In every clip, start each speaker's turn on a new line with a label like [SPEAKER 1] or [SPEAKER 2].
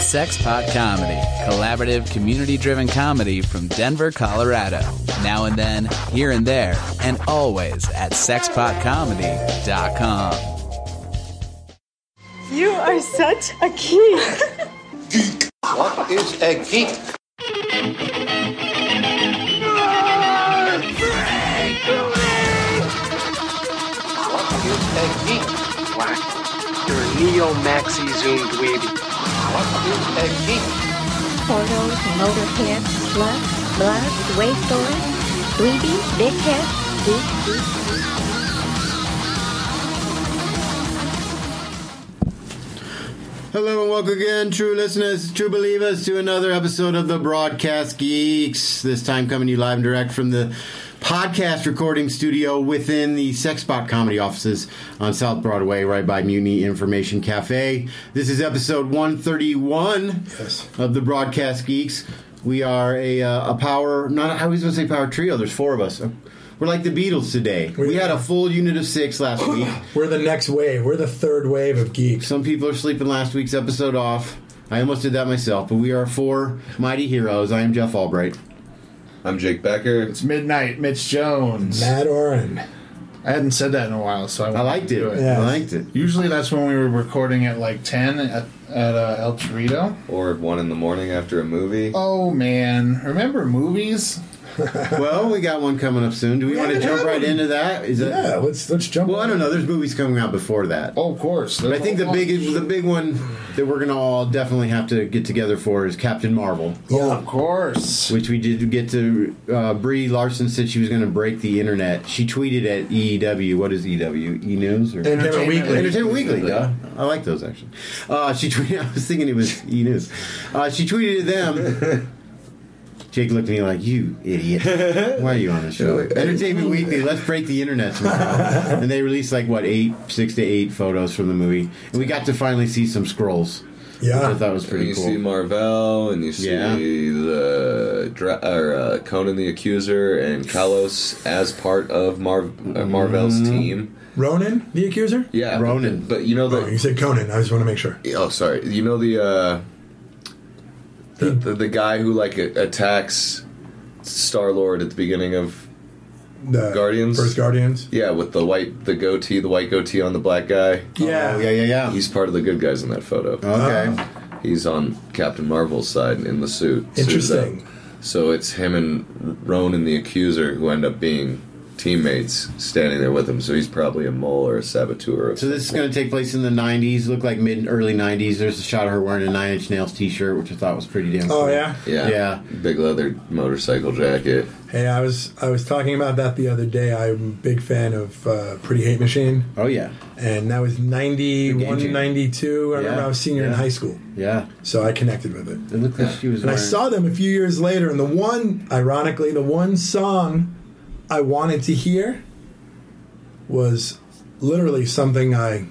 [SPEAKER 1] Sex Pot Comedy, collaborative, community driven comedy from Denver, Colorado. Now and then, here and there, and always at sexpotcomedy.com.
[SPEAKER 2] You are such a geek.
[SPEAKER 3] What is a geek? What is a geek?
[SPEAKER 4] Black. You're a neo maxi zoom dweeby.
[SPEAKER 3] What is a geek?
[SPEAKER 5] Portos, motorhead, slut, blood, wasteland, dweeby, dickhead, geek, geek, geek.
[SPEAKER 6] Hello and welcome again, true listeners, true believers, to another episode of the Broadcast Geeks. This time coming to you live and direct from the podcast recording studio within the Sexbot Comedy offices on South Broadway, right by Mutiny Information Cafe. This is episode 131 of the Broadcast Geeks. We are a, uh, a power, not, I was going to say power trio, there's four of us. We're like the Beatles today. We had a full unit of six last week.
[SPEAKER 7] We're the next wave. We're the third wave of geeks.
[SPEAKER 6] Some people are sleeping last week's episode off. I almost did that myself, but we are four mighty heroes. I am Jeff Albright.
[SPEAKER 8] I'm Jake Becker. It's
[SPEAKER 9] Midnight, Mitch Jones.
[SPEAKER 7] Matt Oren.
[SPEAKER 9] I hadn't said that in a while, so I,
[SPEAKER 6] I
[SPEAKER 9] wanted
[SPEAKER 6] liked
[SPEAKER 9] to
[SPEAKER 6] it.
[SPEAKER 9] do
[SPEAKER 7] Yeah.
[SPEAKER 6] I liked it.
[SPEAKER 9] Usually that's when we were recording at like 10 at, at uh, El Torito.
[SPEAKER 8] or at one in the morning after a movie.
[SPEAKER 9] Oh man, remember movies?
[SPEAKER 6] Well, we got one coming up soon. Do we want to
[SPEAKER 7] haven't
[SPEAKER 6] jump
[SPEAKER 7] had
[SPEAKER 6] right
[SPEAKER 7] one.
[SPEAKER 6] into that? Is it?
[SPEAKER 7] Yeah, let's let's jump.
[SPEAKER 6] Well, I don't know. There's movies coming out before that.
[SPEAKER 9] Oh, of course.
[SPEAKER 6] But I think the big the big one that we're gonna all definitely have to get together for is Captain Marvel,
[SPEAKER 9] Of course.
[SPEAKER 6] which we did get to. Uh, Brie Larson said she was gonna break the internet. She tweeted at EEW. What is EEW? E News or
[SPEAKER 7] Entertainment Weekly.
[SPEAKER 6] Entertainment Weekly, duh. I like those actually. Uh, she tweeted. I was thinking it was E News. Uh, she tweeted at them. Jake looked at me like, "You idiot! Why are you on the show?" Entertainment Weekly. Let's break the internet tomorrow. and they released like what eight, six to eight photos from the movie, and we got to finally see some scrolls.
[SPEAKER 7] Yeah.
[SPEAKER 6] which I thought was pretty
[SPEAKER 8] you
[SPEAKER 6] cool.
[SPEAKER 8] see Marvel, and you see
[SPEAKER 6] Yeah.
[SPEAKER 8] the dra- or, uh, Conan the Accuser and Kalos as part of Mar- uh, Marvel's team.
[SPEAKER 7] Ronan, the accuser.
[SPEAKER 8] Yeah, but-
[SPEAKER 6] Ronan.
[SPEAKER 8] But, you know
[SPEAKER 7] Oh, you
[SPEAKER 8] the
[SPEAKER 7] said Conan. I just want to make sure.
[SPEAKER 8] oh, sorry, you know the uh, the, the the guy who like a- attacks Star Lord at the beginning of
[SPEAKER 7] The
[SPEAKER 8] Guardians?
[SPEAKER 7] First Guardians.
[SPEAKER 8] yeah with the white the goatee the white goatee on the black guy.
[SPEAKER 6] Oh, yeah, yeah, yeah.
[SPEAKER 8] He's part of the good guys in that photo.
[SPEAKER 6] Okay.
[SPEAKER 8] He's on Captain Marvel's side in the suit. suited
[SPEAKER 7] Interesting.
[SPEAKER 8] up. So it's him and Ronan the Accuser who end up being teammates standing there with him. So he's probably a mole or a saboteur. Of
[SPEAKER 6] So this is going to take place in the '90s. Look like mid and early '90s. There's a shot of her wearing a Nine Inch Nails T-shirt, which I thought was pretty damn.
[SPEAKER 7] Oh
[SPEAKER 6] cool.
[SPEAKER 7] yeah.
[SPEAKER 8] yeah,
[SPEAKER 6] yeah.
[SPEAKER 8] big leather motorcycle jacket.
[SPEAKER 7] Hey, I was I was talking about that the other day. I'm a big fan of uh, Pretty Hate Machine,
[SPEAKER 6] Oh yeah.
[SPEAKER 7] and that was 91,
[SPEAKER 6] Engaging.
[SPEAKER 7] 92. I remember
[SPEAKER 6] Yeah.
[SPEAKER 7] I was senior in
[SPEAKER 6] Yeah.
[SPEAKER 7] high school,
[SPEAKER 6] Yeah.
[SPEAKER 7] so I connected with it.
[SPEAKER 6] It looked like she was.
[SPEAKER 7] And I
[SPEAKER 6] wearing-
[SPEAKER 7] saw them a few years later, and the one, ironically, the one song I wanted to hear was literally something I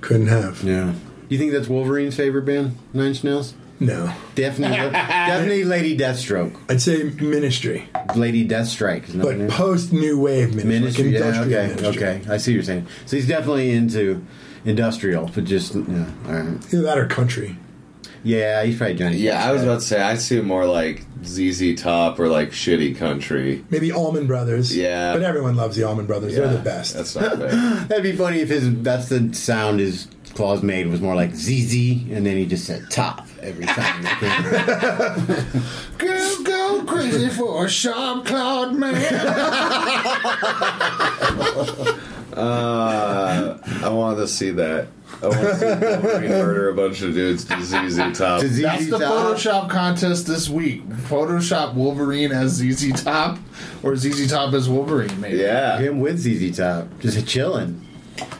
[SPEAKER 7] couldn't have.
[SPEAKER 6] Yeah. You think that's Wolverine's favorite band, Nine Inch Nails?
[SPEAKER 7] No.
[SPEAKER 6] Definitely, definitely Lady Deathstroke.
[SPEAKER 7] I'd say Ministry,
[SPEAKER 6] Lady Deathstrike. Isn't that her
[SPEAKER 7] but
[SPEAKER 6] name?
[SPEAKER 7] post New Wave Ministry.
[SPEAKER 6] Ministry.
[SPEAKER 7] like
[SPEAKER 6] Yeah,
[SPEAKER 7] industrial
[SPEAKER 6] okay,
[SPEAKER 7] ministry.
[SPEAKER 6] okay. I see what you're saying. So he's definitely into industrial, but just yeah. All right.
[SPEAKER 7] Either that or country.
[SPEAKER 6] Yeah, he's probably Johnny.
[SPEAKER 8] Yeah, I was
[SPEAKER 6] Cash.
[SPEAKER 8] about to say I see more like ZZ Top or like shitty country.
[SPEAKER 7] Maybe Allman Brothers.
[SPEAKER 8] Yeah.
[SPEAKER 7] But everyone loves the Allman Brothers.
[SPEAKER 8] Yeah,
[SPEAKER 7] They're the best.
[SPEAKER 8] That's not bad.
[SPEAKER 6] That'd be funny if his that's the sound his claws made was more like ZZ, and then he just said top every time. he came.
[SPEAKER 9] Girls go crazy for a sharp cloud man.
[SPEAKER 8] uh, I want to see that. I want to see Wolverine murder a bunch of dudes to ZZ Top.
[SPEAKER 6] To ZZ
[SPEAKER 9] That's the
[SPEAKER 6] Top.
[SPEAKER 9] Photoshop contest this week. Photoshop Wolverine as ZZ Top or ZZ Top as Wolverine, maybe.
[SPEAKER 8] Yeah,
[SPEAKER 6] Him with ZZ Top, just chilling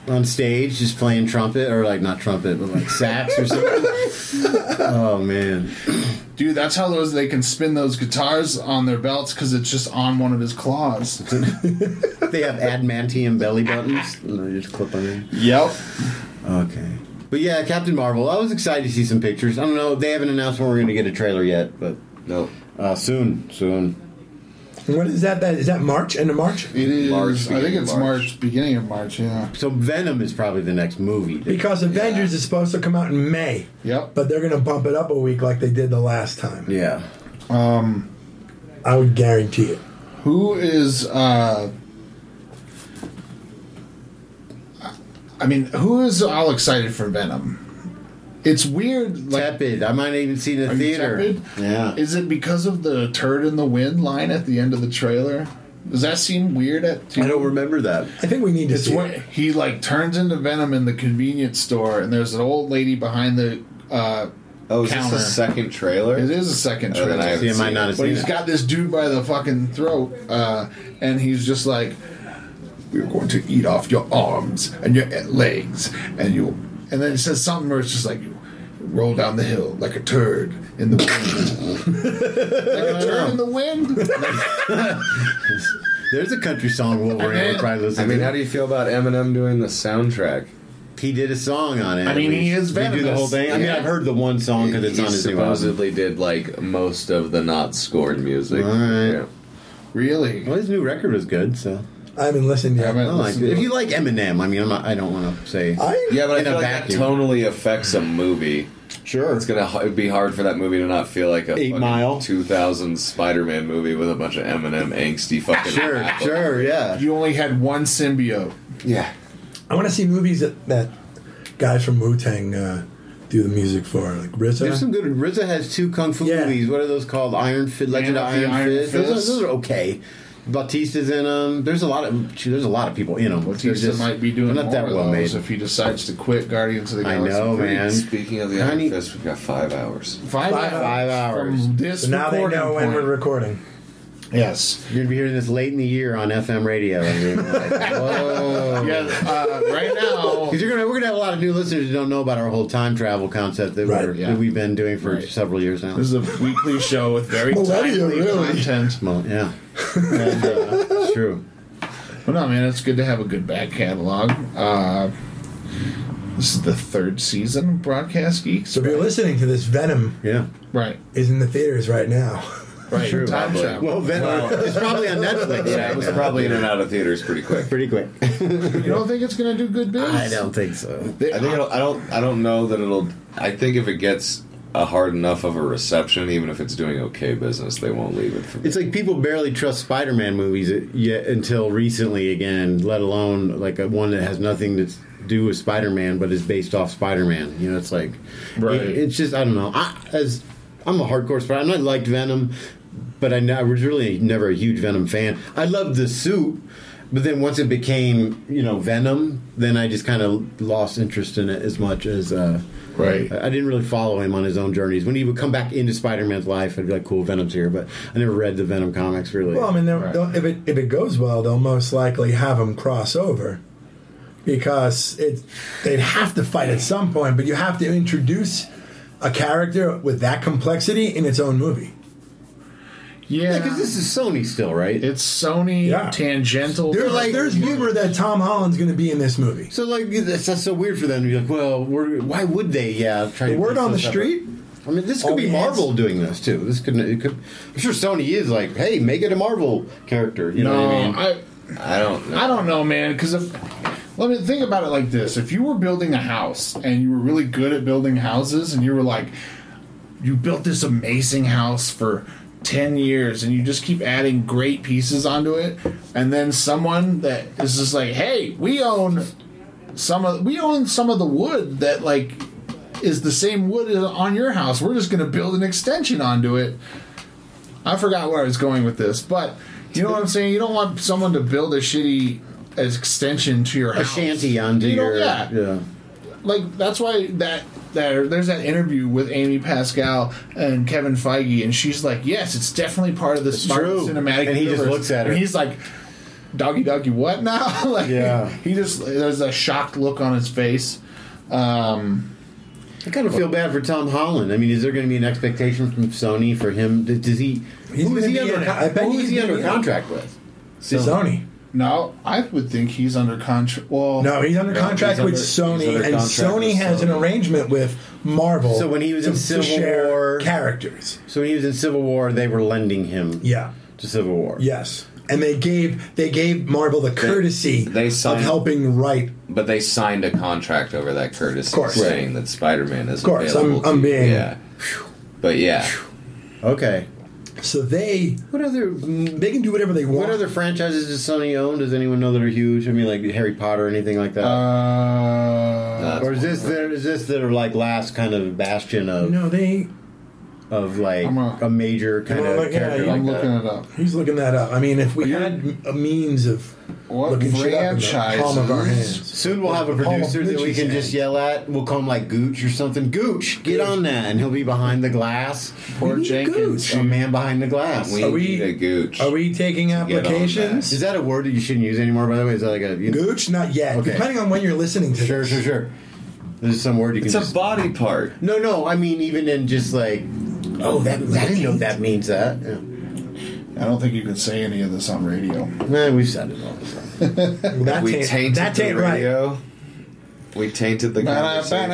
[SPEAKER 6] on stage, just playing trumpet or like not trumpet, but like sax or something. oh man,
[SPEAKER 9] Dude, that's how those they can spin those guitars on their belts because it's just on one of his claws.
[SPEAKER 6] they have adamantium belly buttons. No, you just clip on in.
[SPEAKER 9] yep.
[SPEAKER 6] Okay. But yeah, Captain Marvel. I was excited to see some pictures. I don't know. They haven't announced when we're going to get a trailer yet, but
[SPEAKER 8] no.
[SPEAKER 6] uh, soon, soon.
[SPEAKER 7] And When is that? That is that March? End of March?
[SPEAKER 9] It is.
[SPEAKER 8] March,
[SPEAKER 9] I think
[SPEAKER 8] beginning
[SPEAKER 9] it's
[SPEAKER 8] of March.
[SPEAKER 9] March. beginning of March. Yeah.
[SPEAKER 6] So Venom is probably the next movie. that-
[SPEAKER 7] Because Avengers is supposed to come out in May,
[SPEAKER 9] Yep.
[SPEAKER 7] but they're going to bump it up a week like they did the last time.
[SPEAKER 6] yeah.
[SPEAKER 7] I would guarantee it.
[SPEAKER 9] Who is? uh I mean, who is all excited for Venom? It's weird. Like,
[SPEAKER 6] Tepid. I might even see it in
[SPEAKER 9] Are
[SPEAKER 6] the
[SPEAKER 9] you
[SPEAKER 6] theater.
[SPEAKER 9] tepid?
[SPEAKER 6] Yeah.
[SPEAKER 9] Is it because of the turd in the wind line at the end of the trailer? Does that seem weird at to
[SPEAKER 8] I
[SPEAKER 9] you?
[SPEAKER 8] don't remember that.
[SPEAKER 7] I think we need to
[SPEAKER 9] It's
[SPEAKER 7] see
[SPEAKER 9] when
[SPEAKER 7] it.
[SPEAKER 9] he like turns into Venom in the convenience store, and there's an old lady behind the. Uh,
[SPEAKER 8] Oh, is
[SPEAKER 9] Counter.
[SPEAKER 8] this the second trailer?
[SPEAKER 9] it is a second
[SPEAKER 8] Oh,
[SPEAKER 9] trailer,
[SPEAKER 8] then I haven't
[SPEAKER 6] See, I might
[SPEAKER 8] seen
[SPEAKER 6] not
[SPEAKER 8] it.
[SPEAKER 6] have
[SPEAKER 9] but
[SPEAKER 6] seen
[SPEAKER 9] he's
[SPEAKER 6] it.
[SPEAKER 9] got this dude by the fucking throat, uh, and he's just like, "We're going to eat off your arms and your legs, and you." And then he says something where it's just like, "You roll down the hill like a turd in the wind, like a turd in the wind."
[SPEAKER 6] There's a country song Wolverine would probably listen
[SPEAKER 8] I mean,
[SPEAKER 6] to.
[SPEAKER 8] how do you feel about Eminem doing the soundtrack?
[SPEAKER 6] he did a song on it.
[SPEAKER 9] I mean,
[SPEAKER 6] at
[SPEAKER 9] he
[SPEAKER 6] least.
[SPEAKER 9] is
[SPEAKER 6] Did he do the
[SPEAKER 9] venomous.
[SPEAKER 6] whole thing. I mean,
[SPEAKER 8] Yeah.
[SPEAKER 6] I've heard the one song because it's
[SPEAKER 8] he
[SPEAKER 6] on his new album.
[SPEAKER 8] supposedly did like most of the not scored music.
[SPEAKER 6] All right.
[SPEAKER 8] Yeah.
[SPEAKER 9] Really?
[SPEAKER 6] Well, his new record was good, so
[SPEAKER 7] I haven't listened yet.
[SPEAKER 9] I
[SPEAKER 6] I
[SPEAKER 9] haven't
[SPEAKER 6] like
[SPEAKER 9] listened
[SPEAKER 6] it.
[SPEAKER 9] to
[SPEAKER 6] If
[SPEAKER 9] it.
[SPEAKER 6] you like Eminem, I mean, I'm not, I don't want to say
[SPEAKER 7] I
[SPEAKER 8] Yeah, but I
[SPEAKER 6] In a
[SPEAKER 8] feel like that
[SPEAKER 6] vacuum.
[SPEAKER 8] totally affects a movie.
[SPEAKER 6] sure.
[SPEAKER 8] It's gonna h- it'd be hard for that movie to not feel like a
[SPEAKER 6] Eight Mile.
[SPEAKER 8] two thousand Spider-Man movie with a bunch of Eminem angsty fucking.
[SPEAKER 6] Sure,
[SPEAKER 8] rap.
[SPEAKER 6] sure, yeah.
[SPEAKER 9] You only had one symbiote.
[SPEAKER 8] Yeah,
[SPEAKER 7] I want to see movies that, that guys from Wu Tang uh, do the music for, like RZA.
[SPEAKER 6] There's some good. RZA has two kung fu
[SPEAKER 7] Yeah.
[SPEAKER 6] movies. What are those called? Iron Fist, Legend of
[SPEAKER 9] Man of the
[SPEAKER 6] Iron,
[SPEAKER 9] Iron
[SPEAKER 6] Fist. Those,
[SPEAKER 9] Fist.
[SPEAKER 6] are, those are okay. Bautista's in them. There's a lot of there's a lot of people in them.
[SPEAKER 9] Batista might be doing
[SPEAKER 6] not that
[SPEAKER 9] more of
[SPEAKER 6] well made.
[SPEAKER 9] those if he decides to quit Guardians of the
[SPEAKER 6] I
[SPEAKER 9] Galaxy.
[SPEAKER 6] know,
[SPEAKER 9] three.
[SPEAKER 6] man.
[SPEAKER 8] Speaking of the Iron
[SPEAKER 6] Honey-
[SPEAKER 8] Fist, we've got five hours.
[SPEAKER 9] Five,
[SPEAKER 7] Five
[SPEAKER 6] hours.
[SPEAKER 9] From this
[SPEAKER 7] So now they
[SPEAKER 9] recording
[SPEAKER 7] know when
[SPEAKER 9] point.
[SPEAKER 7] we're recording.
[SPEAKER 9] yes.
[SPEAKER 6] You're gonna be hearing this late in the year on FM radio. I mean, like, whoa.
[SPEAKER 9] Yeah. Uh, right now.
[SPEAKER 6] 'Cause you're gonna, we're gonna have a lot of new listeners who don't know about our whole time travel concept that,
[SPEAKER 7] Right,
[SPEAKER 6] we're,
[SPEAKER 9] yeah.
[SPEAKER 6] that we've been doing for several years now.
[SPEAKER 9] This is a weekly show with very
[SPEAKER 7] Millennial,
[SPEAKER 9] timely
[SPEAKER 7] really.
[SPEAKER 9] content.
[SPEAKER 6] Well, yeah, and, uh, it's true.
[SPEAKER 9] Well, no, man, it's good to have a good back catalog. Uh, this is the third season of Broadcast Geeks.
[SPEAKER 7] So if you're listening to this, Venom
[SPEAKER 6] Yeah.
[SPEAKER 9] Right.
[SPEAKER 7] is in the theaters right now.
[SPEAKER 9] Right.
[SPEAKER 6] True,
[SPEAKER 9] Time
[SPEAKER 8] probably.
[SPEAKER 9] travel.
[SPEAKER 6] Well, then it's probably on Netflix.
[SPEAKER 8] Yeah, it was probably in and out of theaters pretty quick.
[SPEAKER 6] pretty quick.
[SPEAKER 9] you don't think it's going to do good business?
[SPEAKER 6] I don't think so.
[SPEAKER 8] I think it'll, I don't. I don't know that it'll. I think if it gets a hard enough of a reception, even if it's doing okay business, they won't leave it for me.
[SPEAKER 6] It's like people barely trust Spider-Man movies yet until recently again, let alone like a one that has nothing to do with Spider-Man but is based off Spider-Man. You know, it's like
[SPEAKER 9] Right.
[SPEAKER 6] it- it's just I don't know. I as I'm a hardcore Spider. I liked Venom, but I, n- I was really never a huge Venom fan. I loved the suit, but then once it became you know Venom, then I just kind of lost interest in it as much as. Uh,
[SPEAKER 9] Right.
[SPEAKER 6] I I didn't really follow him on his own journeys. When he would come back into Spider Man's life, I'd be like, cool, Venom's here. But I never read the Venom comics, really.
[SPEAKER 7] Well, I mean, they'll,
[SPEAKER 9] Right.
[SPEAKER 7] they'll, if it if it goes well, they'll most likely have them cross over because it they'd have to fight at some point. But you have to introduce a character with that complexity in its own movie.
[SPEAKER 9] Yeah.
[SPEAKER 6] yeah, because this is Sony still, right?
[SPEAKER 9] it's Sony
[SPEAKER 7] Yeah.
[SPEAKER 9] tangential.
[SPEAKER 7] There's like there's rumor that Tom Holland's going to be in this movie.
[SPEAKER 6] so, like, that's, that's so weird for them to be like, well, we're, why would they, yeah, try
[SPEAKER 7] The
[SPEAKER 6] to.
[SPEAKER 7] word
[SPEAKER 6] piece
[SPEAKER 7] on the
[SPEAKER 6] this up?
[SPEAKER 7] street. Oh,
[SPEAKER 6] I mean, this could
[SPEAKER 7] All
[SPEAKER 6] be
[SPEAKER 7] the ads.
[SPEAKER 6] Marvel doing this, too. This could, it could. I'm sure Sony is like, hey, make it a Marvel character. You know
[SPEAKER 9] no,
[SPEAKER 6] what I mean?
[SPEAKER 9] I,
[SPEAKER 8] I don't. Know.
[SPEAKER 9] I don't know, man. Because if let me think about it like this: if you were building a house and you were really good at building houses, and you were like, you built this amazing house for ten years, and you just keep adding great pieces onto it, and then someone that is just like, hey, we own some of we own some of the wood that like is the same wood on your house. We're just going to build an extension onto it. I forgot where I was going with this, but you know what I'm saying. You don't want someone to build a shitty extension to your
[SPEAKER 6] A
[SPEAKER 9] house.
[SPEAKER 6] shanty onto
[SPEAKER 9] You know,
[SPEAKER 6] your.
[SPEAKER 9] yeah.
[SPEAKER 6] yeah.
[SPEAKER 9] Like that's why that that there's that interview with Amy Pascal and Kevin Feige, and she's like, "Yes, it's definitely part of the Marvel
[SPEAKER 6] true.
[SPEAKER 9] cinematic."
[SPEAKER 6] And he just
[SPEAKER 9] universe."
[SPEAKER 6] looks at her.
[SPEAKER 9] and he's like. Doggy, doggy, what now? like,
[SPEAKER 6] Yeah.
[SPEAKER 9] he just there's a shocked look on his face. Um,
[SPEAKER 6] I kind of feel bad for Tom Holland. I mean, is there going to be an expectation from Sony for him? d- Does he?
[SPEAKER 7] He's
[SPEAKER 6] who is
[SPEAKER 7] gonna
[SPEAKER 6] he
[SPEAKER 7] be
[SPEAKER 6] under?
[SPEAKER 7] in- I bet
[SPEAKER 6] who
[SPEAKER 7] he's
[SPEAKER 6] is he
[SPEAKER 7] gonna
[SPEAKER 6] under
[SPEAKER 7] be in.
[SPEAKER 6] contract with?
[SPEAKER 7] Sony.
[SPEAKER 9] No, I would think he's under contract. Well,
[SPEAKER 7] No, he's under
[SPEAKER 8] No,
[SPEAKER 7] contract
[SPEAKER 8] he's
[SPEAKER 7] with
[SPEAKER 8] under- he's
[SPEAKER 7] Sony,
[SPEAKER 8] under
[SPEAKER 7] and
[SPEAKER 8] contract
[SPEAKER 7] Sony
[SPEAKER 8] with
[SPEAKER 7] has an
[SPEAKER 8] Sony.
[SPEAKER 7] arrangement with Marvel.
[SPEAKER 6] So when he was in Civil War-
[SPEAKER 7] characters,
[SPEAKER 6] So when he was in Civil War, they were lending him.
[SPEAKER 7] yeah,
[SPEAKER 6] to Civil War.
[SPEAKER 7] Yes, and they gave they gave Marvel the courtesy
[SPEAKER 8] they signed-
[SPEAKER 7] of helping write.
[SPEAKER 8] But they signed a contract over that courtesy,
[SPEAKER 7] Of course.
[SPEAKER 8] saying that Spider-Man is
[SPEAKER 7] Of course, I'm-
[SPEAKER 8] available. to
[SPEAKER 7] I'm
[SPEAKER 8] you.
[SPEAKER 7] being-
[SPEAKER 8] yeah. But yeah,
[SPEAKER 6] Okay.
[SPEAKER 7] So they
[SPEAKER 6] What other
[SPEAKER 7] they can do whatever they want.
[SPEAKER 6] What other franchises does Sony own? Does anyone know that are huge? I mean, like Harry Potter or anything like that?
[SPEAKER 9] Uh,
[SPEAKER 6] or is this their is this their like last kind of bastion of
[SPEAKER 7] no, they.
[SPEAKER 6] of like
[SPEAKER 9] I'm a-
[SPEAKER 6] a major kind
[SPEAKER 7] I'm a-
[SPEAKER 6] of
[SPEAKER 7] yeah,
[SPEAKER 6] character?
[SPEAKER 7] yeah.
[SPEAKER 6] like
[SPEAKER 9] I'm
[SPEAKER 6] that?
[SPEAKER 9] looking it up.
[SPEAKER 7] He's looking that up. I mean, if we
[SPEAKER 9] You're-
[SPEAKER 7] had m- a means of
[SPEAKER 9] What
[SPEAKER 7] looking shit up in the palm of our
[SPEAKER 9] franchises?
[SPEAKER 7] hands,
[SPEAKER 6] Soon we'll have a
[SPEAKER 7] Palm of
[SPEAKER 6] producer that we
[SPEAKER 7] Gucci's
[SPEAKER 6] can
[SPEAKER 7] hand.
[SPEAKER 6] just yell at. We'll call him like Gooch or something. Gooch, get on that, and he'll be behind the glass.
[SPEAKER 9] Poor
[SPEAKER 7] We need
[SPEAKER 9] Jenkins.
[SPEAKER 7] Gooch.
[SPEAKER 6] A man behind the glass.
[SPEAKER 8] we,
[SPEAKER 7] Are we-
[SPEAKER 8] need a gooch.
[SPEAKER 7] are we taking
[SPEAKER 8] on that.
[SPEAKER 6] Is
[SPEAKER 7] applications?
[SPEAKER 6] that a word that you shouldn't use anymore? By the way, is that like a you
[SPEAKER 7] Gooch, not yet.
[SPEAKER 6] Okay.
[SPEAKER 7] Depending on when you're listening to
[SPEAKER 6] Sure,
[SPEAKER 7] this.
[SPEAKER 6] sure, sure. There's some word you can.
[SPEAKER 8] It's a
[SPEAKER 6] just-
[SPEAKER 8] body part.
[SPEAKER 6] no, no. I mean, even in just like, oh, that I didn't know that means that. Yeah.
[SPEAKER 9] I don't think you can say any of this on radio.
[SPEAKER 6] Nah, we've said it all the time.
[SPEAKER 7] That
[SPEAKER 8] we
[SPEAKER 7] ain't-
[SPEAKER 8] tainted
[SPEAKER 7] that
[SPEAKER 8] the
[SPEAKER 7] ain't right.
[SPEAKER 8] radio. We tainted the conversation.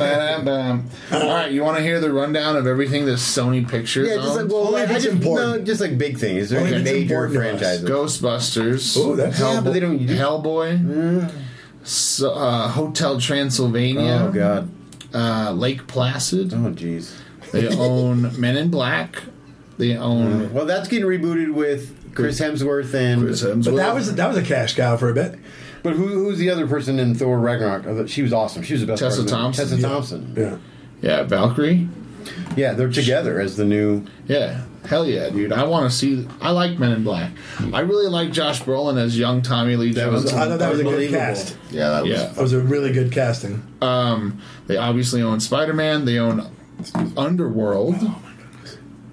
[SPEAKER 9] All right, you want to hear the rundown of everything that Sony Pictures
[SPEAKER 6] Yeah, just like
[SPEAKER 9] owns?
[SPEAKER 6] well,
[SPEAKER 7] Only
[SPEAKER 6] I
[SPEAKER 7] if it's
[SPEAKER 6] just-
[SPEAKER 7] important.
[SPEAKER 6] No, just like big things. There's
[SPEAKER 7] Only if
[SPEAKER 6] like
[SPEAKER 7] it's
[SPEAKER 6] major
[SPEAKER 7] important to us.
[SPEAKER 6] franchises.
[SPEAKER 9] Ghostbusters.
[SPEAKER 7] Oh, that's
[SPEAKER 6] Yeah, but
[SPEAKER 7] helpful.
[SPEAKER 6] they don't. You just,
[SPEAKER 9] Hellboy, S- uh, Hotel Transylvania,
[SPEAKER 6] Oh God.
[SPEAKER 9] uh, Lake Placid.
[SPEAKER 6] Oh jeez.
[SPEAKER 9] They own Men in Black. They own
[SPEAKER 6] Well, that's getting rebooted with Chris Hemsworth and.
[SPEAKER 9] Chris Hemsworth.
[SPEAKER 7] But that was that was a cash cow for a bit.
[SPEAKER 6] But who, who's the other person in Thor Ragnarok? Oh, She was awesome. She was the best.
[SPEAKER 9] Tessa
[SPEAKER 6] part of the movie. Tessa
[SPEAKER 9] Thompson. Yeah.
[SPEAKER 6] Thompson.
[SPEAKER 7] Yeah.
[SPEAKER 9] yeah Valkyrie.
[SPEAKER 6] Yeah, they're together as the new.
[SPEAKER 9] Yeah, hell yeah, dude. I want to see. I like Men in Black. I really like Josh Brolin as young Tommy Lee Jones.
[SPEAKER 6] was-
[SPEAKER 7] I thought that was a good
[SPEAKER 6] Unbelievable.
[SPEAKER 7] cast.
[SPEAKER 8] Yeah, that was
[SPEAKER 9] yeah.
[SPEAKER 7] That was a really good casting.
[SPEAKER 9] Um, they obviously own Spider Man. They own Underworld.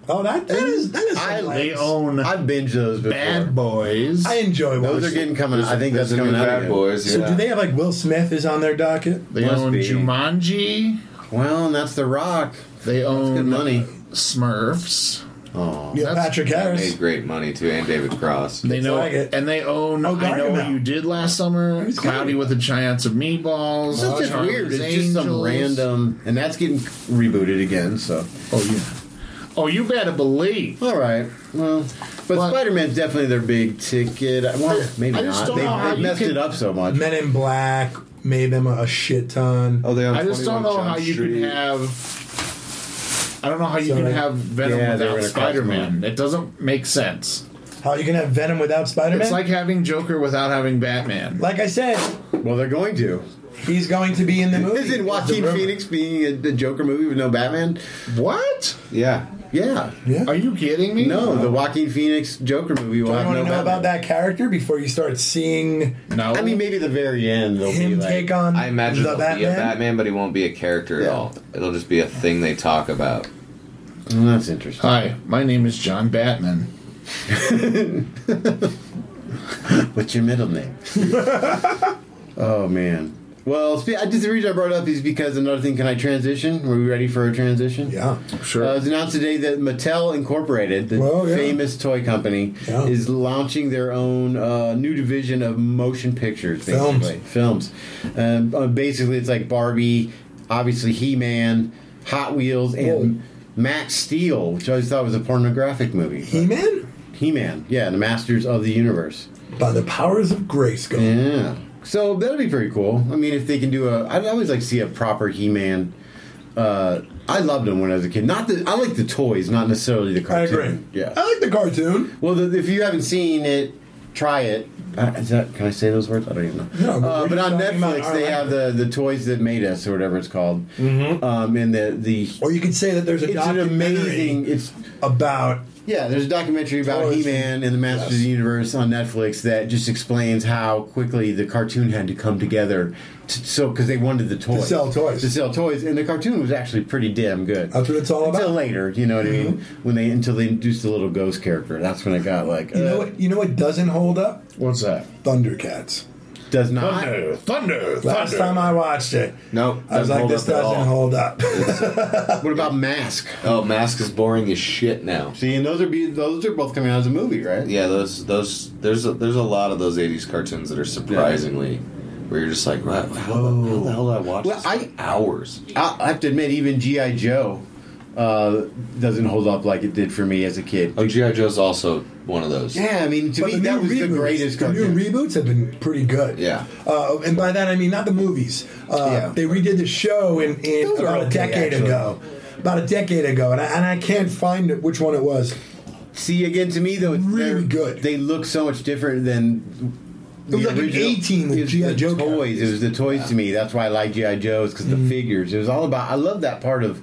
[SPEAKER 7] Oh, that that is that is.
[SPEAKER 6] I-
[SPEAKER 7] some
[SPEAKER 9] They
[SPEAKER 7] legs.
[SPEAKER 9] own
[SPEAKER 6] I've binged those before.
[SPEAKER 9] Bad Boys.
[SPEAKER 7] I enjoy
[SPEAKER 6] Those
[SPEAKER 7] watching.
[SPEAKER 6] are getting coming. I think
[SPEAKER 8] There's
[SPEAKER 6] that's
[SPEAKER 8] a new
[SPEAKER 6] coming out.
[SPEAKER 8] Bad
[SPEAKER 6] again.
[SPEAKER 8] Boys.
[SPEAKER 7] So
[SPEAKER 8] yeah.
[SPEAKER 7] do they have like Will Smith is on their docket?
[SPEAKER 9] they
[SPEAKER 6] Must
[SPEAKER 9] own
[SPEAKER 6] be.
[SPEAKER 9] Jumanji.
[SPEAKER 6] Well, and that's The Rock.
[SPEAKER 9] They own
[SPEAKER 6] good money.
[SPEAKER 9] Smurfs.
[SPEAKER 6] Oh,
[SPEAKER 7] Yeah,
[SPEAKER 9] That's-
[SPEAKER 7] Patrick
[SPEAKER 8] That
[SPEAKER 7] Harris.
[SPEAKER 8] made great money too, and David Cross.
[SPEAKER 9] They know,
[SPEAKER 7] like it.
[SPEAKER 9] and they own.
[SPEAKER 7] Oh,
[SPEAKER 9] I know what
[SPEAKER 7] Gargamel.
[SPEAKER 9] you did last summer.
[SPEAKER 7] was
[SPEAKER 9] Cloudy
[SPEAKER 7] great.
[SPEAKER 9] with a Chance of Meatballs.
[SPEAKER 6] that's just
[SPEAKER 9] Charlie's
[SPEAKER 6] weird. It's just some
[SPEAKER 9] Angels.
[SPEAKER 6] random, and that's getting rebooted again. So,
[SPEAKER 9] Oh yeah. Oh, you better believe.
[SPEAKER 6] all right. Well, but
[SPEAKER 9] Well-
[SPEAKER 6] Spider Man's definitely their big ticket. Well, maybe
[SPEAKER 9] I just
[SPEAKER 6] not.
[SPEAKER 9] don't
[SPEAKER 6] They,
[SPEAKER 9] know how
[SPEAKER 6] they
[SPEAKER 9] you
[SPEAKER 6] messed
[SPEAKER 9] can-
[SPEAKER 6] it up so much.
[SPEAKER 7] Men in Black made them a shit ton.
[SPEAKER 8] Oh, they own
[SPEAKER 9] I just
[SPEAKER 8] 21
[SPEAKER 9] don't know
[SPEAKER 8] Jump
[SPEAKER 9] how you
[SPEAKER 8] Street.
[SPEAKER 9] can have. I don't know how you can
[SPEAKER 7] Sorry.
[SPEAKER 9] have Venom
[SPEAKER 6] Yeah, they were
[SPEAKER 9] without
[SPEAKER 6] gonna
[SPEAKER 9] Spider Man. It doesn't make sense.
[SPEAKER 7] How you can have Venom without Spider Man?
[SPEAKER 9] It's like having Joker without having Batman.
[SPEAKER 7] like I said,
[SPEAKER 6] Well, they're going to.
[SPEAKER 7] he's going to be in the movie.
[SPEAKER 6] Isn't
[SPEAKER 7] It's
[SPEAKER 6] Joaquin
[SPEAKER 7] a rumor.
[SPEAKER 6] Phoenix being in the Joker movie with no Batman?
[SPEAKER 9] What?
[SPEAKER 8] Yeah,
[SPEAKER 6] Yeah.
[SPEAKER 7] Yeah.
[SPEAKER 9] Are you kidding me?
[SPEAKER 6] No, the Joaquin Phoenix Joker movie will
[SPEAKER 7] Do you
[SPEAKER 6] have
[SPEAKER 7] want
[SPEAKER 6] no
[SPEAKER 7] to know
[SPEAKER 6] Batman.
[SPEAKER 7] about that character before you start seeing
[SPEAKER 9] No.
[SPEAKER 6] I mean, maybe the very end they'll be
[SPEAKER 7] him
[SPEAKER 6] like.
[SPEAKER 7] take on
[SPEAKER 8] I imagine
[SPEAKER 7] the
[SPEAKER 8] he'll
[SPEAKER 7] Batman?
[SPEAKER 8] be a Batman, but he won't be a character
[SPEAKER 6] Yeah.
[SPEAKER 8] at all. It'll just be a thing they talk about.
[SPEAKER 6] Mm, that's interesting.
[SPEAKER 9] Hi, my name is John Batman.
[SPEAKER 6] What's your middle name? oh man. Well, spe- I just the reason I brought it up is because another thing. Can I transition? Were we ready for a transition?
[SPEAKER 7] Yeah.
[SPEAKER 9] Sure.
[SPEAKER 6] Uh, it was announced today that Mattel Incorporated, the
[SPEAKER 7] Well, yeah.
[SPEAKER 6] famous toy company,
[SPEAKER 7] Yeah.
[SPEAKER 6] is launching their own uh, new division of motion pictures,
[SPEAKER 7] Films.
[SPEAKER 6] basically films. Um, uh, basically, it's like Barbie, obviously He Man, Hot Wheels, and Max Steel, which I always thought was a pornographic movie.
[SPEAKER 7] He Man?
[SPEAKER 6] He Man, yeah, the Masters of the Universe.
[SPEAKER 7] By the powers of Grayskull.
[SPEAKER 6] Yeah. So that'd be pretty cool. I mean, if they can do a, I'd always like to see a proper He-Man. Uh, I loved him when I was a kid. Not the, I like the toys, not necessarily the
[SPEAKER 7] I
[SPEAKER 6] cartoon.
[SPEAKER 7] agree.
[SPEAKER 6] Yeah.
[SPEAKER 7] I like the cartoon.
[SPEAKER 6] Well, the, if you haven't seen it, try it. Uh, Is that, can I say those words? I don't even know.
[SPEAKER 7] No, but
[SPEAKER 6] uh,
[SPEAKER 7] we're
[SPEAKER 6] but
[SPEAKER 7] just
[SPEAKER 6] on
[SPEAKER 7] talking about
[SPEAKER 6] Netflix,
[SPEAKER 7] our
[SPEAKER 6] they have the, the toys that made us or whatever it's called. Mm-hmm. Um, and the the
[SPEAKER 7] Or you could say that there's a
[SPEAKER 6] it's an
[SPEAKER 7] documentary
[SPEAKER 6] amazing. It's
[SPEAKER 7] about
[SPEAKER 6] yeah, there's a documentary about He
[SPEAKER 7] Toys.
[SPEAKER 6] Man and the Masters of the Universe on Netflix that just explains how quickly the cartoon had to come together, t- so because they wanted the toys
[SPEAKER 7] sell toys.
[SPEAKER 6] to sell toys, and the cartoon was actually pretty damn good.
[SPEAKER 7] That's what it's all
[SPEAKER 6] until
[SPEAKER 7] about. Mm-hmm.
[SPEAKER 6] later, you know what I mean? When they until they introduced the little ghost character, that's when it got like
[SPEAKER 7] you
[SPEAKER 6] uh,
[SPEAKER 7] know what you know what doesn't hold up?
[SPEAKER 9] What's that?
[SPEAKER 7] Thundercats.
[SPEAKER 6] does not.
[SPEAKER 9] Thunder, thunder,
[SPEAKER 7] Last
[SPEAKER 9] thunder.
[SPEAKER 7] time I watched it,
[SPEAKER 8] Nope.
[SPEAKER 7] I was
[SPEAKER 8] doesn't
[SPEAKER 7] like,
[SPEAKER 8] hold
[SPEAKER 7] this
[SPEAKER 8] up at all.
[SPEAKER 7] doesn't hold up.
[SPEAKER 6] What about Mask?
[SPEAKER 8] Oh, Mask is boring as shit now.
[SPEAKER 6] See, and those are be- those are both coming out as a movie, right?
[SPEAKER 8] Yeah, those those there's a, there's a lot of those '80s cartoons that are surprisingly where you're just like, Oh. wow, how, the- how the hell did I watch
[SPEAKER 6] Well,
[SPEAKER 8] this
[SPEAKER 6] I-
[SPEAKER 8] for hours?
[SPEAKER 6] I I have to admit, even GI Joe uh, doesn't hold up like it did for me as a kid.
[SPEAKER 8] Oh, G.I. Joe's also one of those.
[SPEAKER 6] Yeah, I mean, to
[SPEAKER 7] But
[SPEAKER 6] me, that was the greatest
[SPEAKER 7] The new
[SPEAKER 6] cartoon.
[SPEAKER 7] reboots have been pretty good.
[SPEAKER 8] Yeah.
[SPEAKER 7] Uh, and by that I mean not the movies. Uh,
[SPEAKER 6] Yeah.
[SPEAKER 7] They redid the show in, in
[SPEAKER 6] Those are
[SPEAKER 7] about a
[SPEAKER 6] okay,
[SPEAKER 7] decade
[SPEAKER 6] actually.
[SPEAKER 7] ago. About a decade ago, and I, and I can't find it, which one it was.
[SPEAKER 6] See, again, to me, though, it's- they're-
[SPEAKER 7] Really good.
[SPEAKER 6] They look so much different than.
[SPEAKER 7] It was
[SPEAKER 6] the
[SPEAKER 7] like an
[SPEAKER 6] original-
[SPEAKER 7] 18 with
[SPEAKER 6] It was
[SPEAKER 7] G.I.
[SPEAKER 6] the
[SPEAKER 7] Joe Mm-hmm.
[SPEAKER 6] toys. It was the toys to me. That's why I like GI Joes because the figures. It was all about. I love that part of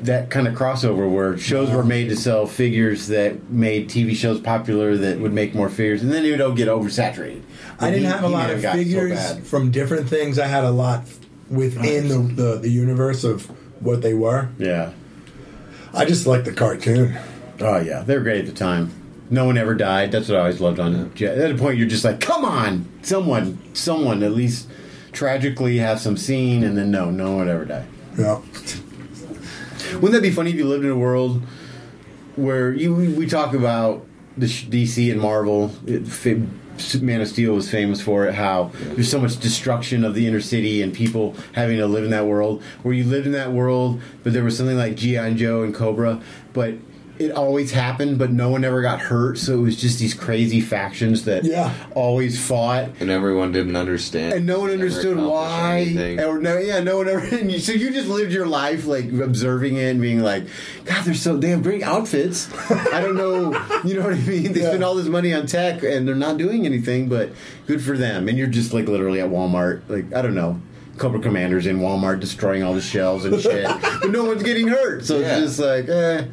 [SPEAKER 6] that kind of crossover where shows were made to sell figures that made TV shows popular that would make more figures, and then it would get oversaturated.
[SPEAKER 7] I didn't
[SPEAKER 6] He-
[SPEAKER 7] have a lot
[SPEAKER 6] He-Man
[SPEAKER 7] of
[SPEAKER 6] got so
[SPEAKER 7] figures
[SPEAKER 6] bad.
[SPEAKER 7] from different things. I had a lot within the, the, the universe of what they were.
[SPEAKER 6] yeah.
[SPEAKER 7] I just like the cartoon.
[SPEAKER 6] Oh yeah, they were great at the time. No one ever died. That's what I always loved on. At a point, you're just like, come on, someone, someone, at least tragically have some scene, and then no, no one would ever die.
[SPEAKER 7] Yeah.
[SPEAKER 6] Wouldn't that be funny if you lived in a world where you we, we talk about the sh- DC and Marvel? It, fa- Man of Steel was famous for it. How there's so much destruction of the inner city and people having to live in that world. Where you lived in that world, but there was something like GI Joe and Cobra, but it always happened, but no one ever got hurt. So it was just these crazy factions that
[SPEAKER 7] Yeah.
[SPEAKER 6] always fought
[SPEAKER 8] And everyone didn't understand.
[SPEAKER 6] and no one
[SPEAKER 8] never
[SPEAKER 6] understood
[SPEAKER 8] accomplished
[SPEAKER 6] why.
[SPEAKER 8] anything.
[SPEAKER 6] Or no, yeah, no one ever. And you, so you just lived your life like observing it and being like, God, they're so they have great outfits. I don't know, you know what I mean? They
[SPEAKER 7] Yeah.
[SPEAKER 6] spend all this money on tech and they're not doing anything, but good for them. And you're just like literally at Walmart, like I don't know. Cobra Commanders in Walmart destroying all the shelves and shit, but no one's getting hurt. So
[SPEAKER 8] Yeah.
[SPEAKER 6] it's just like, eh.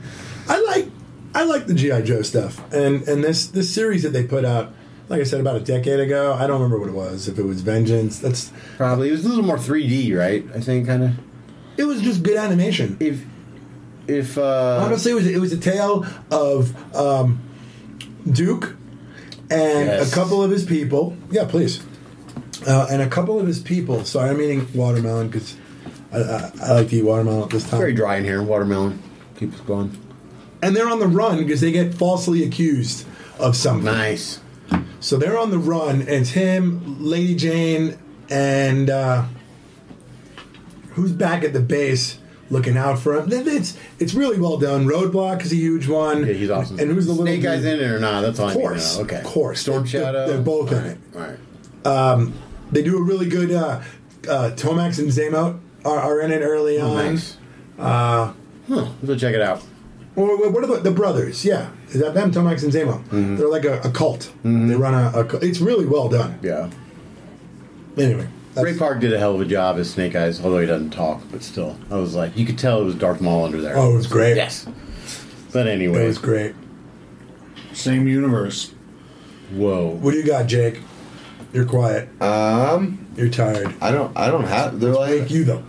[SPEAKER 7] I like I like the GI Joe stuff, and and this this series that they put out, like I said, about a decade ago. I don't remember what it was. If it was Vengeance, that's
[SPEAKER 6] Probably it was a little more 3D, right? I think kind of.
[SPEAKER 7] it was just good animation.
[SPEAKER 6] If if uh,
[SPEAKER 7] Honestly, it was it was a tale of um, Duke and
[SPEAKER 6] Yes.
[SPEAKER 7] a couple of his people. Yeah, please. Uh, and a couple of his people. Sorry, I'm eating watermelon because I, I, I like to eat watermelon at this time.
[SPEAKER 6] very dry in here, watermelon keeps going.
[SPEAKER 7] And they're on the run because they get falsely accused of something.
[SPEAKER 6] Nice.
[SPEAKER 7] So they're on the run, and it's him, Lady Jane, and uh, who's back at the base looking out for him. Th- It's it's really well done. Roadblock is a huge one.
[SPEAKER 6] Yeah, he's awesome.
[SPEAKER 7] And who's the little
[SPEAKER 6] Snake
[SPEAKER 7] dude?
[SPEAKER 6] Eyes in it or not? That's all
[SPEAKER 7] Of
[SPEAKER 6] I need to
[SPEAKER 7] course,
[SPEAKER 6] know. Okay.
[SPEAKER 7] of course.
[SPEAKER 6] Storm
[SPEAKER 7] They're-
[SPEAKER 6] Shadow.
[SPEAKER 7] they're both in it. Um,
[SPEAKER 6] All right.
[SPEAKER 7] They do a really good. Uh, uh, Tomax and Zamote are, are in it early
[SPEAKER 6] All right.
[SPEAKER 7] on.
[SPEAKER 6] Oh, Nice. Uh, huh. So check it out.
[SPEAKER 7] Or wh- what are the, the brothers? Yeah, is that them? Tomax and Zamote.
[SPEAKER 6] Mm-hmm.
[SPEAKER 7] They're like a, a cult. They run a, a. cu- It's really well done.
[SPEAKER 6] Yeah.
[SPEAKER 7] Anyway, that's-
[SPEAKER 6] Ray Park did a hell of a job as Snake Eyes, although he doesn't talk, but still. I was like, you could tell it was Darth Maul under there.
[SPEAKER 7] Oh, it was great.
[SPEAKER 6] Yes. But
[SPEAKER 7] It
[SPEAKER 6] anyway.
[SPEAKER 7] was great.
[SPEAKER 9] Same universe.
[SPEAKER 6] Whoa.
[SPEAKER 7] What do you got, Jake? You're quiet.
[SPEAKER 8] Um,
[SPEAKER 7] You're tired.
[SPEAKER 8] I don't. I don't have. They're like.
[SPEAKER 7] Thank you, though.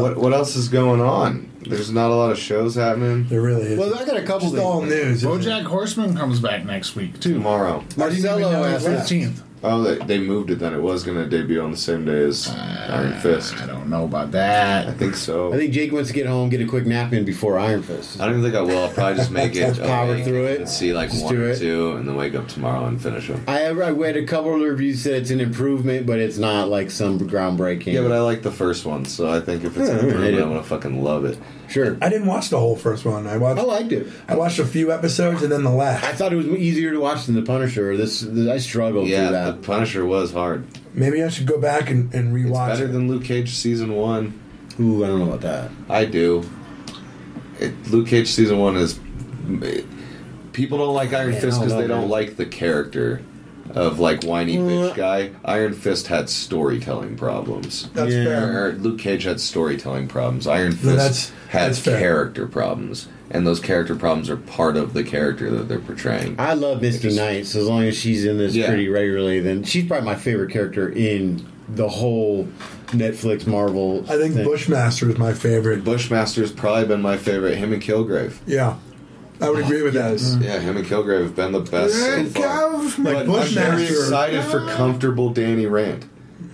[SPEAKER 8] What, what else is going on? There's not a lot of shows happening.
[SPEAKER 7] There really is.
[SPEAKER 6] Well, I got a couple
[SPEAKER 7] Just all
[SPEAKER 6] things.
[SPEAKER 7] news. isn't it?
[SPEAKER 9] BoJack Horseman comes back next week too.
[SPEAKER 8] Tomorrow.
[SPEAKER 6] Marcello asked
[SPEAKER 7] I didn't even know
[SPEAKER 6] us.
[SPEAKER 7] that.
[SPEAKER 9] Fifteenth.
[SPEAKER 8] Oh, they, they moved it then. It was going to debut on the same day as Iron Fist.
[SPEAKER 9] I don't know about
[SPEAKER 8] Uh, I
[SPEAKER 9] that.
[SPEAKER 8] think so.
[SPEAKER 6] I think Jake wants to get home, get a quick nap in before Iron Fist.
[SPEAKER 8] I don't even think I will. I'll probably just make it.
[SPEAKER 6] Just power
[SPEAKER 8] awake
[SPEAKER 6] through it.
[SPEAKER 8] And see like
[SPEAKER 6] Just
[SPEAKER 8] one
[SPEAKER 6] do
[SPEAKER 8] or
[SPEAKER 6] it.
[SPEAKER 8] two and then wake up tomorrow and finish them.
[SPEAKER 6] I, I read a couple of reviews said it's an improvement, but it's not like some groundbreaking.
[SPEAKER 8] Yeah, but I like the first one, so I think if it's
[SPEAKER 6] Yeah,
[SPEAKER 8] an
[SPEAKER 6] I
[SPEAKER 8] improvement,
[SPEAKER 6] did.
[SPEAKER 8] I'm going to fucking love it.
[SPEAKER 6] sure.
[SPEAKER 7] I didn't watch the whole first one. I watched.
[SPEAKER 6] I liked it.
[SPEAKER 7] I watched a few episodes and then the
[SPEAKER 6] I
[SPEAKER 7] last.
[SPEAKER 6] thought it was easier to watch than The Punisher. This, this I struggled
[SPEAKER 8] yeah,
[SPEAKER 6] through that.
[SPEAKER 8] The Punisher was hard.
[SPEAKER 7] Maybe I should go back and, and
[SPEAKER 8] It's
[SPEAKER 7] rewatch.
[SPEAKER 8] better
[SPEAKER 7] it.
[SPEAKER 8] than Luke Cage season one.
[SPEAKER 6] Ooh, I don't know about that.
[SPEAKER 8] I do. It, Luke Cage season one is. people don't like Iron
[SPEAKER 6] Man,
[SPEAKER 8] Fist
[SPEAKER 6] I don't
[SPEAKER 8] because
[SPEAKER 6] know,
[SPEAKER 8] they don't
[SPEAKER 6] man.
[SPEAKER 8] like the character of like whiny
[SPEAKER 7] Mm.
[SPEAKER 8] bitch guy. Iron Fist had storytelling problems.
[SPEAKER 7] That's
[SPEAKER 6] Yeah.
[SPEAKER 7] fair.
[SPEAKER 8] Or Luke Cage had storytelling problems. Iron Fist
[SPEAKER 7] No, that's-
[SPEAKER 8] had
[SPEAKER 7] that's fair.
[SPEAKER 8] character problems, and those character problems are part of the character that they're portraying.
[SPEAKER 6] I love Misty Knights as long as she's in this
[SPEAKER 8] Yeah.
[SPEAKER 6] pretty regularly. Then she's probably my favorite character in the whole Netflix Marvel.
[SPEAKER 7] I think
[SPEAKER 6] thing.
[SPEAKER 7] Bushmaster is my favorite.
[SPEAKER 8] Bushmaster's probably been my favorite. Him and Kilgrave.
[SPEAKER 7] Yeah, I would agree with that.
[SPEAKER 8] Yeah, him and Kilgrave have been the best so far.
[SPEAKER 7] Like
[SPEAKER 8] But I'm very
[SPEAKER 7] Bushmaster.
[SPEAKER 8] excited for comfortable Danny Rand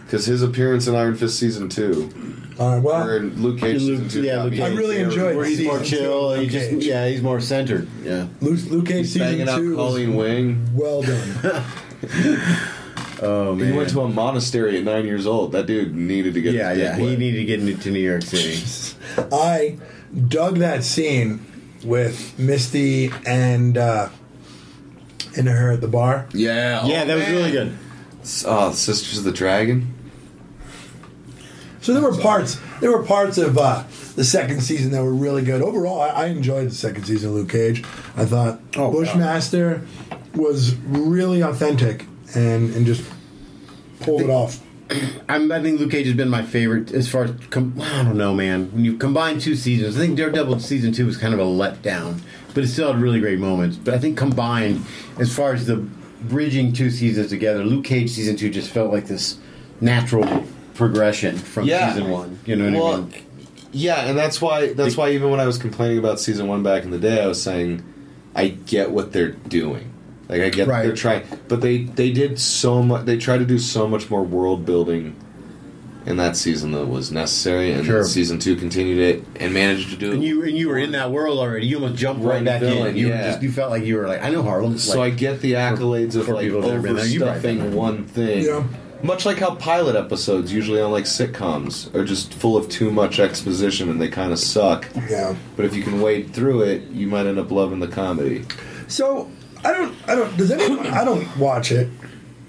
[SPEAKER 8] because his appearance in Iron Fist season two
[SPEAKER 7] All right.
[SPEAKER 8] or
[SPEAKER 7] Well,
[SPEAKER 8] in Luke Cage season
[SPEAKER 6] Uh, Luke,
[SPEAKER 8] two.
[SPEAKER 6] yeah, Luke
[SPEAKER 8] got me
[SPEAKER 7] I
[SPEAKER 6] Cage.
[SPEAKER 7] really enjoyed
[SPEAKER 6] Where he's more
[SPEAKER 7] season
[SPEAKER 6] chill.
[SPEAKER 7] two of
[SPEAKER 6] he just,
[SPEAKER 7] Cage.
[SPEAKER 6] yeah, he's more centered. Yeah.
[SPEAKER 7] Luke, Luke Cage
[SPEAKER 8] Banging
[SPEAKER 7] season
[SPEAKER 8] out
[SPEAKER 7] two was
[SPEAKER 8] Colleen Wing.
[SPEAKER 7] well done.
[SPEAKER 8] Oh man. He went to a monastery at nine years old. That dude needed to get.
[SPEAKER 6] Yeah,
[SPEAKER 8] his dick
[SPEAKER 6] yeah.
[SPEAKER 8] wet.
[SPEAKER 6] He needed to get into New York City.
[SPEAKER 7] I dug that scene with Misty and uh, and her at the bar.
[SPEAKER 8] Yeah. oh,
[SPEAKER 6] yeah, that was really good.
[SPEAKER 8] was. Oh, Sisters of the Dragon.
[SPEAKER 7] So there were parts there were parts of uh, the second season that were really good. Overall, I, I enjoyed the second season of Luke Cage. I thought
[SPEAKER 9] Oh,
[SPEAKER 7] Bushmaster was really authentic and and just pulled it off.
[SPEAKER 6] I'm, I think Luke Cage has been my favorite as far as com- I don't know, man. When you combine two seasons, I think Daredevil season two was kind of a letdown, but it still had really great moments. But I think combined, as far as the bridging two seasons together, Luke Cage season two just felt like this natural progression from
[SPEAKER 8] Yeah.
[SPEAKER 6] season one. You know what I
[SPEAKER 8] Well,
[SPEAKER 6] mean?
[SPEAKER 8] yeah, and that's why that's why even when I was complaining about season one back in the day, I was saying, I get what they're doing. Like I get
[SPEAKER 9] Right.
[SPEAKER 8] they're trying, but they they did so much. They tried to do so much more world building in that season that was necessary, and
[SPEAKER 6] Sure.
[SPEAKER 8] season two continued it and managed to do.
[SPEAKER 6] And you and you were in that world already. You almost jumped right
[SPEAKER 8] One
[SPEAKER 6] back in.
[SPEAKER 8] villain,
[SPEAKER 6] You were
[SPEAKER 8] yeah.
[SPEAKER 6] just you felt like you were like I know Harlem.
[SPEAKER 8] So
[SPEAKER 6] like,
[SPEAKER 8] I get the accolades of
[SPEAKER 6] for
[SPEAKER 8] like
[SPEAKER 6] people that have been there, you've probably been
[SPEAKER 8] overstuffing one thing.
[SPEAKER 7] Yeah.
[SPEAKER 8] Much like how pilot episodes usually on like sitcoms are just full of too much exposition and they kind of suck.
[SPEAKER 7] Yeah.
[SPEAKER 8] But if you can wade through it, you might end up loving the comedy.
[SPEAKER 7] So I don't I don't does anyone I don't watch it.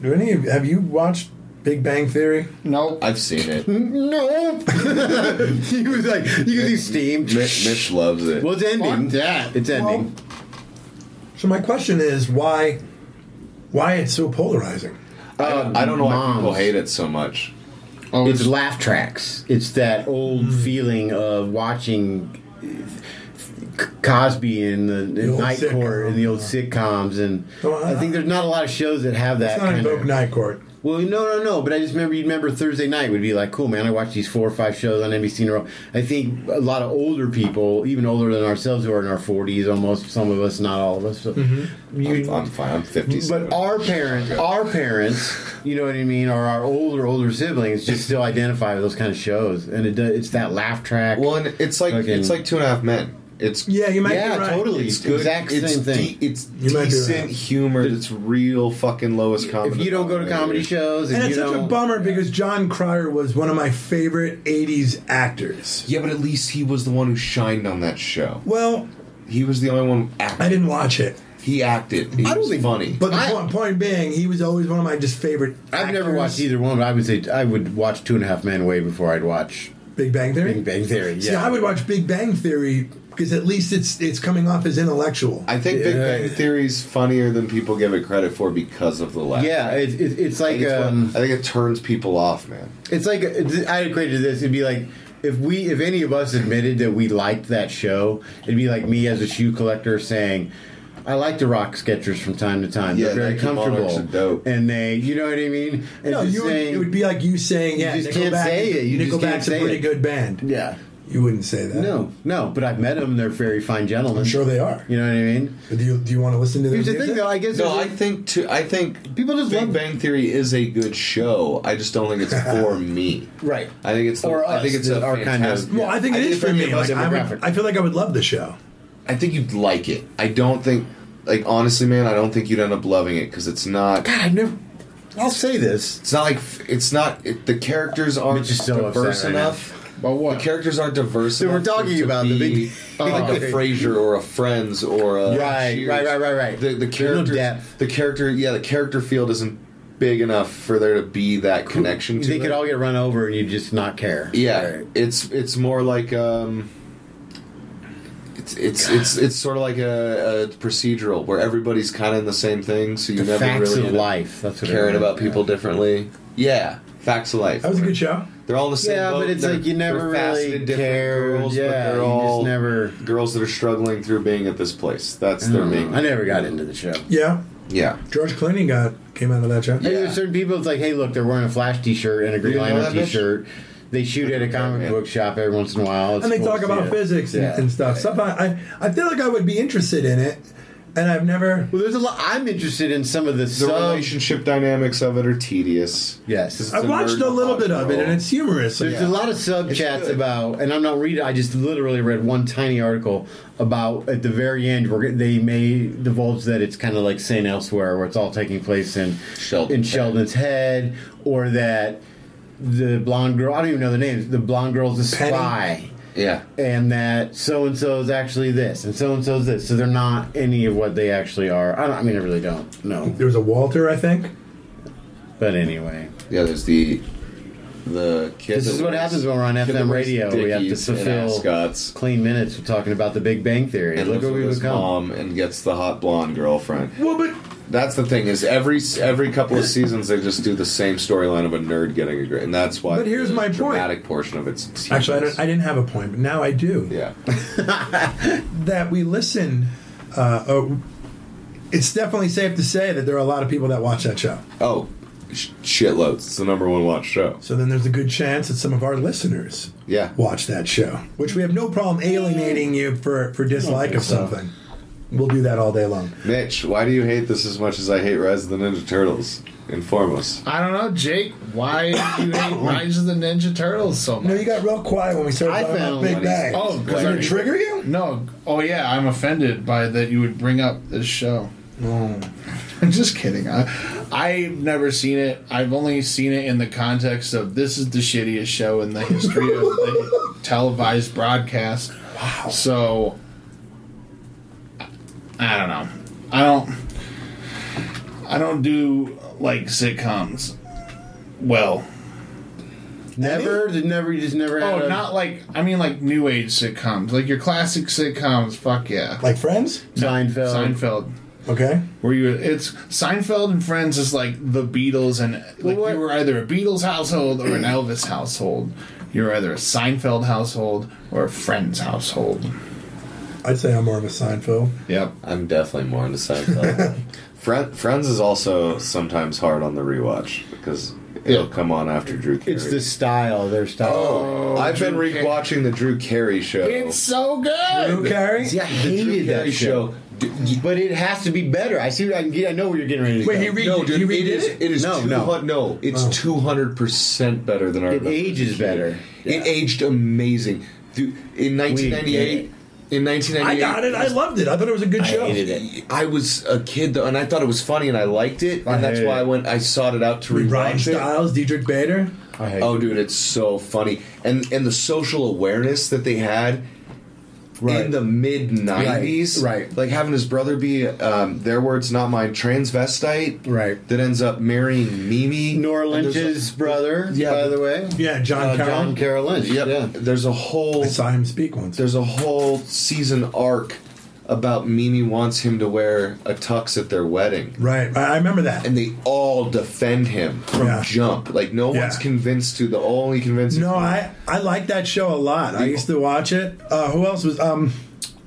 [SPEAKER 7] Do any of have you watched Big Bang Theory?
[SPEAKER 9] Nope.
[SPEAKER 8] I've seen it. Mi-
[SPEAKER 6] no. he was like you could see steam.
[SPEAKER 8] Mitch loves it.
[SPEAKER 6] Well, it's ending.
[SPEAKER 9] Fuck that.
[SPEAKER 6] It's ending.
[SPEAKER 7] Well, So my question is why why it's so polarizing?
[SPEAKER 8] I, don't, I don't know why
[SPEAKER 6] Moms.
[SPEAKER 8] people hate it so much.
[SPEAKER 9] Oh,
[SPEAKER 6] It's
[SPEAKER 9] it's
[SPEAKER 6] laugh tracks. It's that old
[SPEAKER 7] Mm.
[SPEAKER 6] feeling of watching C- Cosby in the, in
[SPEAKER 7] old
[SPEAKER 6] Night Court
[SPEAKER 7] sitcom.
[SPEAKER 6] and the old sitcoms, and
[SPEAKER 7] Well,
[SPEAKER 6] I think there's not a lot of shows that have that
[SPEAKER 7] It's not in
[SPEAKER 6] kind
[SPEAKER 7] Dope
[SPEAKER 6] of.
[SPEAKER 7] Night Court.
[SPEAKER 6] Well, no, no, no. But I just remember you remember Thursday night would be like, cool, man. I watched these four or five shows on NBC in a row. I think a lot of older people, even older than ourselves, who are in our 40s, almost some of us, not all of us. So
[SPEAKER 7] Mm-hmm.
[SPEAKER 8] I'm, I'm fine. I'm 50.
[SPEAKER 6] but our parents, our parents, you know what I mean, or our older older siblings, just still identify with those kind of shows, and it does, it's that laugh track.
[SPEAKER 8] well, and it's like
[SPEAKER 6] Fucking-
[SPEAKER 8] it's like Two and a Half Men. It's
[SPEAKER 7] Yeah, you might
[SPEAKER 6] yeah,
[SPEAKER 7] be right.
[SPEAKER 6] totally,
[SPEAKER 8] It's good.
[SPEAKER 6] exact same
[SPEAKER 8] it's
[SPEAKER 6] thing.
[SPEAKER 8] de- it's
[SPEAKER 7] You might be
[SPEAKER 8] decent
[SPEAKER 7] right.
[SPEAKER 8] humor. That's real fucking lowest comedy.
[SPEAKER 6] if you don't go to comedy
[SPEAKER 8] shows.
[SPEAKER 6] shows, and,
[SPEAKER 7] And
[SPEAKER 6] you
[SPEAKER 7] it's such a
[SPEAKER 6] don't,
[SPEAKER 7] bummer because John Cryer was one of my favorite 80s actors.
[SPEAKER 8] Yeah, but at least he was the one who shined on that show.
[SPEAKER 7] Well,
[SPEAKER 8] He was the only one who
[SPEAKER 7] I
[SPEAKER 8] acted.
[SPEAKER 7] didn't watch it.
[SPEAKER 8] He acted. He was funny.
[SPEAKER 7] But the
[SPEAKER 6] I-
[SPEAKER 7] point, point being, he was always one of my just favorite
[SPEAKER 6] I've never
[SPEAKER 7] actors.
[SPEAKER 6] watched either one, but I would say I would watch Two and a Half Men way before I'd watch
[SPEAKER 7] Big Bang Theory.
[SPEAKER 6] Big Bang Theory. Yeah,
[SPEAKER 7] See, I would watch Big Bang Theory because at least it's it's coming off as intellectual.
[SPEAKER 8] I think Big
[SPEAKER 6] Yeah.
[SPEAKER 8] Bang Theory's funnier than people give it credit for because of the laugh.
[SPEAKER 6] Yeah,
[SPEAKER 8] I
[SPEAKER 6] it's it, it's
[SPEAKER 8] think,
[SPEAKER 6] like
[SPEAKER 8] it's what-
[SPEAKER 6] um,
[SPEAKER 8] I think it turns people off, man.
[SPEAKER 6] It's like it's, I equated this. It'd be like if we, if any of us admitted that we liked that show, it'd be like me as a shoe collector saying, "I like the rock sketchers from time to time.
[SPEAKER 8] Yeah,
[SPEAKER 6] They're very
[SPEAKER 8] Nike
[SPEAKER 6] comfortable,
[SPEAKER 8] Monarchs are dope.
[SPEAKER 6] and they, you know what I mean." And
[SPEAKER 7] no,
[SPEAKER 6] just
[SPEAKER 7] you would,
[SPEAKER 6] saying-
[SPEAKER 7] it would be like you saying, yeah,
[SPEAKER 6] just
[SPEAKER 7] Nickelback,
[SPEAKER 6] can't say it. You just
[SPEAKER 7] Nickelback's
[SPEAKER 6] can't say
[SPEAKER 7] a pretty
[SPEAKER 6] it.
[SPEAKER 7] good band.
[SPEAKER 6] yeah,
[SPEAKER 7] You wouldn't say that.
[SPEAKER 6] no, no. But I've met them. They're very fine gentlemen.
[SPEAKER 7] I'm sure they are.
[SPEAKER 6] You know what I mean?
[SPEAKER 7] But do you do you want to listen to their
[SPEAKER 6] Here's the
[SPEAKER 7] music?
[SPEAKER 6] thing, though. I guess
[SPEAKER 8] No, I
[SPEAKER 6] there's a-
[SPEAKER 8] think too. I think
[SPEAKER 6] People just
[SPEAKER 8] Big
[SPEAKER 6] love-
[SPEAKER 8] Bang Theory is a good show. I just don't think it's for me.
[SPEAKER 6] right.
[SPEAKER 8] I think it's the,
[SPEAKER 6] Or
[SPEAKER 8] I think
[SPEAKER 6] us
[SPEAKER 8] it's a
[SPEAKER 6] that are kind of-
[SPEAKER 8] fantastic.
[SPEAKER 7] Well, I think
[SPEAKER 8] I
[SPEAKER 7] it
[SPEAKER 8] think
[SPEAKER 7] is
[SPEAKER 8] if
[SPEAKER 7] for
[SPEAKER 8] any
[SPEAKER 7] me.
[SPEAKER 8] of us
[SPEAKER 7] Like, I,
[SPEAKER 6] demographic.
[SPEAKER 7] would, I feel like I would love the show.
[SPEAKER 8] I think you'd like it. I don't think, like honestly, man, I don't think you'd end up loving it because it's not.
[SPEAKER 6] God, I've never. I'll say this.
[SPEAKER 8] It's not like it's not it, the characters aren't
[SPEAKER 6] Mitch is so
[SPEAKER 8] diverse
[SPEAKER 6] upset right
[SPEAKER 8] enough.
[SPEAKER 9] But what?
[SPEAKER 8] The characters aren't diverse.
[SPEAKER 6] So we're
[SPEAKER 8] enough for
[SPEAKER 6] talking
[SPEAKER 8] it to
[SPEAKER 6] about the
[SPEAKER 8] be
[SPEAKER 6] big-
[SPEAKER 8] like a Frasier or a Friends or a
[SPEAKER 6] Oh. Right,
[SPEAKER 8] Cheers.
[SPEAKER 6] right, right, right, right.
[SPEAKER 8] The the
[SPEAKER 6] There's no
[SPEAKER 8] character
[SPEAKER 6] depth.
[SPEAKER 8] the character yeah the character field isn't big enough for there to be that connection. to
[SPEAKER 6] They could
[SPEAKER 8] it.
[SPEAKER 6] all get run over, and you just not care.
[SPEAKER 8] yeah. It's it's more like um. It's it's, it's it's sort of like a, a procedural where everybody's kind of in the same thing, so you never
[SPEAKER 6] The facts
[SPEAKER 8] really
[SPEAKER 6] of
[SPEAKER 8] end up
[SPEAKER 6] life. That's what I
[SPEAKER 8] caring
[SPEAKER 6] mean.
[SPEAKER 8] about people differently. Yeah, facts of life.
[SPEAKER 7] That was a good show.
[SPEAKER 8] They're all in the same
[SPEAKER 6] Yeah,
[SPEAKER 8] boat.
[SPEAKER 6] but it's
[SPEAKER 8] They're-
[SPEAKER 6] like you
[SPEAKER 8] they're
[SPEAKER 6] never
[SPEAKER 8] faceted
[SPEAKER 6] really
[SPEAKER 8] different
[SPEAKER 6] cared.
[SPEAKER 8] Girls,
[SPEAKER 6] yeah,
[SPEAKER 8] but they're
[SPEAKER 6] you
[SPEAKER 8] all
[SPEAKER 6] just never.
[SPEAKER 8] girls that are struggling through being at this place. That's
[SPEAKER 6] I
[SPEAKER 8] their
[SPEAKER 6] don't know.
[SPEAKER 8] main.
[SPEAKER 6] I never got into the show.
[SPEAKER 7] Yeah,
[SPEAKER 8] Yeah.
[SPEAKER 7] George Clooney got came out of that show.
[SPEAKER 6] I mean,
[SPEAKER 8] Yeah.
[SPEAKER 6] there's certain people. It's like, hey, look, they're wearing a Flash T-shirt and a Green
[SPEAKER 8] You know
[SPEAKER 6] Lantern
[SPEAKER 8] that bitch?
[SPEAKER 6] T-shirt. They shoot at a comic
[SPEAKER 8] Yeah.
[SPEAKER 6] book shop every once in a while. It's
[SPEAKER 7] and they
[SPEAKER 6] cool
[SPEAKER 7] talk
[SPEAKER 6] to see
[SPEAKER 7] about
[SPEAKER 6] it.
[SPEAKER 7] physics and,
[SPEAKER 6] Yeah.
[SPEAKER 7] and stuff. Sometimes I, I feel like I would be interested in it, and I've never.
[SPEAKER 6] Well, there's a lot. I'm interested in some of the,
[SPEAKER 8] The
[SPEAKER 6] sub-
[SPEAKER 8] relationship dynamics of it are tedious.
[SPEAKER 6] Yes.
[SPEAKER 8] 'Cause it's
[SPEAKER 7] I
[SPEAKER 8] a
[SPEAKER 7] watched
[SPEAKER 8] nerd
[SPEAKER 7] a little bit of it,
[SPEAKER 8] module.
[SPEAKER 7] and it's humorous.
[SPEAKER 6] There's a lot of sub chats
[SPEAKER 7] good.
[SPEAKER 6] about, and I'm not reading. I just literally read one tiny article about at the very end where they may divulge that it's kind of like Saint Elsewhere, where it's all taking place in
[SPEAKER 8] Sheldon.
[SPEAKER 6] in Sheldon's head, or that the blonde girl. I don't even know the names. The blonde girl's a
[SPEAKER 7] Penny?
[SPEAKER 6] spy,
[SPEAKER 8] Yeah.
[SPEAKER 6] and that so and so is actually this, and so and so is this. So they're not any of what they actually are. I, don't, I mean, I really don't know.
[SPEAKER 7] There was a Walter, I think.
[SPEAKER 6] But anyway,
[SPEAKER 8] Yeah, there's the the kid.
[SPEAKER 6] This
[SPEAKER 8] that
[SPEAKER 6] is what
[SPEAKER 8] wears-
[SPEAKER 6] happens when we're on
[SPEAKER 8] kid that
[SPEAKER 6] FM
[SPEAKER 8] wears
[SPEAKER 6] radio. We have to
[SPEAKER 8] Dickies and
[SPEAKER 6] fulfill-
[SPEAKER 8] ascots.
[SPEAKER 6] clean minutes. We're talking about the Big Bang Theory.
[SPEAKER 8] and
[SPEAKER 6] Look what we've
[SPEAKER 8] his
[SPEAKER 6] become.
[SPEAKER 8] mom and gets the hot blonde girlfriend.
[SPEAKER 7] Well, but
[SPEAKER 8] That's the thing is every every couple of seasons they just do the same storyline of a nerd getting a grade, and that's why.
[SPEAKER 7] But here's
[SPEAKER 8] the
[SPEAKER 7] my point.
[SPEAKER 8] dramatic portion of it's tedious.
[SPEAKER 7] actually, I, don't, I didn't have a point, but now I do.
[SPEAKER 8] yeah,
[SPEAKER 7] That we listen. Uh, uh, it's definitely safe to say that there are a lot of people that watch that show.
[SPEAKER 8] oh, sh- shitloads. It's the number one watch show.
[SPEAKER 7] So then there's a good chance that some of our listeners
[SPEAKER 8] Yeah,
[SPEAKER 7] watch that show, which we have no problem alienating you for, for dislike of
[SPEAKER 6] so.
[SPEAKER 7] something. We'll do that all day long.
[SPEAKER 8] Mitch, why do you hate this as much as I hate Rise of the Ninja Turtles? Inform us.
[SPEAKER 9] I don't know, Jake. Why do you hate Rise of the Ninja Turtles so much?
[SPEAKER 7] No, you got real quiet when we started
[SPEAKER 6] I
[SPEAKER 7] talking about
[SPEAKER 6] found
[SPEAKER 7] Big
[SPEAKER 6] one
[SPEAKER 7] Bang.
[SPEAKER 9] easy. Oh, 'cause
[SPEAKER 7] Does
[SPEAKER 9] I-
[SPEAKER 7] it trigger you?
[SPEAKER 9] No. Oh yeah, I'm offended by that you would bring up this show. I'm just kidding. I, I've never seen it. I've only seen it in the context of this is the shittiest show in the history of the televised broadcast. Wow. So I- I don't know. I don't. I don't do like sitcoms. Well,
[SPEAKER 6] Never, did never, you just never. had
[SPEAKER 9] oh,
[SPEAKER 6] a-
[SPEAKER 9] not like I mean like new age sitcoms, like your classic sitcoms. Fuck yeah.
[SPEAKER 7] Like Friends?
[SPEAKER 6] Seinfeld.
[SPEAKER 9] Seinfeld.
[SPEAKER 7] Okay.
[SPEAKER 9] Where you it's Seinfeld and Friends is like the Beatles and like
[SPEAKER 6] what-
[SPEAKER 9] you were either a Beatles household or an Elvis household. You're either a Seinfeld household or a Friends household.
[SPEAKER 7] I'd say I'm more of a Seinfeld.
[SPEAKER 9] Yep.
[SPEAKER 8] I'm definitely more into Seinfeld. Friend, Friends is also sometimes hard on the rewatch because it'll
[SPEAKER 9] Yeah.
[SPEAKER 8] come on after Drew. Carey.
[SPEAKER 6] It's the style. Their style.
[SPEAKER 8] I've been
[SPEAKER 9] Drew Carey.
[SPEAKER 8] rewatching the Drew Carey show.
[SPEAKER 9] It's so good.
[SPEAKER 7] Drew Carey?
[SPEAKER 6] See, I hated that show. But it has to be better. I see. what I can get. I know where you're getting ready to
[SPEAKER 7] Wait,
[SPEAKER 6] go.
[SPEAKER 7] he re-
[SPEAKER 8] no,
[SPEAKER 7] you
[SPEAKER 8] dude,
[SPEAKER 7] redid
[SPEAKER 8] it is.
[SPEAKER 7] it?
[SPEAKER 8] It is
[SPEAKER 6] No,
[SPEAKER 8] no, Oh.
[SPEAKER 6] no.
[SPEAKER 8] no, no. It's two hundred percent better than our.
[SPEAKER 6] It ages better.
[SPEAKER 8] It aged amazing. Dude, in nineteen ninety eight. In nineteen
[SPEAKER 7] I
[SPEAKER 8] ninety eight,
[SPEAKER 7] got it. I loved it. I thought it was a good
[SPEAKER 6] I
[SPEAKER 7] show.
[SPEAKER 6] hated it.
[SPEAKER 8] I was a kid though, and I thought it was funny, and I liked it,
[SPEAKER 6] I
[SPEAKER 8] and that's
[SPEAKER 6] hated
[SPEAKER 8] why
[SPEAKER 6] it.
[SPEAKER 8] I went. I sought it out to rewatch
[SPEAKER 7] Ryan
[SPEAKER 8] it.
[SPEAKER 7] Stiles, Diedrich Bader.
[SPEAKER 6] I hate
[SPEAKER 8] Oh, dude, it's so funny, and and the social awareness that they had
[SPEAKER 6] Right.
[SPEAKER 8] in the mid '90s,
[SPEAKER 6] Right, right.
[SPEAKER 8] Like having his brother be, um, their words, not mine, transvestite,
[SPEAKER 6] Right.
[SPEAKER 8] That ends up marrying Mimi,
[SPEAKER 6] Nora
[SPEAKER 8] And there's a-
[SPEAKER 6] Lynch's brother.
[SPEAKER 8] Yeah.
[SPEAKER 6] By the way.
[SPEAKER 7] Yeah, John
[SPEAKER 6] Uh,
[SPEAKER 7] Carroll.
[SPEAKER 6] John Carroll Lynch.
[SPEAKER 8] Yep.
[SPEAKER 6] Yeah.
[SPEAKER 8] There's a whole
[SPEAKER 7] I saw him speak once.
[SPEAKER 8] there's a whole season arc about Mimi wants him to wear a tux at their wedding.
[SPEAKER 7] Right. I, I remember that.
[SPEAKER 8] And they all defend him from
[SPEAKER 7] Yeah.
[SPEAKER 8] jump. Like no
[SPEAKER 7] Yeah.
[SPEAKER 8] one's convinced to the only convincing.
[SPEAKER 7] No, I, I like that show a lot. I used to watch it. Uh, who else was. um?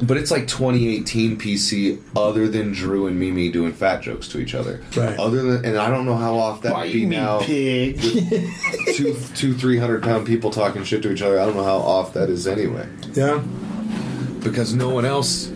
[SPEAKER 8] But it's like 2018 PC, other than Drew and Mimi doing fat jokes to each other.
[SPEAKER 7] Right.
[SPEAKER 8] Other than, and I don't know how off that would be now.
[SPEAKER 9] pig.
[SPEAKER 8] Two, two, three hundred pound people talking shit to each other. I don't know how off that is anyway.
[SPEAKER 7] Yeah.
[SPEAKER 8] Because no one else,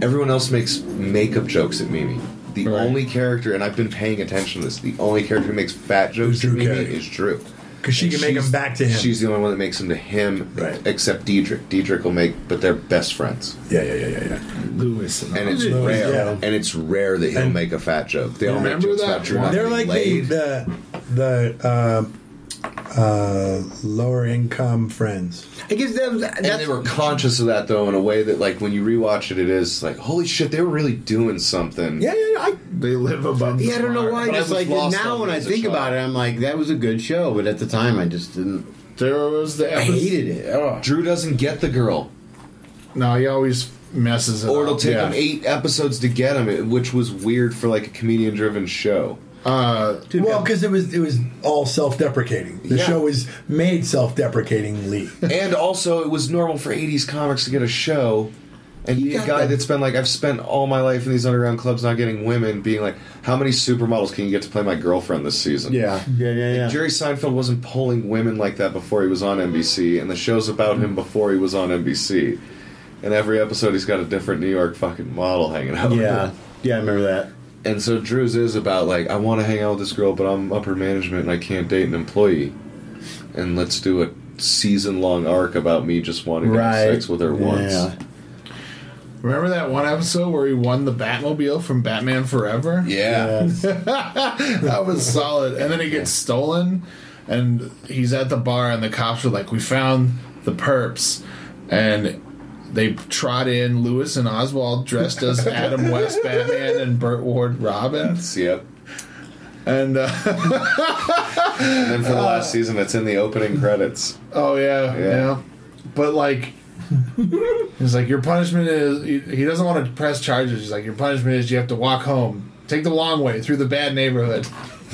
[SPEAKER 8] everyone else makes makeup jokes at Mimi. The
[SPEAKER 9] Right.
[SPEAKER 8] only character, and I've been paying attention to this, the only character who makes fat jokes
[SPEAKER 7] Is Drew
[SPEAKER 8] to Mimi
[SPEAKER 7] Carey.
[SPEAKER 8] is Drew.
[SPEAKER 7] Because she can make
[SPEAKER 8] She's-
[SPEAKER 7] him back to him.
[SPEAKER 8] She's the only one that makes them to him,
[SPEAKER 7] Right.
[SPEAKER 8] except Diedrich. Diedrich will make, but they're best friends.
[SPEAKER 7] yeah, yeah, yeah, yeah, yeah.
[SPEAKER 9] Lewis and,
[SPEAKER 8] and it's
[SPEAKER 7] Lewis,
[SPEAKER 8] rare.
[SPEAKER 7] yeah.
[SPEAKER 8] And it's rare that he'll
[SPEAKER 7] And-
[SPEAKER 8] make a fat joke. They all make
[SPEAKER 9] Remember
[SPEAKER 8] jokes
[SPEAKER 9] that
[SPEAKER 8] about Drew
[SPEAKER 9] one?
[SPEAKER 8] not
[SPEAKER 7] They're
[SPEAKER 8] being
[SPEAKER 7] like
[SPEAKER 8] laid.
[SPEAKER 7] the, the, the uh, uh, lower income friends.
[SPEAKER 6] I guess that,
[SPEAKER 8] and
[SPEAKER 6] that's
[SPEAKER 8] they were conscious of that though in a way that like when you rewatch it, it is like holy shit, they were really doing something.
[SPEAKER 7] Yeah, yeah, yeah. I,
[SPEAKER 9] they live above.
[SPEAKER 6] Yeah, I don't know why.
[SPEAKER 8] But I
[SPEAKER 6] Just
[SPEAKER 8] was
[SPEAKER 6] like
[SPEAKER 8] lost
[SPEAKER 6] now,
[SPEAKER 8] on
[SPEAKER 6] when
[SPEAKER 8] it
[SPEAKER 6] I
[SPEAKER 8] as a
[SPEAKER 6] think
[SPEAKER 8] child.
[SPEAKER 6] about it, I'm like, that was a good show. But at the time, I just didn't.
[SPEAKER 9] There was the
[SPEAKER 6] I
[SPEAKER 9] episode-
[SPEAKER 6] hated it. Oh.
[SPEAKER 8] Drew doesn't get the girl,
[SPEAKER 9] No, he always messes it
[SPEAKER 8] or
[SPEAKER 9] up.
[SPEAKER 8] it'll take
[SPEAKER 9] Yeah.
[SPEAKER 8] him eight episodes to get him, which was weird for like a comedian-driven show.
[SPEAKER 9] Uh,
[SPEAKER 7] well, because it was it was all self-deprecating. The
[SPEAKER 8] Yeah.
[SPEAKER 7] show was made self-deprecatingly.
[SPEAKER 8] and also, it was normal for '80s comics to get a show. And you
[SPEAKER 7] You
[SPEAKER 8] a
[SPEAKER 7] got
[SPEAKER 8] guy
[SPEAKER 7] that-
[SPEAKER 8] that's been like, I've spent all my life in these underground clubs not getting women, being like, how many supermodels can you get to play my girlfriend this season?
[SPEAKER 6] Yeah, yeah, yeah, yeah.
[SPEAKER 8] Jerry Seinfeld wasn't polling women like that before he was on NBC, and the shows about him before he was on NBC. And every episode, he's got a different New York fucking model hanging out. with
[SPEAKER 6] Yeah,
[SPEAKER 8] him.
[SPEAKER 6] yeah, I remember that.
[SPEAKER 8] And so Drew's is about like I want to hang out with this girl, but I'm upper management and I can't date an employee. And let's do a season long arc about me just wanting to have
[SPEAKER 6] Right.
[SPEAKER 8] sex with her once.
[SPEAKER 6] Yeah.
[SPEAKER 9] Remember that one episode where he won the Batmobile from Batman Forever?
[SPEAKER 8] Yeah.
[SPEAKER 9] that was solid. And then it gets stolen, and he's at the bar, and the cops are like, "We found the perps," and they trot in Lewis and Oswald dressed as Adam West Batman and Burt Ward Robin,
[SPEAKER 8] Yep.
[SPEAKER 9] and uh,
[SPEAKER 8] And then for the last season, it's in the opening credits.
[SPEAKER 9] oh yeah, yeah, but like. He's like, your punishment is. He he doesn't want to press charges. He's like, your punishment is you have to walk home, take the long way through the bad neighborhood,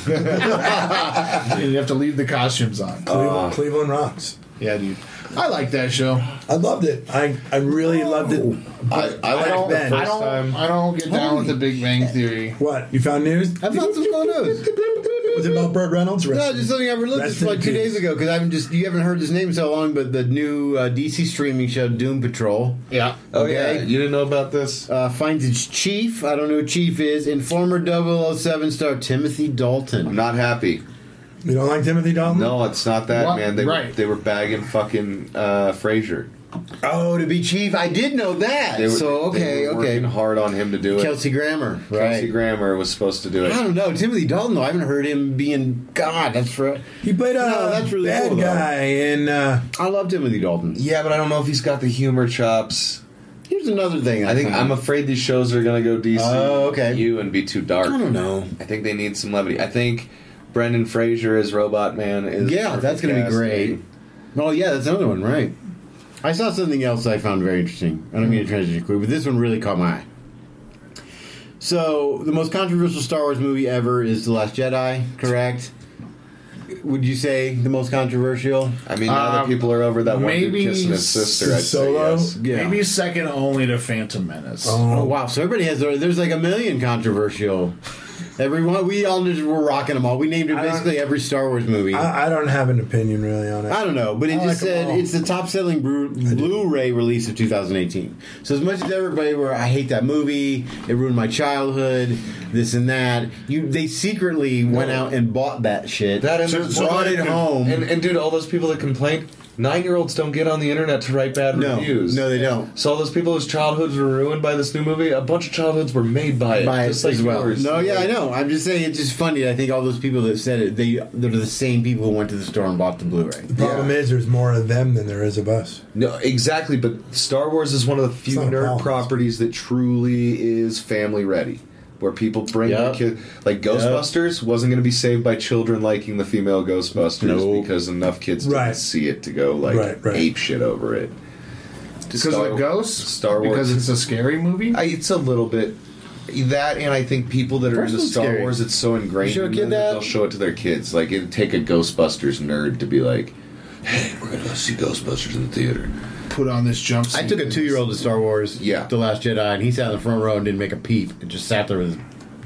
[SPEAKER 9] and you have to leave the costumes on.
[SPEAKER 8] Ah.
[SPEAKER 7] Cleveland, Cleveland rocks.
[SPEAKER 9] Yeah, dude. I like that show.
[SPEAKER 7] I loved it. I, I really loved it.
[SPEAKER 8] Oh. I, I like
[SPEAKER 7] don't-
[SPEAKER 8] the
[SPEAKER 7] I
[SPEAKER 8] first
[SPEAKER 9] I don't,
[SPEAKER 8] time.
[SPEAKER 9] I don't get down with the Big Bang Theory.
[SPEAKER 7] What you found news?
[SPEAKER 9] I thought this was going on.
[SPEAKER 7] Was it about Burt Reynolds?
[SPEAKER 6] No, just something I looked
[SPEAKER 7] Rest
[SPEAKER 6] at like
[SPEAKER 7] in
[SPEAKER 6] two
[SPEAKER 7] peace.
[SPEAKER 6] days ago because I haven't just you haven't heard his name in so long. But the new uh, DC streaming show Doom Patrol
[SPEAKER 9] Yeah.
[SPEAKER 8] Oh
[SPEAKER 6] Okay.
[SPEAKER 8] yeah, you didn't know about this?
[SPEAKER 6] uh, finds its chief. I don't know who chief is. And former 007 star Timothy
[SPEAKER 8] I'm
[SPEAKER 6] Dalton.
[SPEAKER 8] not happy.
[SPEAKER 7] you don't like Timothy Dalton?
[SPEAKER 8] No, it's not that
[SPEAKER 9] What?
[SPEAKER 8] man. They were,
[SPEAKER 9] Right.
[SPEAKER 8] they were bagging fucking uh, Frasier.
[SPEAKER 6] Oh, to be chief, I did know that.
[SPEAKER 8] They were,
[SPEAKER 6] so
[SPEAKER 8] they
[SPEAKER 6] okay,
[SPEAKER 8] were
[SPEAKER 6] okay.
[SPEAKER 8] working hard on him to do it.
[SPEAKER 6] Kelsey Grammer, right?
[SPEAKER 8] Kelsey Grammer was supposed to do
[SPEAKER 6] I
[SPEAKER 8] it.
[SPEAKER 6] don't know Timothy Dalton though. I haven't heard him being God. That's right.
[SPEAKER 7] He played a
[SPEAKER 6] No, that's really
[SPEAKER 7] bad
[SPEAKER 6] cool, though.
[SPEAKER 7] guy in uh,
[SPEAKER 6] I love Timothy Dalton.
[SPEAKER 8] Yeah, but I don't know if he's got the humor chops.
[SPEAKER 6] Here's another thing. I,
[SPEAKER 8] I think
[SPEAKER 6] found.
[SPEAKER 8] I'm afraid these shows are gonna go DC.
[SPEAKER 6] Uh-huh. Oh, okay.
[SPEAKER 8] You and be too dark.
[SPEAKER 6] I don't know.
[SPEAKER 8] I think they need some levity. I think Brendan Fraser as Robot Man is
[SPEAKER 6] Yeah, that's gonna be great. Oh yeah, that's another one, right? I saw something else I found very interesting. I don't mean to transition quick, but this one really caught my eye. So the most controversial Star Wars movie ever is The Last Jedi, correct? Would you say the most controversial?
[SPEAKER 8] I mean, now that
[SPEAKER 9] Um,
[SPEAKER 8] people are over that one dude
[SPEAKER 9] maybe
[SPEAKER 8] kissing his sister, I'd
[SPEAKER 7] Solo?
[SPEAKER 8] say yes.
[SPEAKER 9] Maybe second only to Phantom Menace.
[SPEAKER 6] Oh wow! So everybody has their, there's like a million controversial. Everyone, we all just were rocking them all. We named it
[SPEAKER 7] I don't-
[SPEAKER 6] basically every Star Wars movie.
[SPEAKER 7] I, I don't have an opinion really on it.
[SPEAKER 6] I don't know, but it
[SPEAKER 7] I
[SPEAKER 6] just
[SPEAKER 7] like
[SPEAKER 6] said
[SPEAKER 7] 'em all.
[SPEAKER 6] it's the top selling Blu- Blu-ray release of 2018. So as much as everybody were, I hate that movie. It ruined my childhood. This and that. You, they secretly went out and bought that shit.
[SPEAKER 8] That and
[SPEAKER 6] so
[SPEAKER 8] there's
[SPEAKER 6] brought
[SPEAKER 8] so
[SPEAKER 6] it
[SPEAKER 8] many-
[SPEAKER 6] home.
[SPEAKER 8] And, and dude, all those people that complain, nine-year-olds don't get on the internet to write bad
[SPEAKER 6] no,
[SPEAKER 8] reviews.
[SPEAKER 6] no, they don't.
[SPEAKER 8] So all those people whose childhoods were ruined by this new movie, a bunch of childhoods were made by it,
[SPEAKER 6] By it
[SPEAKER 8] just like
[SPEAKER 6] as well.
[SPEAKER 8] yours.
[SPEAKER 6] No, yeah, I
[SPEAKER 8] Like,
[SPEAKER 6] know. I'm just saying it's just funny. I think all those people that said it, they they're the same people who went to the store and bought the Blu-ray.
[SPEAKER 7] The problem is there's more of them than there is of us.
[SPEAKER 8] No, exactly. But Star Wars is one of the few
[SPEAKER 7] not a
[SPEAKER 8] nerd
[SPEAKER 7] balance.
[SPEAKER 8] properties that truly is family ready, where people bring their
[SPEAKER 6] Yep.
[SPEAKER 8] kid. Like Ghostbusters wasn't going to be saved by children liking the female Ghostbusters
[SPEAKER 6] No.
[SPEAKER 8] because enough kids didn't
[SPEAKER 7] Right.
[SPEAKER 8] see it to go like
[SPEAKER 7] Right, right.
[SPEAKER 8] ape shit over it.
[SPEAKER 9] Because of the ghosts?
[SPEAKER 8] Star Wars.
[SPEAKER 9] Because it's a scary movie?
[SPEAKER 8] I, it's a little bit that, and I think people that are
[SPEAKER 6] First
[SPEAKER 8] into
[SPEAKER 6] one's
[SPEAKER 8] Star
[SPEAKER 6] scary.
[SPEAKER 8] Wars, it's so ingrained.
[SPEAKER 6] You show a
[SPEAKER 8] in
[SPEAKER 6] kid
[SPEAKER 8] them that
[SPEAKER 6] that?
[SPEAKER 8] they'll show it to their kids. Like it'd take a Ghostbusters nerd to be like, "Hey, we're gonna go see Ghostbusters in the theater."
[SPEAKER 9] Put on this jumpsuit.
[SPEAKER 6] I took a two-year-old to Star Wars,
[SPEAKER 8] Yeah.
[SPEAKER 6] The Last Jedi, and he sat in the front row and didn't make a peep. And just sat there with his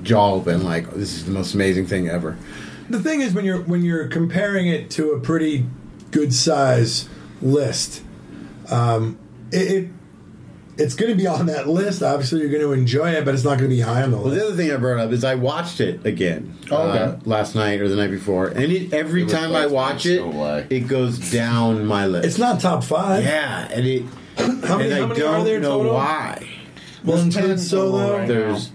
[SPEAKER 6] jaw open, like this is the most amazing thing ever.
[SPEAKER 7] The thing is when you're when you're comparing it to a pretty good size list, um, it, it it's going to be on that list. Obviously, you're going to enjoy it, but it's not going to be high on the
[SPEAKER 6] Well,
[SPEAKER 7] list.
[SPEAKER 6] the other thing I brought up is I watched it again
[SPEAKER 9] Oh, okay.
[SPEAKER 6] uh, last night or the night before, and it, every
[SPEAKER 8] It was
[SPEAKER 6] time
[SPEAKER 8] last
[SPEAKER 6] I
[SPEAKER 8] night,
[SPEAKER 6] watch
[SPEAKER 8] so
[SPEAKER 6] it,
[SPEAKER 8] why?
[SPEAKER 6] it goes down my list.
[SPEAKER 7] It's not top five.
[SPEAKER 6] yeah, and it.
[SPEAKER 7] How many-
[SPEAKER 6] and I
[SPEAKER 7] how many
[SPEAKER 6] don't
[SPEAKER 7] are there
[SPEAKER 6] know
[SPEAKER 7] total?
[SPEAKER 6] why. Oh,
[SPEAKER 7] Will include
[SPEAKER 9] total,
[SPEAKER 7] Solo.
[SPEAKER 9] right?
[SPEAKER 6] There's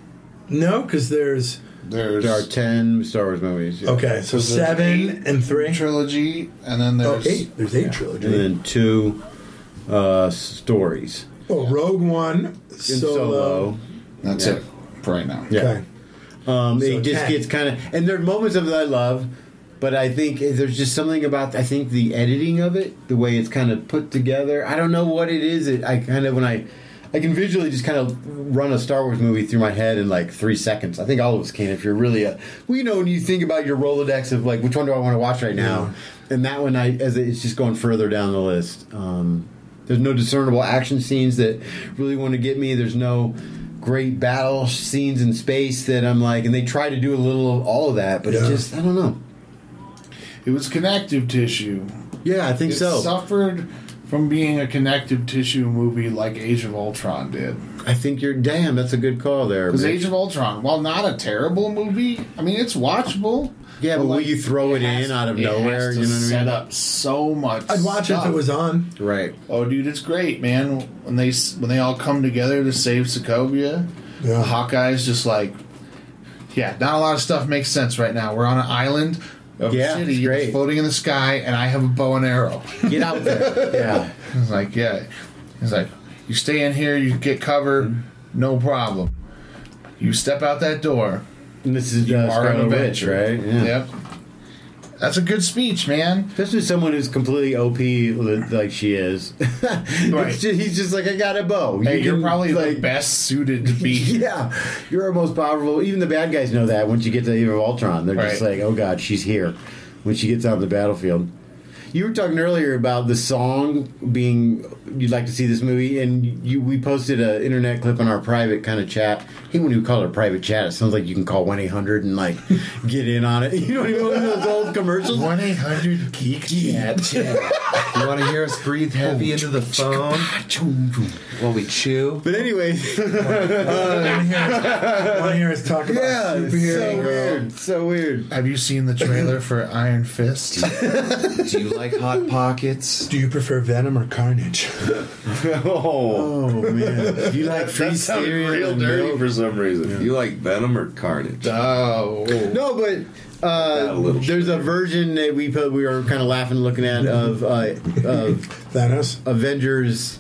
[SPEAKER 7] No, because there's
[SPEAKER 9] There's
[SPEAKER 6] there are ten Star Wars movies. yeah.
[SPEAKER 7] okay. So
[SPEAKER 9] there's
[SPEAKER 7] seven and three.
[SPEAKER 9] trilogy, and then
[SPEAKER 7] Oh,
[SPEAKER 9] there's.
[SPEAKER 7] eight. There's eight trilogy.
[SPEAKER 6] and then two uh, stories
[SPEAKER 7] Well, Oh, Rogue One,
[SPEAKER 6] in
[SPEAKER 7] Solo.
[SPEAKER 6] solo.
[SPEAKER 9] That's it for right now.
[SPEAKER 6] Yeah.
[SPEAKER 7] Okay.
[SPEAKER 6] Um,
[SPEAKER 7] So
[SPEAKER 6] it just
[SPEAKER 7] 10.
[SPEAKER 6] gets kind of, and there are moments of it I love, but I think there's just something about I think the editing of it, the way it's kind of put together. I don't know what it is. It, I kind of when I, I can visually just kind of run a Star Wars movie through my head in like three seconds. I think all of us can if you're really a. Well, you know when you think about your Rolodex of like which one do I want to watch right now, and that one I as it- it's just going further down the list. Um, there's no discernible action scenes that really want to get me. There's no great battle scenes in space that I'm like, and they try to do a little of all of that, but it
[SPEAKER 7] Yeah.
[SPEAKER 6] just I don't know.
[SPEAKER 9] It was connective tissue.
[SPEAKER 6] Yeah, I think
[SPEAKER 9] It
[SPEAKER 6] so.
[SPEAKER 9] suffered from being a connective tissue movie like Age of Ultron did.
[SPEAKER 6] I think you're damn. That's a good call there.
[SPEAKER 9] Because
[SPEAKER 6] Mitch.
[SPEAKER 9] Age of Ultron, while not a terrible movie, I mean it's watchable.
[SPEAKER 6] yeah, but will
[SPEAKER 9] like,
[SPEAKER 6] you throw it,
[SPEAKER 9] has-
[SPEAKER 6] in out of
[SPEAKER 9] it has
[SPEAKER 6] nowhere?
[SPEAKER 9] to
[SPEAKER 6] You know what I
[SPEAKER 9] set
[SPEAKER 6] mean?
[SPEAKER 9] up so much.
[SPEAKER 7] I'd watch it if it
[SPEAKER 9] stuff.
[SPEAKER 7] was on.
[SPEAKER 6] Right.
[SPEAKER 9] Oh, dude, it's great, man. When they s- when they all come together to save Sokovia,
[SPEAKER 7] Yeah.
[SPEAKER 9] Hawkeye's just like, yeah, not a lot of stuff makes sense right now. We're on an island of
[SPEAKER 6] Yeah,
[SPEAKER 9] a
[SPEAKER 6] it's
[SPEAKER 9] city
[SPEAKER 6] great.
[SPEAKER 9] that's floating in the sky, and I have a bow and arrow.
[SPEAKER 6] Get out there. yeah.
[SPEAKER 9] He's like, yeah. He's like, you stay in here, you get cover,
[SPEAKER 6] Mm-hmm.
[SPEAKER 9] no problem. You step out that door.
[SPEAKER 6] And this is uh,
[SPEAKER 9] are an
[SPEAKER 6] Scarlet Witch,
[SPEAKER 9] Avenger.
[SPEAKER 6] right? Yeah.
[SPEAKER 9] Yep. That's a good speech, man.
[SPEAKER 6] Especially someone who's completely OP li- like she is.
[SPEAKER 9] Right.
[SPEAKER 6] It's ju- he's just like, I got a bow.
[SPEAKER 9] Hey, you are
[SPEAKER 6] can,
[SPEAKER 9] probably the best suited to be here.
[SPEAKER 6] Yeah, you're our most powerful. Even the bad guys know that. Once you get to Age of Ultron, they're just
[SPEAKER 9] Right.
[SPEAKER 6] like, "Oh God, she's here." When she gets out on the battlefield, you were talking earlier about the song being you'd like to see this movie, and you we posted an internet clip on our private kind of chat. Hey, when you call it a private chat, it sounds like you can call one eight hundred and like get in on it. You know, you know those old commercials.
[SPEAKER 9] One eight hundred geek chat.
[SPEAKER 8] You want to hear us breathe heavy into the phone while we chew?
[SPEAKER 6] But anyways,
[SPEAKER 7] Want to hear us talk about
[SPEAKER 6] yeah, it's so
[SPEAKER 7] superhero?
[SPEAKER 6] weird, so weird.
[SPEAKER 9] Have you seen the trailer for Iron Fist?
[SPEAKER 8] Do you like hot pockets?
[SPEAKER 7] Do you prefer Venom or Carnage?
[SPEAKER 8] Oh,
[SPEAKER 6] Oh man, you like free
[SPEAKER 8] that sounded
[SPEAKER 6] cereal
[SPEAKER 8] real
[SPEAKER 6] and
[SPEAKER 8] dirty
[SPEAKER 6] milk?
[SPEAKER 8] for some reason. You like Venom or Carnage?
[SPEAKER 9] oh,
[SPEAKER 6] No, but uh,
[SPEAKER 8] a little
[SPEAKER 6] there's a version that we put, we were kind of laughing, looking at of uh, of
[SPEAKER 7] Thanos?
[SPEAKER 6] Avengers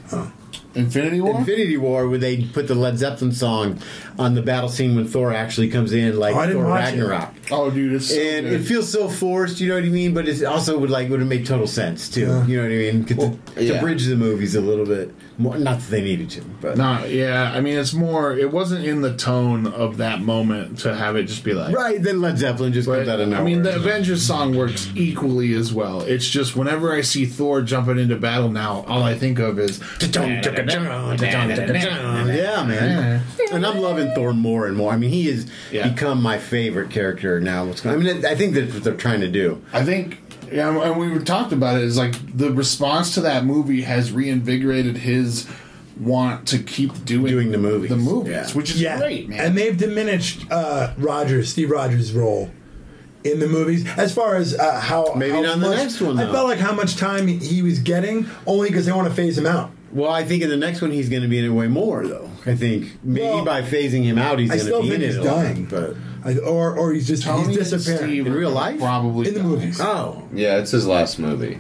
[SPEAKER 9] Infinity War.
[SPEAKER 6] Infinity War, where they put the Led Zeppelin song on the battle scene when Thor actually comes in, like
[SPEAKER 7] Oh, I didn't
[SPEAKER 6] Thor
[SPEAKER 7] watch it.
[SPEAKER 6] Ragnarok.
[SPEAKER 9] oh, dude, it's so
[SPEAKER 6] And it
[SPEAKER 9] good.
[SPEAKER 6] feels so forced, you know what I mean? But it also would like would have made total sense too, you know what I mean? 'Cause to, to
[SPEAKER 8] yeah.
[SPEAKER 6] bridge the movies a little bit, more, not that they needed to, but
[SPEAKER 9] Nah, yeah. I mean, it's more. It wasn't in the tone of that moment to have it just be like.
[SPEAKER 6] right then Led Zeppelin just
[SPEAKER 9] But,
[SPEAKER 6] comes out of nowhere.
[SPEAKER 9] I mean, the Avengers song works equally as well. It's just whenever I see Thor jumping into battle now, all I think of is.
[SPEAKER 6] Uh, Yeah, man. And I'm loving Thor more and more. I mean, he has
[SPEAKER 9] Yeah.
[SPEAKER 6] become my favorite character now. What's going- I mean, I think that's what they're trying to do.
[SPEAKER 9] I think, yeah, and- and we were talked about it. Is like the response to that movie has reinvigorated his want to keep doing
[SPEAKER 6] Doing the movies.
[SPEAKER 9] the movies,
[SPEAKER 6] Yeah.
[SPEAKER 9] which is great, man.
[SPEAKER 7] And they've diminished uh, Rogers, Steve Rogers' role in the movies as far as uh, how
[SPEAKER 6] Maybe
[SPEAKER 7] how
[SPEAKER 6] not in the
[SPEAKER 7] much-
[SPEAKER 6] next one,
[SPEAKER 7] I
[SPEAKER 6] though.
[SPEAKER 7] felt like how much time he was getting only because they want to phase him out.
[SPEAKER 6] Well, I think in the next one he's going to be in it way more, though. I think maybe
[SPEAKER 7] Well,
[SPEAKER 6] by phasing him out, he's
[SPEAKER 7] I
[SPEAKER 6] going to
[SPEAKER 7] still
[SPEAKER 6] be in
[SPEAKER 7] think
[SPEAKER 6] it.
[SPEAKER 7] he's
[SPEAKER 6] a lot,
[SPEAKER 7] dying.
[SPEAKER 6] but
[SPEAKER 7] I, or or he's just
[SPEAKER 9] Tony
[SPEAKER 7] he's
[SPEAKER 9] and Steve
[SPEAKER 7] disappearing
[SPEAKER 6] In real
[SPEAKER 9] are
[SPEAKER 6] life?
[SPEAKER 9] probably
[SPEAKER 7] in the
[SPEAKER 9] not.
[SPEAKER 7] movies.
[SPEAKER 6] oh,
[SPEAKER 8] Yeah, it's his last movie.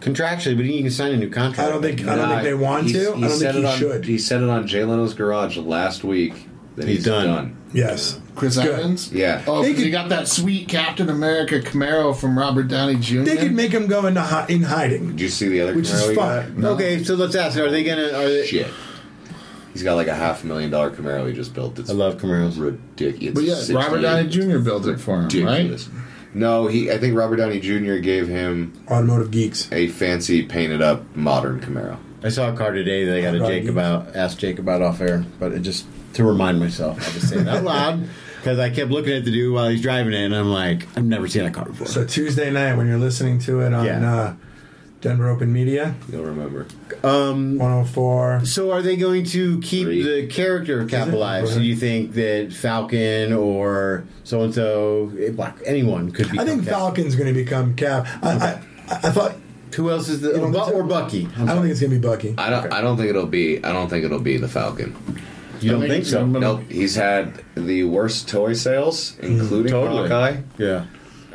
[SPEAKER 6] contractually, but he can sign a new contract.
[SPEAKER 7] I don't think I don't
[SPEAKER 8] Nah,
[SPEAKER 7] think they want
[SPEAKER 8] he's-
[SPEAKER 7] to. I don't
[SPEAKER 8] said
[SPEAKER 7] think he
[SPEAKER 8] it on,
[SPEAKER 7] should.
[SPEAKER 8] He said it on Jay Leno's Garage last week that
[SPEAKER 6] He's
[SPEAKER 8] he's,
[SPEAKER 6] done.
[SPEAKER 8] done.
[SPEAKER 7] yes,
[SPEAKER 9] Chris
[SPEAKER 7] Good.
[SPEAKER 9] Evans.
[SPEAKER 8] Yeah.
[SPEAKER 9] Oh,
[SPEAKER 7] They
[SPEAKER 9] 'cause
[SPEAKER 7] could-
[SPEAKER 9] you got that sweet Captain America Camaro from Robert Downey Jr.
[SPEAKER 7] they could make him go into hi- in hiding,
[SPEAKER 8] Did you see the other
[SPEAKER 7] which
[SPEAKER 8] Camaro
[SPEAKER 7] is
[SPEAKER 8] he got?
[SPEAKER 7] fun.
[SPEAKER 6] Okay, so let's ask: Are they going to? Are they,
[SPEAKER 8] Shit. He's got like a half million dollar Camaro he just built. It's
[SPEAKER 6] I love Camaros.
[SPEAKER 8] ridiculous.
[SPEAKER 9] But yeah,
[SPEAKER 8] It's
[SPEAKER 9] Robert
[SPEAKER 8] 68.
[SPEAKER 9] Downey Jr. built it for him,
[SPEAKER 8] Ridiculous. No, he. I think Robert Downey Jr. gave him
[SPEAKER 7] Automotive geeks.
[SPEAKER 8] a fancy painted up modern Camaro.
[SPEAKER 6] I saw a car today that I got to
[SPEAKER 7] Right.
[SPEAKER 6] Jake about, ask Jake about off air, but it just to remind myself, I just say it out loud because I kept looking at the dude while he's driving it, and I'm like, I've never seen a car before.
[SPEAKER 7] So Tuesday night when you're listening to it on
[SPEAKER 6] Yeah.
[SPEAKER 7] uh, Denver Open Media,
[SPEAKER 8] You'll remember.
[SPEAKER 6] Mm.
[SPEAKER 7] 104.
[SPEAKER 6] So are they going to keep
[SPEAKER 8] Three.
[SPEAKER 6] the character cap alive? So you think that Falcon or so and so, Black anyone could be?
[SPEAKER 7] I think Falcon's going to become Cap. I, I, I thought
[SPEAKER 6] Who else is the
[SPEAKER 7] You
[SPEAKER 6] or,
[SPEAKER 7] don't
[SPEAKER 6] Bu-
[SPEAKER 7] think so?
[SPEAKER 6] or Bucky?
[SPEAKER 7] I don't think it's going to be Bucky.
[SPEAKER 8] I don't. I don't think it'll be. I don't think it'll be the Falcon.
[SPEAKER 6] You don't think so?
[SPEAKER 8] Nope. He's had the worst toy sales, including
[SPEAKER 6] Totally.
[SPEAKER 8] Hawkeye.
[SPEAKER 6] Yeah.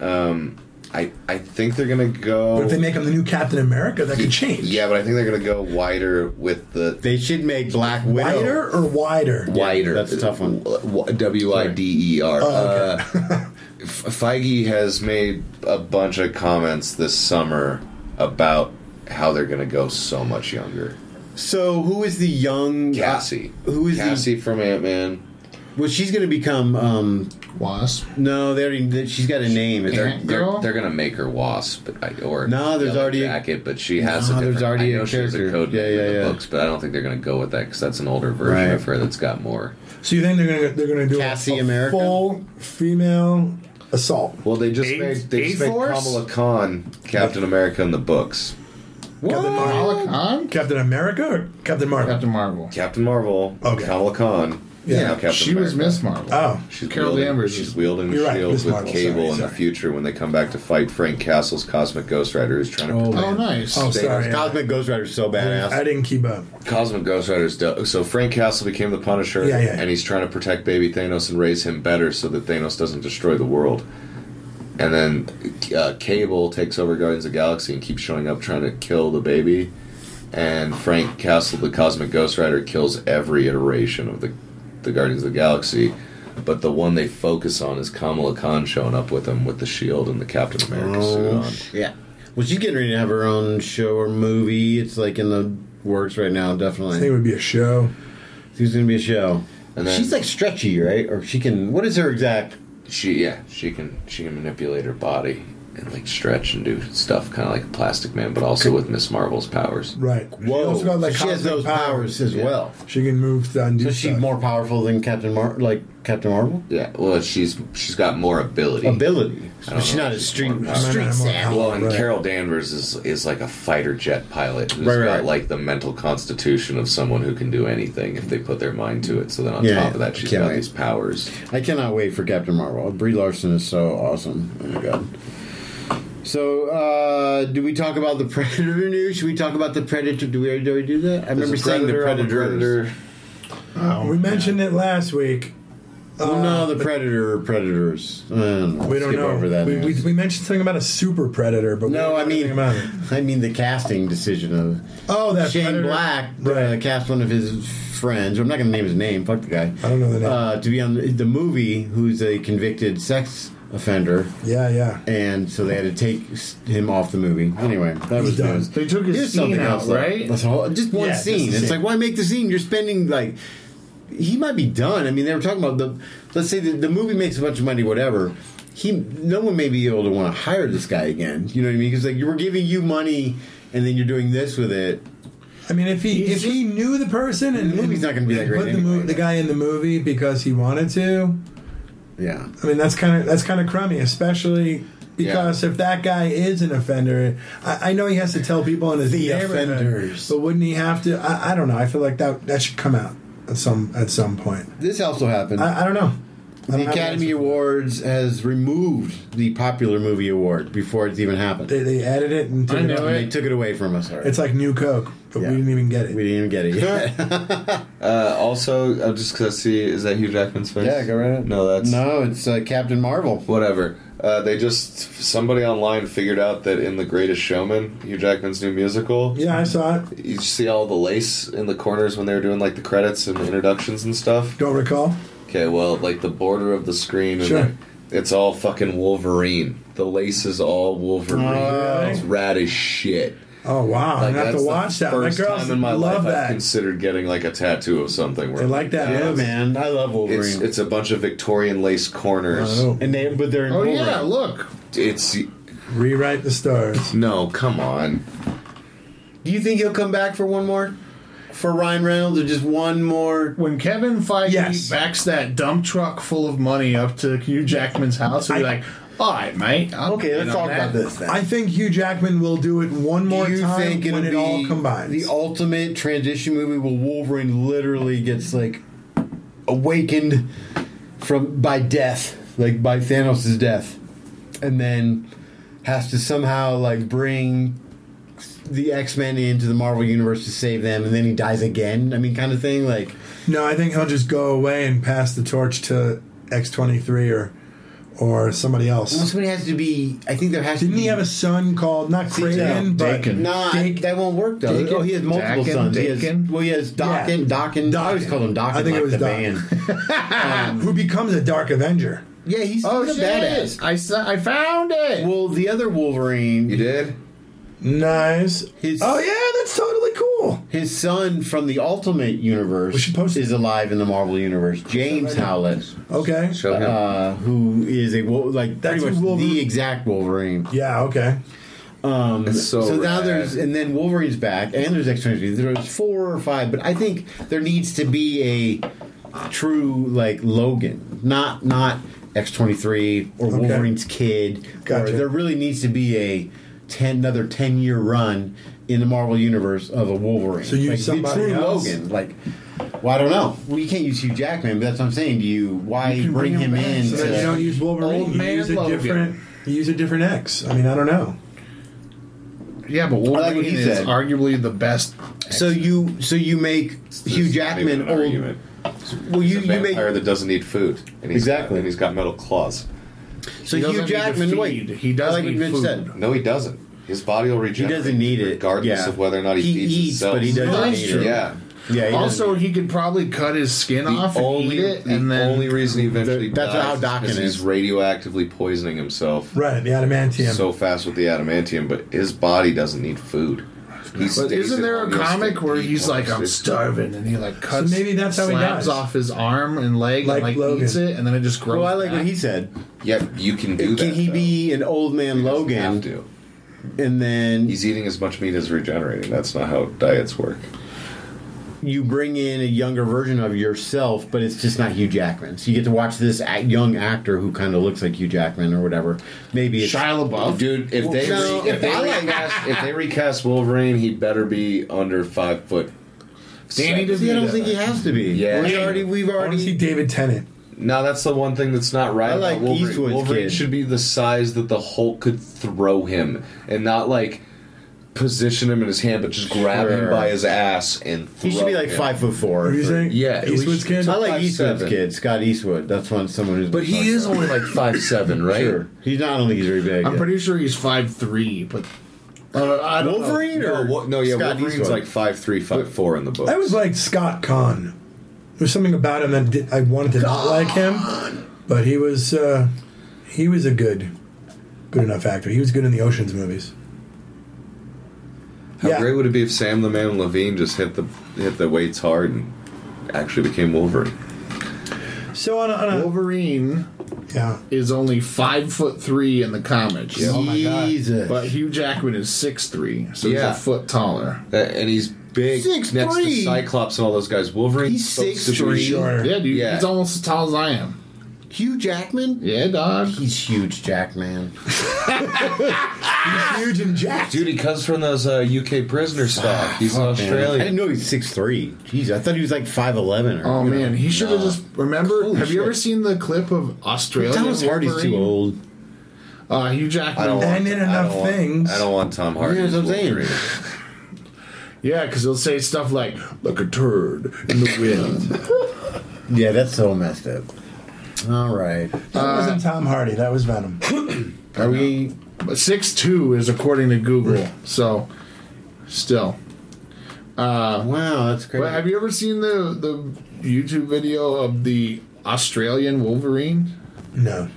[SPEAKER 8] I. I think they're gonna go.
[SPEAKER 7] But if they make him the new Captain America, that could change.
[SPEAKER 8] yeah, but I think they're gonna go wider with the
[SPEAKER 6] They should make Black Widow.
[SPEAKER 7] Wider or wider?
[SPEAKER 8] wider.
[SPEAKER 6] that's a tough one.
[SPEAKER 8] W i d e r. Uh, F- Feige has made a bunch of comments this summer about how they're gonna go so much younger.
[SPEAKER 6] So who is the young uh,
[SPEAKER 8] Cassie.
[SPEAKER 6] Who is
[SPEAKER 8] Cassie from Ant Man?
[SPEAKER 6] the? Well, she's going to become. um
[SPEAKER 9] Wasp.
[SPEAKER 6] No, they already. She's got a name. It's-
[SPEAKER 9] Ant Girl?
[SPEAKER 8] They're, they're gonna make her wasp, but I, or
[SPEAKER 6] No, there's
[SPEAKER 8] Yellow
[SPEAKER 6] already a-
[SPEAKER 8] jacket, but she has
[SPEAKER 6] No,
[SPEAKER 8] a
[SPEAKER 6] there's
[SPEAKER 8] different.
[SPEAKER 6] already
[SPEAKER 8] I
[SPEAKER 6] a
[SPEAKER 8] know she has a
[SPEAKER 6] character.
[SPEAKER 8] code
[SPEAKER 6] Yeah,
[SPEAKER 8] name
[SPEAKER 6] yeah,
[SPEAKER 8] in the
[SPEAKER 6] yeah.
[SPEAKER 8] books, but I don't think they're gonna go with that because that's an older version
[SPEAKER 6] Right.
[SPEAKER 8] of her that's got more.
[SPEAKER 7] So you think they're going to they're going to do a-
[SPEAKER 6] Cassie
[SPEAKER 7] a,
[SPEAKER 6] America?
[SPEAKER 7] full female assault?
[SPEAKER 8] Well, they just
[SPEAKER 9] Eight-
[SPEAKER 8] made they just
[SPEAKER 9] Eight
[SPEAKER 8] made
[SPEAKER 9] Force?
[SPEAKER 8] Kamala Khan Captain America in the books.
[SPEAKER 7] Captain Marvel.
[SPEAKER 9] Kamala Khan?
[SPEAKER 7] Captain America or Captain Marvel?
[SPEAKER 9] Captain Marvel.
[SPEAKER 8] Captain Marvel.
[SPEAKER 7] Okay.
[SPEAKER 8] Kamala Khan.
[SPEAKER 7] Yeah.
[SPEAKER 8] now Captain
[SPEAKER 9] She was
[SPEAKER 8] America.
[SPEAKER 9] Miss Marvel.
[SPEAKER 7] Oh,
[SPEAKER 8] She's
[SPEAKER 9] Carol
[SPEAKER 8] wielding,
[SPEAKER 9] Danvers
[SPEAKER 8] She's
[SPEAKER 9] is-
[SPEAKER 8] wielding the
[SPEAKER 7] You're right,
[SPEAKER 8] shield
[SPEAKER 7] Miss
[SPEAKER 8] with
[SPEAKER 7] Marvel,
[SPEAKER 8] Cable
[SPEAKER 7] sorry,
[SPEAKER 8] in the
[SPEAKER 7] sorry.
[SPEAKER 8] future when they come back to fight Frank Castle's Cosmic Ghost Rider, who's trying to.
[SPEAKER 7] Oh.
[SPEAKER 9] Oh, nice.
[SPEAKER 7] oh,
[SPEAKER 8] Thanos.
[SPEAKER 7] sorry. I,
[SPEAKER 6] Cosmic Ghost Rider's so badass.
[SPEAKER 7] I didn't keep up.
[SPEAKER 8] Cosmic Ghost Rider's dope. So Frank Castle became the Punisher,
[SPEAKER 7] Yeah, yeah.
[SPEAKER 8] and he's trying to protect baby Thanos and raise him better so that Thanos doesn't destroy the world. And then uh, Cable takes over Guardians of the Galaxy and keeps showing up trying to kill the baby. And Frank Castle, the Cosmic Ghost Rider, kills every iteration of the the Guardians of the Galaxy. But the one they focus on is Kamala Khan showing up with him with the shield and the Captain America suit
[SPEAKER 7] Oh,
[SPEAKER 8] on.
[SPEAKER 6] Yeah. Well, she's getting ready to have her own show or movie. It's like in the works right now,
[SPEAKER 7] I think it
[SPEAKER 6] definitely.
[SPEAKER 7] would be a show.
[SPEAKER 6] She's going to be a show.
[SPEAKER 8] And then-
[SPEAKER 6] she's like stretchy, right? Or she can. What is her exact?
[SPEAKER 8] She yeah, she can she can manipulate her body and like stretch and do stuff kind of like Plastic Man, but also with Miss Marvel's powers.
[SPEAKER 7] Right.
[SPEAKER 6] Whoa!
[SPEAKER 7] also got, like,
[SPEAKER 6] she has
[SPEAKER 7] cosmic
[SPEAKER 6] those powers, as
[SPEAKER 8] Yeah.
[SPEAKER 6] well.
[SPEAKER 7] She can move to undo
[SPEAKER 6] So she's
[SPEAKER 7] stuff.
[SPEAKER 6] more powerful than Captain Mar, like Captain Marvel.
[SPEAKER 8] Yeah, well, she's she's got more ability.
[SPEAKER 6] Ability.
[SPEAKER 8] don't
[SPEAKER 6] She's
[SPEAKER 8] know.
[SPEAKER 6] not a street
[SPEAKER 8] Might not
[SPEAKER 6] street
[SPEAKER 7] have more
[SPEAKER 6] savvy.
[SPEAKER 7] power.
[SPEAKER 8] Well, and
[SPEAKER 7] Right.
[SPEAKER 8] Carol Danvers is is like a fighter jet pilot who's
[SPEAKER 6] Right, right.
[SPEAKER 8] got like the mental constitution of someone who can do anything if they put their mind to it. So then on
[SPEAKER 6] Yeah,
[SPEAKER 8] top of that, she's
[SPEAKER 6] can't
[SPEAKER 8] got
[SPEAKER 6] wait.
[SPEAKER 8] these powers.
[SPEAKER 6] I cannot wait for Captain Marvel. Brie Larson is so awesome. Oh my god. So, uh, do we talk about the Predator news? Should we talk about the Predator? Do we, do we do that? I remember saying the
[SPEAKER 8] I'm a
[SPEAKER 6] Predators.
[SPEAKER 8] predator.
[SPEAKER 6] uh,
[SPEAKER 7] we mentioned it last week.
[SPEAKER 6] Well, Oh, no, the Predator or Predators. I don't know.
[SPEAKER 7] Uh, We don't
[SPEAKER 6] Skip
[SPEAKER 7] know.
[SPEAKER 6] over that.
[SPEAKER 7] we, we,
[SPEAKER 6] news.
[SPEAKER 7] we mentioned something about a super predator, but we
[SPEAKER 6] no,
[SPEAKER 7] don't
[SPEAKER 6] I
[SPEAKER 7] know anything
[SPEAKER 6] mean,
[SPEAKER 7] about it.
[SPEAKER 6] I mean the casting decision of
[SPEAKER 7] Oh, that
[SPEAKER 6] Shane
[SPEAKER 7] predator.
[SPEAKER 6] Black
[SPEAKER 7] Right.
[SPEAKER 6] uh, cast one of his friends. I'm not going to name his name. Fuck the guy.
[SPEAKER 7] I don't know the name.
[SPEAKER 6] Uh, to be on the, the movie, who's a convicted sex offender.
[SPEAKER 7] Yeah, yeah.
[SPEAKER 6] and so they had to take s- him off the movie. Anyway, that was
[SPEAKER 7] done.
[SPEAKER 6] news.
[SPEAKER 9] They took his
[SPEAKER 6] Here's
[SPEAKER 9] scene
[SPEAKER 6] something
[SPEAKER 9] out,
[SPEAKER 6] though.
[SPEAKER 9] right?
[SPEAKER 6] That's all, just one
[SPEAKER 7] Yeah, just
[SPEAKER 6] scene.
[SPEAKER 7] the
[SPEAKER 6] it's
[SPEAKER 7] scene.
[SPEAKER 6] like why make the scene? You're spending like he might be done. I mean, they were talking about the. Let's say the, the movie makes a bunch of money, whatever. He, no one may be able to want to hire this guy again. You know what I mean? Because like you were giving you money, and then you're doing this with it.
[SPEAKER 7] I mean, if he if he knew the person and
[SPEAKER 6] The movie's not gonna be that
[SPEAKER 7] and
[SPEAKER 6] great
[SPEAKER 7] Put the,
[SPEAKER 6] anyway.
[SPEAKER 7] the guy in the movie because he wanted to.
[SPEAKER 6] Yeah.
[SPEAKER 7] I mean, that's kind of that's kind of crummy, especially because if that guy is an offender, I, I know he has to tell people in his
[SPEAKER 6] The
[SPEAKER 7] neighborhood,
[SPEAKER 6] offenders.
[SPEAKER 7] but wouldn't he have to? I, I don't know. I feel like that that should come out at some at some point.
[SPEAKER 6] This also happened.
[SPEAKER 7] I, I don't know.
[SPEAKER 6] the
[SPEAKER 7] I don't have an
[SPEAKER 6] Academy
[SPEAKER 7] answer for that.
[SPEAKER 6] Awards has removed the popular movie award before it's even happened.
[SPEAKER 7] They, they added it and took
[SPEAKER 9] I
[SPEAKER 7] it
[SPEAKER 9] know
[SPEAKER 7] out.
[SPEAKER 9] it.
[SPEAKER 6] they took it away from us. already.
[SPEAKER 7] It's like new Coke, but
[SPEAKER 6] Yeah.
[SPEAKER 7] we didn't even get
[SPEAKER 6] we
[SPEAKER 7] it.
[SPEAKER 6] didn't even get it yet.
[SPEAKER 8] Uh, also, uh, just because I see is that Hugh Jackman's face?
[SPEAKER 6] Yeah, go right ahead.
[SPEAKER 8] No, that's
[SPEAKER 6] No, it's uh, Captain Marvel.
[SPEAKER 8] whatever. Uh, they just somebody online figured out that in The Greatest Showman, Hugh Jackman's new musical,
[SPEAKER 7] Yeah, I saw it.
[SPEAKER 8] you see all the lace in the corners when they were doing like the credits and the introductions and stuff.
[SPEAKER 7] Don't recall.
[SPEAKER 8] Okay, well, like the border of the screen, and
[SPEAKER 7] Sure.
[SPEAKER 8] then it's all fucking Wolverine. The lace is all Wolverine.
[SPEAKER 7] Oh.
[SPEAKER 8] It's rad as shit.
[SPEAKER 7] Oh wow!
[SPEAKER 8] Like,
[SPEAKER 7] I'm gonna have
[SPEAKER 8] that's
[SPEAKER 7] to
[SPEAKER 8] the
[SPEAKER 7] watch that. My
[SPEAKER 8] First
[SPEAKER 7] girls
[SPEAKER 8] time in my
[SPEAKER 7] love
[SPEAKER 8] life I've
[SPEAKER 7] that.
[SPEAKER 8] considered getting like a tattoo of something. Where
[SPEAKER 7] They like that.
[SPEAKER 6] Yeah, man, I love Wolverine.
[SPEAKER 8] It's it's a bunch of Victorian lace corners.
[SPEAKER 7] Oh,
[SPEAKER 6] and they, but they're in
[SPEAKER 9] Oh,
[SPEAKER 6] Wolverine.
[SPEAKER 9] yeah, look.
[SPEAKER 8] It's
[SPEAKER 7] rewrite the stars.
[SPEAKER 8] no, come on.
[SPEAKER 6] Do you think he'll come back for one more? For Ryan Reynolds, or just one more?
[SPEAKER 9] When Kevin Feige
[SPEAKER 7] Yes.
[SPEAKER 9] backs that dump truck full of money up to Hugh Jackman's house, he'll be
[SPEAKER 7] I-
[SPEAKER 9] like, all right, mate. I'll
[SPEAKER 6] Okay,
[SPEAKER 9] get
[SPEAKER 6] let's talk
[SPEAKER 9] on that."
[SPEAKER 6] about this. Then.
[SPEAKER 7] I think Hugh Jackman will do it one more
[SPEAKER 6] Do you
[SPEAKER 7] time
[SPEAKER 6] think it'll
[SPEAKER 7] when it
[SPEAKER 6] be
[SPEAKER 7] all combines.
[SPEAKER 6] the ultimate transition movie where Wolverine literally gets like awakened from by death, like by Thanos' death, and then has to somehow like bring the X Men into the Marvel universe to save them, and then he dies again. I mean, kind of thing. Like,
[SPEAKER 7] no, I think he'll just go away and pass the torch to X twenty three or or somebody
[SPEAKER 6] well,
[SPEAKER 7] else.
[SPEAKER 6] somebody has to be. I think there has to.
[SPEAKER 7] Didn't
[SPEAKER 6] be,
[SPEAKER 7] he have a son called not Kraven, but
[SPEAKER 9] Dakin.
[SPEAKER 6] Nah,
[SPEAKER 7] Dake-
[SPEAKER 6] that won't work though.
[SPEAKER 7] Dakin?
[SPEAKER 6] Oh, he has multiple
[SPEAKER 9] Dakin?
[SPEAKER 6] sons. He has-
[SPEAKER 9] Dakin?
[SPEAKER 6] well, he has Dokken,
[SPEAKER 7] Yeah.
[SPEAKER 6] Dokken. I always
[SPEAKER 7] Dokken.
[SPEAKER 6] called him Dokken.
[SPEAKER 7] I think
[SPEAKER 6] like
[SPEAKER 7] it was
[SPEAKER 6] the
[SPEAKER 7] Dokken.
[SPEAKER 6] band.
[SPEAKER 7] who becomes a Dark Avenger?
[SPEAKER 6] Yeah, he's,
[SPEAKER 9] Oh,
[SPEAKER 6] he's
[SPEAKER 9] shit.
[SPEAKER 6] a badass.
[SPEAKER 9] I, saw, I found it.
[SPEAKER 6] Well, the other Wolverine,
[SPEAKER 8] You did?
[SPEAKER 7] Nice.
[SPEAKER 6] His-
[SPEAKER 7] oh yeah, that's totally cool.
[SPEAKER 6] his son from the Ultimate
[SPEAKER 7] We
[SPEAKER 6] Universe,
[SPEAKER 7] should post it.
[SPEAKER 6] is alive in the Marvel Universe. James Howlett,
[SPEAKER 7] Okay.
[SPEAKER 8] Show him.
[SPEAKER 6] uh, who is a Wol- like
[SPEAKER 7] That's
[SPEAKER 6] pretty
[SPEAKER 7] who
[SPEAKER 6] much
[SPEAKER 7] Wolverine-
[SPEAKER 6] the exact Wolverine.
[SPEAKER 7] Yeah. Okay.
[SPEAKER 6] Um,
[SPEAKER 8] That's so
[SPEAKER 6] now
[SPEAKER 8] rad.
[SPEAKER 6] there's and then Wolverine's back, and there's X twenty three. There's four or five, but I think there needs to be a true like Logan, not not X twenty three or
[SPEAKER 7] Okay.
[SPEAKER 6] Wolverine's kid.
[SPEAKER 7] Gotcha.
[SPEAKER 6] Or there really needs to be a ten another ten year run in the Marvel universe of a Wolverine.
[SPEAKER 7] So you
[SPEAKER 6] like,
[SPEAKER 7] use
[SPEAKER 6] the
[SPEAKER 7] somebody
[SPEAKER 6] true
[SPEAKER 7] else?
[SPEAKER 6] Logan, like. Well, I don't know. We can't use Hugh Jackman, but that's what I'm saying. Do you? Why bring,
[SPEAKER 9] can bring
[SPEAKER 6] him,
[SPEAKER 9] him back
[SPEAKER 6] in?
[SPEAKER 9] so
[SPEAKER 7] So
[SPEAKER 6] to-
[SPEAKER 7] then you don't use Wolverine.
[SPEAKER 9] Old
[SPEAKER 7] You
[SPEAKER 9] man
[SPEAKER 7] use a
[SPEAKER 9] Logan.
[SPEAKER 7] different. You use a different X. I mean, I don't know.
[SPEAKER 9] Yeah, but
[SPEAKER 6] what
[SPEAKER 9] Wolverine
[SPEAKER 6] he
[SPEAKER 9] is
[SPEAKER 6] said.
[SPEAKER 9] arguably the best.
[SPEAKER 6] so you, so you make Hugh Jackman old. Well, you
[SPEAKER 8] You,
[SPEAKER 6] you make
[SPEAKER 8] vampire that doesn't eat food. And he's
[SPEAKER 6] Exactly.
[SPEAKER 8] Got, and he's got metal claws.
[SPEAKER 6] so
[SPEAKER 9] He doesn't
[SPEAKER 6] Hugh
[SPEAKER 9] need to
[SPEAKER 6] Jackman.
[SPEAKER 9] feed.
[SPEAKER 6] Wait,
[SPEAKER 9] He does
[SPEAKER 6] I like what
[SPEAKER 9] need
[SPEAKER 6] Mitch
[SPEAKER 9] food.
[SPEAKER 6] said.
[SPEAKER 8] No, he doesn't. His body will
[SPEAKER 6] He
[SPEAKER 8] regenerate.
[SPEAKER 6] doesn't need it,
[SPEAKER 8] regardless
[SPEAKER 6] yeah.
[SPEAKER 8] of whether or not he,
[SPEAKER 6] He
[SPEAKER 8] feeds
[SPEAKER 6] eats,
[SPEAKER 8] himself.
[SPEAKER 6] but he doesn't
[SPEAKER 9] That's
[SPEAKER 6] need
[SPEAKER 9] true.
[SPEAKER 6] it.
[SPEAKER 8] Yeah.
[SPEAKER 6] Yeah. he
[SPEAKER 9] also,
[SPEAKER 6] doesn't-
[SPEAKER 9] he could probably cut his skin
[SPEAKER 8] The
[SPEAKER 9] off and
[SPEAKER 8] only,
[SPEAKER 9] eat it,
[SPEAKER 8] the
[SPEAKER 9] and then
[SPEAKER 8] only reason he eventually
[SPEAKER 6] That's
[SPEAKER 8] dies
[SPEAKER 6] how
[SPEAKER 8] is
[SPEAKER 6] Dokken
[SPEAKER 8] 'cause
[SPEAKER 6] is.
[SPEAKER 8] he's radioactively poisoning himself
[SPEAKER 7] Right, the adamantium.
[SPEAKER 8] so fast with the adamantium, but his body doesn't need food. He
[SPEAKER 9] But
[SPEAKER 8] stays
[SPEAKER 9] isn't
[SPEAKER 8] in
[SPEAKER 9] there a
[SPEAKER 8] homeostatic
[SPEAKER 9] comic where he's like, "I'm
[SPEAKER 8] homeostasis.
[SPEAKER 9] starving," and he like cuts,
[SPEAKER 7] maybe that's how he dies.
[SPEAKER 9] slabs off his arm and leg,
[SPEAKER 7] Like
[SPEAKER 9] and like
[SPEAKER 7] Logan.
[SPEAKER 9] eats it, and then it just grows.
[SPEAKER 6] Well, I like
[SPEAKER 9] back?
[SPEAKER 6] what he said.
[SPEAKER 8] Yeah, you can do
[SPEAKER 6] Can
[SPEAKER 8] that.
[SPEAKER 6] he
[SPEAKER 8] though.
[SPEAKER 6] be an old man
[SPEAKER 8] He doesn't
[SPEAKER 6] Logan?
[SPEAKER 8] Have to.
[SPEAKER 6] And then
[SPEAKER 8] He's eating as much meat as regenerating. That's not how diets work.
[SPEAKER 6] you bring in a younger version of yourself, but it's just not Hugh Jackman. So you get to watch this a- young actor who kind of looks like Hugh Jackman or whatever. Maybe it's
[SPEAKER 9] Shia LaBeouf,
[SPEAKER 8] Dude, if they
[SPEAKER 6] No,
[SPEAKER 8] re- if they
[SPEAKER 6] I like-
[SPEAKER 8] recast if they recast Wolverine, he better be under five foot.
[SPEAKER 9] Danny
[SPEAKER 8] seven.
[SPEAKER 6] See, I
[SPEAKER 9] DeVito.
[SPEAKER 6] don't think he has to be.
[SPEAKER 8] Yeah.
[SPEAKER 6] we already we've
[SPEAKER 7] I want to see
[SPEAKER 6] already.
[SPEAKER 7] David Tennant.
[SPEAKER 8] No, that's the one thing that's not right.
[SPEAKER 6] I
[SPEAKER 8] about
[SPEAKER 6] like
[SPEAKER 8] Wolverine.
[SPEAKER 6] Eastwood's
[SPEAKER 8] Wolverine
[SPEAKER 6] kid.
[SPEAKER 8] should be the size that the Hulk could throw him, and not like position him in his hand, but just grab him
[SPEAKER 6] Sure.
[SPEAKER 8] by his ass and. Throw
[SPEAKER 6] He should be like
[SPEAKER 8] him.
[SPEAKER 6] five foot four.
[SPEAKER 7] What do you think?
[SPEAKER 8] Yeah, at
[SPEAKER 7] Eastwood's
[SPEAKER 8] least-
[SPEAKER 7] kid.
[SPEAKER 6] I like
[SPEAKER 8] Five
[SPEAKER 6] Eastwood's
[SPEAKER 8] seven.
[SPEAKER 6] kid, Scott Eastwood. That's one someone who's.
[SPEAKER 8] But he is only like five seven, right?
[SPEAKER 6] Sure. He's not. I don't think he's very big.
[SPEAKER 9] I'm pretty sure he's five three, but uh, I don't know.
[SPEAKER 6] Wolverine
[SPEAKER 8] No,
[SPEAKER 6] or
[SPEAKER 8] wo- no, yeah,
[SPEAKER 6] Scott
[SPEAKER 8] Wolverine's
[SPEAKER 6] Eastwood.
[SPEAKER 8] like five three, five four in the book.
[SPEAKER 7] I was like Scott Kahn. There's something about him that did, I wanted to not like him, but he was uh, he was a good, good enough actor. He was good in the Ocean's movies.
[SPEAKER 8] How
[SPEAKER 7] yeah.
[SPEAKER 8] great would it be if Sam the Man Levine just hit the hit the weights hard and actually became Wolverine?
[SPEAKER 7] So on a, on a
[SPEAKER 9] Wolverine
[SPEAKER 7] yeah,
[SPEAKER 9] is only five foot three in the comics,
[SPEAKER 8] Yeah. Oh
[SPEAKER 7] my God.
[SPEAKER 6] Jesus.
[SPEAKER 9] but Hugh Jackman is six three, so
[SPEAKER 8] Yeah.
[SPEAKER 9] he's a foot taller.
[SPEAKER 8] That- Uh, and he's big
[SPEAKER 9] Six,
[SPEAKER 8] next
[SPEAKER 9] three.
[SPEAKER 8] to Cyclops and all those guys. Wolverine.
[SPEAKER 6] He's
[SPEAKER 8] supposed
[SPEAKER 6] six,
[SPEAKER 8] to be
[SPEAKER 6] three.
[SPEAKER 8] short.
[SPEAKER 7] Sure.
[SPEAKER 9] Yeah, dude,
[SPEAKER 8] Yeah.
[SPEAKER 9] he's almost as tall as I am.
[SPEAKER 6] Hugh Jackman.
[SPEAKER 9] Yeah, dog.
[SPEAKER 6] He's huge, Jackman.
[SPEAKER 7] huge and jacked.
[SPEAKER 8] Dude, he comes from those uh, UK prisoner stock. He's an
[SPEAKER 6] I didn't
[SPEAKER 8] Australian.
[SPEAKER 6] know he's six three. Jeez, I thought he was like five eleven.
[SPEAKER 9] Oh man, he should have just remember.
[SPEAKER 6] Holy
[SPEAKER 9] have you
[SPEAKER 6] shit.
[SPEAKER 9] ever seen the clip of Australia?
[SPEAKER 6] Thomas Hardy's too old.
[SPEAKER 9] Uh,
[SPEAKER 8] oh. I
[SPEAKER 9] Hugh
[SPEAKER 8] don't
[SPEAKER 9] Jackman.
[SPEAKER 8] want,
[SPEAKER 7] And in
[SPEAKER 8] I
[SPEAKER 7] enough
[SPEAKER 8] don't want-
[SPEAKER 7] things.
[SPEAKER 8] I don't want Tom Hardy.
[SPEAKER 6] Yeah, that's what I'm saying.
[SPEAKER 8] Wolverine.
[SPEAKER 9] Yeah, because he'll say stuff like "like a turd in the wind."
[SPEAKER 6] Yeah, that's so messed up. All right.
[SPEAKER 7] That wasn't Tom Hardy. That was Venom.
[SPEAKER 6] Are we?
[SPEAKER 9] Six two is according to Google. So, still.
[SPEAKER 6] Wow, that's crazy.
[SPEAKER 9] But have you ever seen the the YouTube video of the Australian Wolverine?
[SPEAKER 7] No,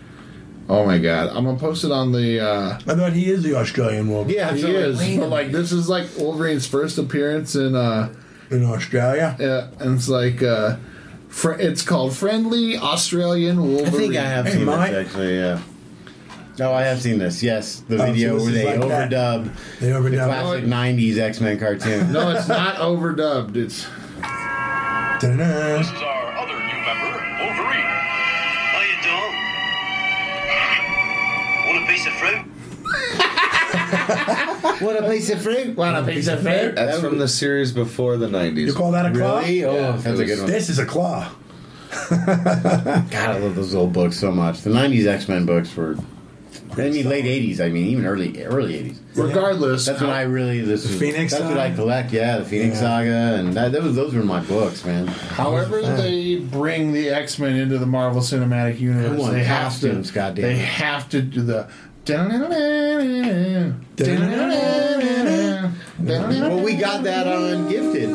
[SPEAKER 9] Oh my god, I'm gonna post it on the. uh
[SPEAKER 7] I thought he is the Australian Wolverine.
[SPEAKER 6] yeah,
[SPEAKER 9] He
[SPEAKER 6] so, like,
[SPEAKER 9] is, but like this is like Wolverine's first appearance in uh
[SPEAKER 7] in Australia.
[SPEAKER 9] Yeah, and it's like uh, fr- it's called Friendly Australian
[SPEAKER 6] I
[SPEAKER 9] Wolverine.
[SPEAKER 6] think I have
[SPEAKER 7] Hey,
[SPEAKER 6] seen
[SPEAKER 7] Mike.
[SPEAKER 6] this actually. Oh, Yeah. No, I have seen this. Yes, the
[SPEAKER 7] Oh, so
[SPEAKER 6] video
[SPEAKER 7] this
[SPEAKER 6] where
[SPEAKER 7] is
[SPEAKER 6] they
[SPEAKER 7] like that.
[SPEAKER 6] overdub
[SPEAKER 7] They
[SPEAKER 6] the
[SPEAKER 7] overdubbed.
[SPEAKER 6] classic '90s X-Men cartoon.
[SPEAKER 9] No, it's not overdubbed. It's
[SPEAKER 7] Da-da-da.
[SPEAKER 10] This is our other new member, Wolverine. How you doing? Want a piece of fruit?
[SPEAKER 6] what a piece of fruit! What a piece of fruit!
[SPEAKER 8] That's from the series before the
[SPEAKER 7] You
[SPEAKER 8] nineties.
[SPEAKER 7] call that a claw?
[SPEAKER 6] Really? Oh,
[SPEAKER 8] Yeah,
[SPEAKER 6] that's a good one.
[SPEAKER 7] This is a claw.
[SPEAKER 6] God, I love those old books so much. The '90s X-Men books were. I mean, late '80s. I mean, even early early '80s.
[SPEAKER 9] regardless.
[SPEAKER 6] That's what I really this is,
[SPEAKER 7] Phoenix
[SPEAKER 6] That's what
[SPEAKER 7] Saga?
[SPEAKER 6] I collect. Yeah, the Phoenix
[SPEAKER 7] Yeah.
[SPEAKER 6] Saga, and that, that was, those were my books, man.
[SPEAKER 9] However, they bring the X Men into the Marvel Cinematic
[SPEAKER 6] Come
[SPEAKER 9] Universe.
[SPEAKER 6] on,
[SPEAKER 9] They have to.
[SPEAKER 6] costumes, goddamn.
[SPEAKER 9] They have to do the.
[SPEAKER 6] Well, we got that on Gifted.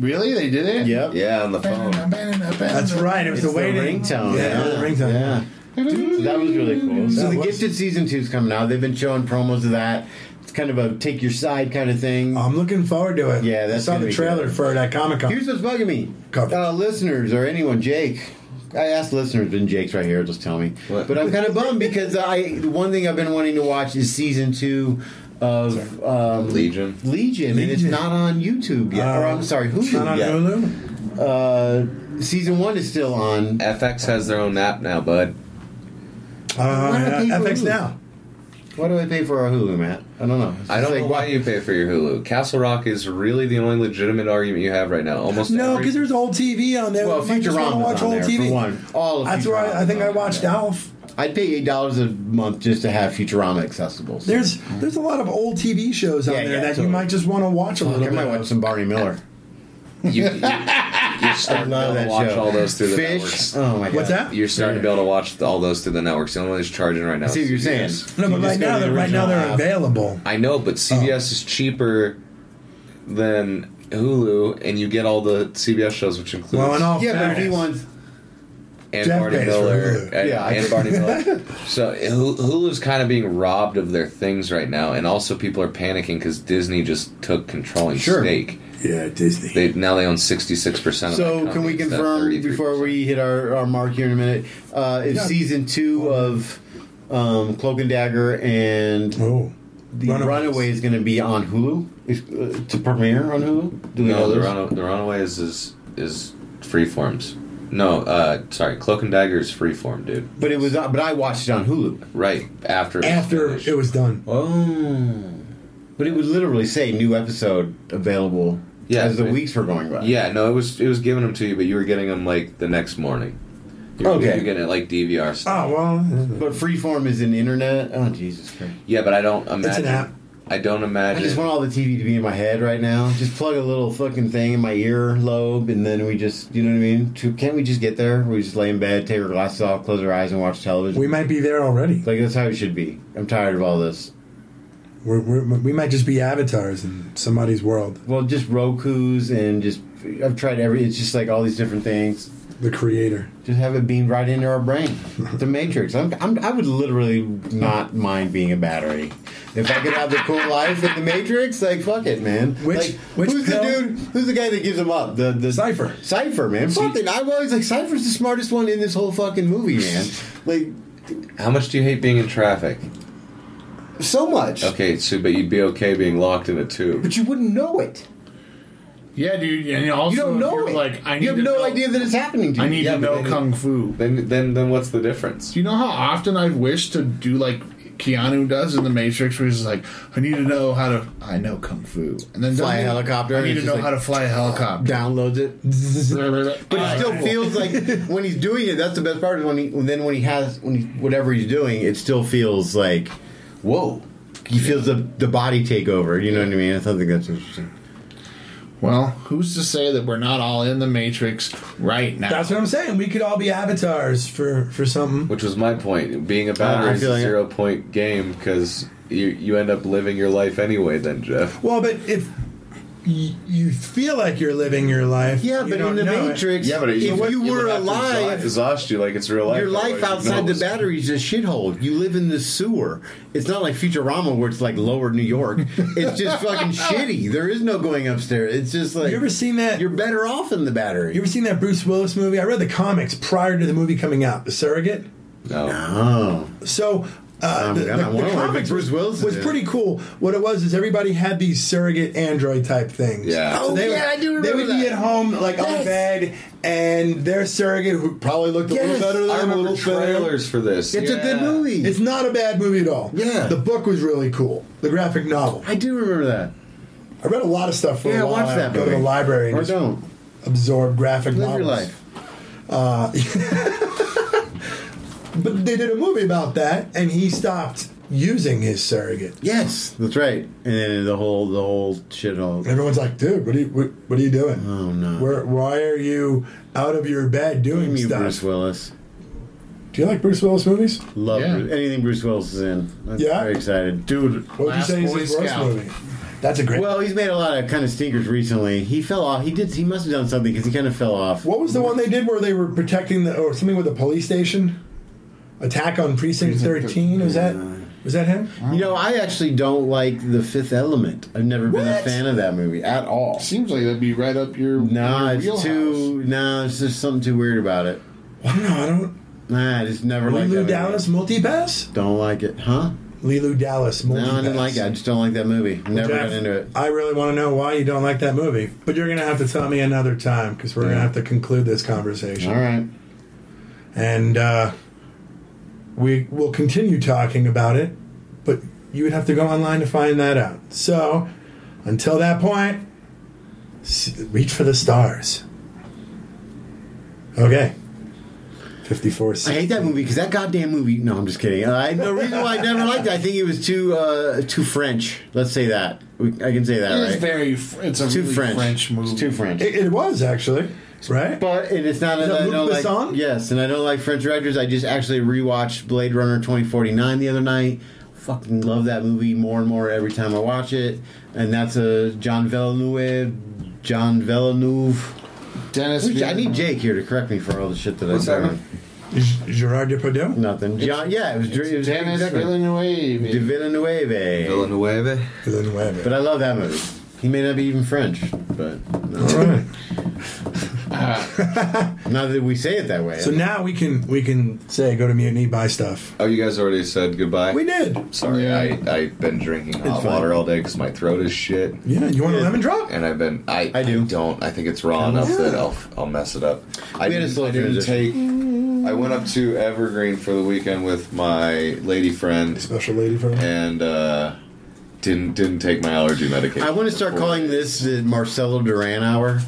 [SPEAKER 9] Really, they did it.
[SPEAKER 6] Yep.
[SPEAKER 8] Yeah, on the phone.
[SPEAKER 7] That's right. It was
[SPEAKER 6] It's
[SPEAKER 7] the
[SPEAKER 6] the
[SPEAKER 7] waiting
[SPEAKER 6] ringtone.
[SPEAKER 7] Yeah, the ringtone.
[SPEAKER 6] Yeah. So that was really cool. So
[SPEAKER 7] That
[SPEAKER 6] the
[SPEAKER 7] was-
[SPEAKER 6] Gifted season two's coming out. They've been showing promos of that. It's kind of a take your side kind of thing.
[SPEAKER 7] I'm looking forward to it.
[SPEAKER 6] Yeah, that's
[SPEAKER 7] I saw
[SPEAKER 6] gonna
[SPEAKER 7] the
[SPEAKER 6] be
[SPEAKER 7] trailer
[SPEAKER 6] good.
[SPEAKER 7] for that Comic Con.
[SPEAKER 6] Here's what's bugging me,
[SPEAKER 7] Cover.
[SPEAKER 6] uh, listeners or anyone, Jake. I asked listeners, and Jake's right here. Just tell me.
[SPEAKER 8] What?
[SPEAKER 6] But I'm kind of bummed because I the one thing I've been wanting to watch is season two of um,
[SPEAKER 8] Legion.
[SPEAKER 6] Legion, and it's
[SPEAKER 7] Legion. Uh,
[SPEAKER 6] not on YouTube yet. or I'm sorry, Hulu.
[SPEAKER 7] It's not on
[SPEAKER 6] yet.
[SPEAKER 7] Hulu.
[SPEAKER 6] Uh, season one is still on.
[SPEAKER 8] FX has their own app now, bud.
[SPEAKER 7] Uh,
[SPEAKER 6] Why not pay for
[SPEAKER 7] FX
[SPEAKER 6] Hulu?
[SPEAKER 7] now.
[SPEAKER 6] Why do I pay for our Hulu, Matt? I don't know. It's
[SPEAKER 8] I don't
[SPEAKER 6] like,
[SPEAKER 8] know why
[SPEAKER 6] why-
[SPEAKER 8] you pay for your Hulu. Castle Rock is really the only legitimate argument you have right now. Almost
[SPEAKER 7] No,
[SPEAKER 8] every-
[SPEAKER 7] because there's old TV on there.
[SPEAKER 6] Well,
[SPEAKER 7] I just want to
[SPEAKER 6] Futurama's
[SPEAKER 7] watch
[SPEAKER 6] on
[SPEAKER 7] old
[SPEAKER 6] there for
[SPEAKER 7] TV.
[SPEAKER 6] one. All of
[SPEAKER 7] That's where I, I think
[SPEAKER 6] Futurama's
[SPEAKER 7] I
[SPEAKER 6] on
[SPEAKER 7] watched
[SPEAKER 6] there.
[SPEAKER 7] Alf.
[SPEAKER 6] I'd pay eight dollars a month just to have Futurama accessible. So.
[SPEAKER 7] There's there's a lot of old TV shows on
[SPEAKER 6] Yeah,
[SPEAKER 7] there
[SPEAKER 6] yeah,
[SPEAKER 7] that
[SPEAKER 6] totally.
[SPEAKER 7] you might just want to watch a
[SPEAKER 6] Fuck,
[SPEAKER 7] little
[SPEAKER 6] I
[SPEAKER 7] bit.
[SPEAKER 6] might watch some Barney Miller.
[SPEAKER 8] you, you, you're starting to be able
[SPEAKER 6] Love that
[SPEAKER 8] to watch
[SPEAKER 6] show.
[SPEAKER 8] all those through the
[SPEAKER 6] Fish.
[SPEAKER 8] networks.
[SPEAKER 6] Oh my god.
[SPEAKER 7] What's that?
[SPEAKER 8] You're starting to be able to watch all those through the networks. The only one that's charging right now.
[SPEAKER 6] I see what you're
[SPEAKER 8] is
[SPEAKER 6] saying.
[SPEAKER 8] CBS.
[SPEAKER 7] No,
[SPEAKER 6] You
[SPEAKER 7] but
[SPEAKER 6] just
[SPEAKER 7] right
[SPEAKER 6] go to
[SPEAKER 7] now,
[SPEAKER 6] the
[SPEAKER 7] they're, right now
[SPEAKER 6] original
[SPEAKER 7] they're
[SPEAKER 6] app.
[SPEAKER 7] available.
[SPEAKER 8] I know,
[SPEAKER 6] Oh.
[SPEAKER 8] but CBS is cheaper than Hulu, and you get all the CBS shows, which includes
[SPEAKER 7] Well, in all
[SPEAKER 6] Yeah, but if
[SPEAKER 7] fairness,
[SPEAKER 6] he wants,
[SPEAKER 8] and
[SPEAKER 7] Jeff
[SPEAKER 8] Barney
[SPEAKER 7] pays for
[SPEAKER 8] Miller,
[SPEAKER 7] Hulu.
[SPEAKER 8] and,
[SPEAKER 6] Yeah, I
[SPEAKER 8] and
[SPEAKER 6] do.
[SPEAKER 8] Barney Miller. So Hulu- Hulu's kind of being robbed of their things right now, and also people are panicking because Disney just took controlling
[SPEAKER 6] Sure.
[SPEAKER 8] stake.
[SPEAKER 7] yeah, Disney.
[SPEAKER 8] They now they own sixty six percent. of
[SPEAKER 6] so
[SPEAKER 8] that
[SPEAKER 6] can we
[SPEAKER 8] company instead of
[SPEAKER 6] confirm
[SPEAKER 8] 33%.
[SPEAKER 6] before we hit our, our mark here in a minute? Uh, if
[SPEAKER 7] Yeah.
[SPEAKER 6] season two of um, Cloak and Dagger and
[SPEAKER 7] oh,
[SPEAKER 6] the Runaway,
[SPEAKER 7] Runaways.
[SPEAKER 6] is going to be on Hulu is, uh, to premiere on Hulu? Do we
[SPEAKER 8] No,
[SPEAKER 6] know
[SPEAKER 8] the,
[SPEAKER 6] this?
[SPEAKER 8] run, the Runaways is is freeforms. No, uh, sorry, Cloak and Dagger is freeform, dude.
[SPEAKER 6] But it was, uh, but I watched it on Hulu.
[SPEAKER 8] Right after it's
[SPEAKER 7] after
[SPEAKER 8] finished.
[SPEAKER 7] it was done.
[SPEAKER 6] Oh. But it would literally say new episode available
[SPEAKER 8] Yeah,
[SPEAKER 6] as the
[SPEAKER 8] but-
[SPEAKER 6] weeks were going by.
[SPEAKER 8] Yeah, no, it was it was giving them to you, but you were getting them like the next morning. You were,
[SPEAKER 6] Okay.
[SPEAKER 8] you were getting it like DVR stuff.
[SPEAKER 7] Oh well,
[SPEAKER 6] But Freeform is an internet. Oh Jesus Christ!
[SPEAKER 8] Yeah, but I don't imagine.
[SPEAKER 7] app.
[SPEAKER 8] I don't
[SPEAKER 6] I
[SPEAKER 8] imagine.
[SPEAKER 6] just want all the TV to be in my head right now. Just plug a little fucking thing in my ear lobe, and then we just, you know what I mean? To- Can't we just get there? We just lay in bed, take our glasses off, close our eyes, and watch television.
[SPEAKER 7] we might be there already.
[SPEAKER 6] like that's how it should be. I'm tired of all this.
[SPEAKER 7] We're, we're, we might just be avatars in somebody's world.
[SPEAKER 6] Well, just Roku's and just I've tried every. It's just like all these different things.
[SPEAKER 7] The creator.
[SPEAKER 6] Just have it beamed right into our brain. The Matrix. I'm, I'm, I would literally not mind being a battery. If I could have the cool life in the Matrix, like fuck it, man.
[SPEAKER 7] Which-
[SPEAKER 6] like,
[SPEAKER 7] which
[SPEAKER 6] who's
[SPEAKER 7] pill-
[SPEAKER 6] the dude? Who's the guy that gives him up? The the
[SPEAKER 7] Cypher.
[SPEAKER 6] Cipher, man. Fuck it. I was always like Cipher's the smartest one in this whole fucking movie, man. Like
[SPEAKER 8] How much do you hate being in traffic?
[SPEAKER 6] so much,
[SPEAKER 8] Okay, so but you'd be okay being locked in a tube.
[SPEAKER 6] but you wouldn't know it.
[SPEAKER 9] Yeah, dude. And also,
[SPEAKER 6] You don't
[SPEAKER 9] if
[SPEAKER 6] know
[SPEAKER 9] you're
[SPEAKER 6] it.
[SPEAKER 9] Like, I need
[SPEAKER 6] you have
[SPEAKER 9] to
[SPEAKER 6] no
[SPEAKER 9] know-
[SPEAKER 6] idea that it's happening to you.
[SPEAKER 9] I need
[SPEAKER 8] Yeah,
[SPEAKER 9] to
[SPEAKER 8] but
[SPEAKER 9] know
[SPEAKER 8] then you-
[SPEAKER 9] kung fu.
[SPEAKER 8] Then then then what's the difference?
[SPEAKER 9] Do you know how often I've wished to do like Keanu does in The Matrix, where he's like, "I need to know how to. I know kung fu." And then
[SPEAKER 6] Fly a
[SPEAKER 9] doesn't he-
[SPEAKER 6] helicopter,
[SPEAKER 9] I need
[SPEAKER 6] and
[SPEAKER 9] to
[SPEAKER 6] it's
[SPEAKER 9] know
[SPEAKER 6] just
[SPEAKER 9] how
[SPEAKER 6] like-
[SPEAKER 9] to fly a helicopter.
[SPEAKER 6] downloads it. But it still feels like when he's doing it. That's the best part. Is when he and then when he has when he, whatever he's doing, it still feels like whoa. He feels the the body take over. You know what I mean? I don't think that's interesting.
[SPEAKER 9] Well, who's to say that we're not all in the Matrix right now?
[SPEAKER 7] That's what I'm saying. We could all be avatars for for something.
[SPEAKER 8] Which was my point. Being a
[SPEAKER 6] Uh, I
[SPEAKER 8] battery is
[SPEAKER 6] feel
[SPEAKER 8] a
[SPEAKER 6] like-
[SPEAKER 8] zero point game because you you end up living your life anyway. Then Jeff.
[SPEAKER 7] Well, but if y- you feel like you're living your life,
[SPEAKER 6] Yeah,
[SPEAKER 7] you
[SPEAKER 6] but
[SPEAKER 7] don't
[SPEAKER 6] in the
[SPEAKER 7] know it.
[SPEAKER 6] Matrix, if
[SPEAKER 8] yeah, but
[SPEAKER 6] you
[SPEAKER 8] would
[SPEAKER 6] were
[SPEAKER 8] have to
[SPEAKER 6] alive,
[SPEAKER 8] exhaust you like it's real life.
[SPEAKER 6] your life
[SPEAKER 8] otherwise you'd
[SPEAKER 6] outside the
[SPEAKER 8] know.
[SPEAKER 6] battery is a shithole. You live in the sewer. It's not like Futurama where it's like lower New York. It's just fucking shitty. There is no going upstairs. It's just like
[SPEAKER 7] You ever seen that?
[SPEAKER 6] You're better off in the battery.
[SPEAKER 7] You ever seen that Bruce Willis movie? I read the comics prior to the movie coming out, The Surrogate.
[SPEAKER 8] No.
[SPEAKER 6] oh,
[SPEAKER 7] So uh,
[SPEAKER 6] Um,
[SPEAKER 7] the,
[SPEAKER 6] yeah,
[SPEAKER 7] the-
[SPEAKER 6] I
[SPEAKER 7] the
[SPEAKER 6] wonder what
[SPEAKER 7] comics
[SPEAKER 6] Bruce
[SPEAKER 7] was,
[SPEAKER 6] Willis
[SPEAKER 7] was
[SPEAKER 6] did.
[SPEAKER 7] pretty cool. What it was is everybody had these surrogate android type things.
[SPEAKER 8] Yeah.
[SPEAKER 7] So
[SPEAKER 6] Oh,
[SPEAKER 7] they
[SPEAKER 6] yeah, I do
[SPEAKER 7] They would
[SPEAKER 6] remember
[SPEAKER 7] be
[SPEAKER 6] that.
[SPEAKER 7] at home, like on
[SPEAKER 6] Yes.
[SPEAKER 7] bed, and their surrogate, who probably looked a
[SPEAKER 6] Yes.
[SPEAKER 7] little better than
[SPEAKER 8] I
[SPEAKER 7] them, a
[SPEAKER 8] remember
[SPEAKER 7] little better.
[SPEAKER 8] trailers for this.
[SPEAKER 6] it's a good
[SPEAKER 8] Yeah.
[SPEAKER 6] movie.
[SPEAKER 7] It's not a bad movie at all.
[SPEAKER 6] Yeah.
[SPEAKER 7] The book was really cool. The graphic novel.
[SPEAKER 6] I do remember that.
[SPEAKER 7] I read a lot of stuff for
[SPEAKER 6] Yeah,
[SPEAKER 7] a while.
[SPEAKER 6] watch
[SPEAKER 7] I
[SPEAKER 6] that
[SPEAKER 7] Go to the
[SPEAKER 6] movie.
[SPEAKER 7] library and
[SPEAKER 6] Or
[SPEAKER 7] just
[SPEAKER 6] don't
[SPEAKER 7] absorb graphic
[SPEAKER 6] live
[SPEAKER 7] novels. Uh,
[SPEAKER 6] your life.
[SPEAKER 7] But they did a movie about that, and he stopped using his surrogate.
[SPEAKER 6] Yes, that's right. And then the whole the whole shithole.
[SPEAKER 7] Everyone's like, dude, what are you, what, what are you doing?
[SPEAKER 6] Oh no,
[SPEAKER 7] Where, why are you out of your bed doing
[SPEAKER 6] you
[SPEAKER 7] stuff?
[SPEAKER 6] Bruce Willis.
[SPEAKER 7] Do you like Bruce Willis movies?
[SPEAKER 6] Love
[SPEAKER 9] Yeah.
[SPEAKER 6] Bruce- anything Bruce Willis is in. I'm
[SPEAKER 7] Yeah?
[SPEAKER 6] very excited, dude.
[SPEAKER 7] What would you
[SPEAKER 9] Last
[SPEAKER 7] say is
[SPEAKER 9] Boy
[SPEAKER 7] his worst
[SPEAKER 9] Scout.
[SPEAKER 7] movie? That's a great.
[SPEAKER 6] Well, he's made a lot of kind of stinkers recently. He fell off. He did. He must have done something because he kind of fell off.
[SPEAKER 7] what was the one they did where they were protecting the or something with the police station? Attack on Precinct Thirteen was that? Was that him?
[SPEAKER 6] You know, I actually don't like The Fifth Element. I've never been a
[SPEAKER 7] What?
[SPEAKER 6] fan of that movie at all.
[SPEAKER 9] Seems like that'd be right up your.
[SPEAKER 6] Nah,
[SPEAKER 9] your
[SPEAKER 6] it's
[SPEAKER 9] wheelhouse.
[SPEAKER 6] too. Nah, it's just something too weird about it.
[SPEAKER 7] I don't know. Oh, I don't.
[SPEAKER 6] Nah, I just never liked
[SPEAKER 7] Lulu
[SPEAKER 6] that.
[SPEAKER 7] Dallas
[SPEAKER 6] Movie.
[SPEAKER 7] multipass.
[SPEAKER 6] Don't like it, huh?
[SPEAKER 7] Lulu Dallas multipass.
[SPEAKER 6] No, I didn't like it. I just don't like that movie. Never got into it.
[SPEAKER 7] I really want to know why you don't like that movie, but you're gonna have to tell me another time because we're gonna have to conclude this conversation.
[SPEAKER 6] All right.
[SPEAKER 7] and uh, we will continue talking about it but you would have to go online to find that out. So, until that point, s- reach for the stars. Okay. 54
[SPEAKER 6] I hate that movie because that goddamn movie. No, I'm just kidding. I, the reason why I never liked it, I think it was too uh, too French. Let's say that. We, I can say that,
[SPEAKER 9] It is
[SPEAKER 6] right?
[SPEAKER 9] very. fr- It's a
[SPEAKER 6] too
[SPEAKER 9] really
[SPEAKER 6] French.
[SPEAKER 9] French. movie.
[SPEAKER 6] It's too French.
[SPEAKER 7] It, it was actually, right?
[SPEAKER 6] But and it's not
[SPEAKER 7] Is
[SPEAKER 6] that
[SPEAKER 7] that
[SPEAKER 6] I
[SPEAKER 7] Luc
[SPEAKER 6] don't like.
[SPEAKER 7] Besson?
[SPEAKER 6] Yes, and I don't like French directors. I just actually rewatched Blade Runner 2049 the other night. Fucking love that movie more and more every time I watch it. And that's a John Villeneuve. John Villeneuve.
[SPEAKER 9] Dennis.
[SPEAKER 6] I need Jake here to correct me for all the shit that
[SPEAKER 8] What's
[SPEAKER 6] I've
[SPEAKER 8] that?
[SPEAKER 6] done.
[SPEAKER 7] G- Gerard Depardieu?
[SPEAKER 6] Nothing. John, yeah, it was, it was
[SPEAKER 9] Dennis
[SPEAKER 6] Jake Beckman.
[SPEAKER 9] Villeneuve.
[SPEAKER 6] De Villeneuve.
[SPEAKER 8] Villanueva.
[SPEAKER 7] Villeneuve.
[SPEAKER 6] But I love that movie. He may not be even French, but
[SPEAKER 7] All
[SPEAKER 6] no.
[SPEAKER 7] right.
[SPEAKER 6] not that we say it that way.
[SPEAKER 7] So now we can we can say go to mutiny, buy stuff.
[SPEAKER 8] Oh, you guys already said goodbye.
[SPEAKER 7] We did.
[SPEAKER 8] Sorry,
[SPEAKER 9] Yeah.
[SPEAKER 8] I I've been drinking hot
[SPEAKER 6] fine.
[SPEAKER 8] water all day because my throat is shit,
[SPEAKER 7] Yeah, you want a lemon drop?
[SPEAKER 8] and I've been I
[SPEAKER 6] I do.
[SPEAKER 8] don't I think it's raw enough that I'll I'll mess it up. I
[SPEAKER 6] We had a
[SPEAKER 8] didn't-
[SPEAKER 6] slow
[SPEAKER 8] I didn't take.
[SPEAKER 6] transition.
[SPEAKER 8] I went up to Evergreen for the weekend with my lady friend
[SPEAKER 7] Special lady for
[SPEAKER 8] and uh, didn't didn't take my allergy medication.
[SPEAKER 6] I want to start calling this the Marcelo Duran hour.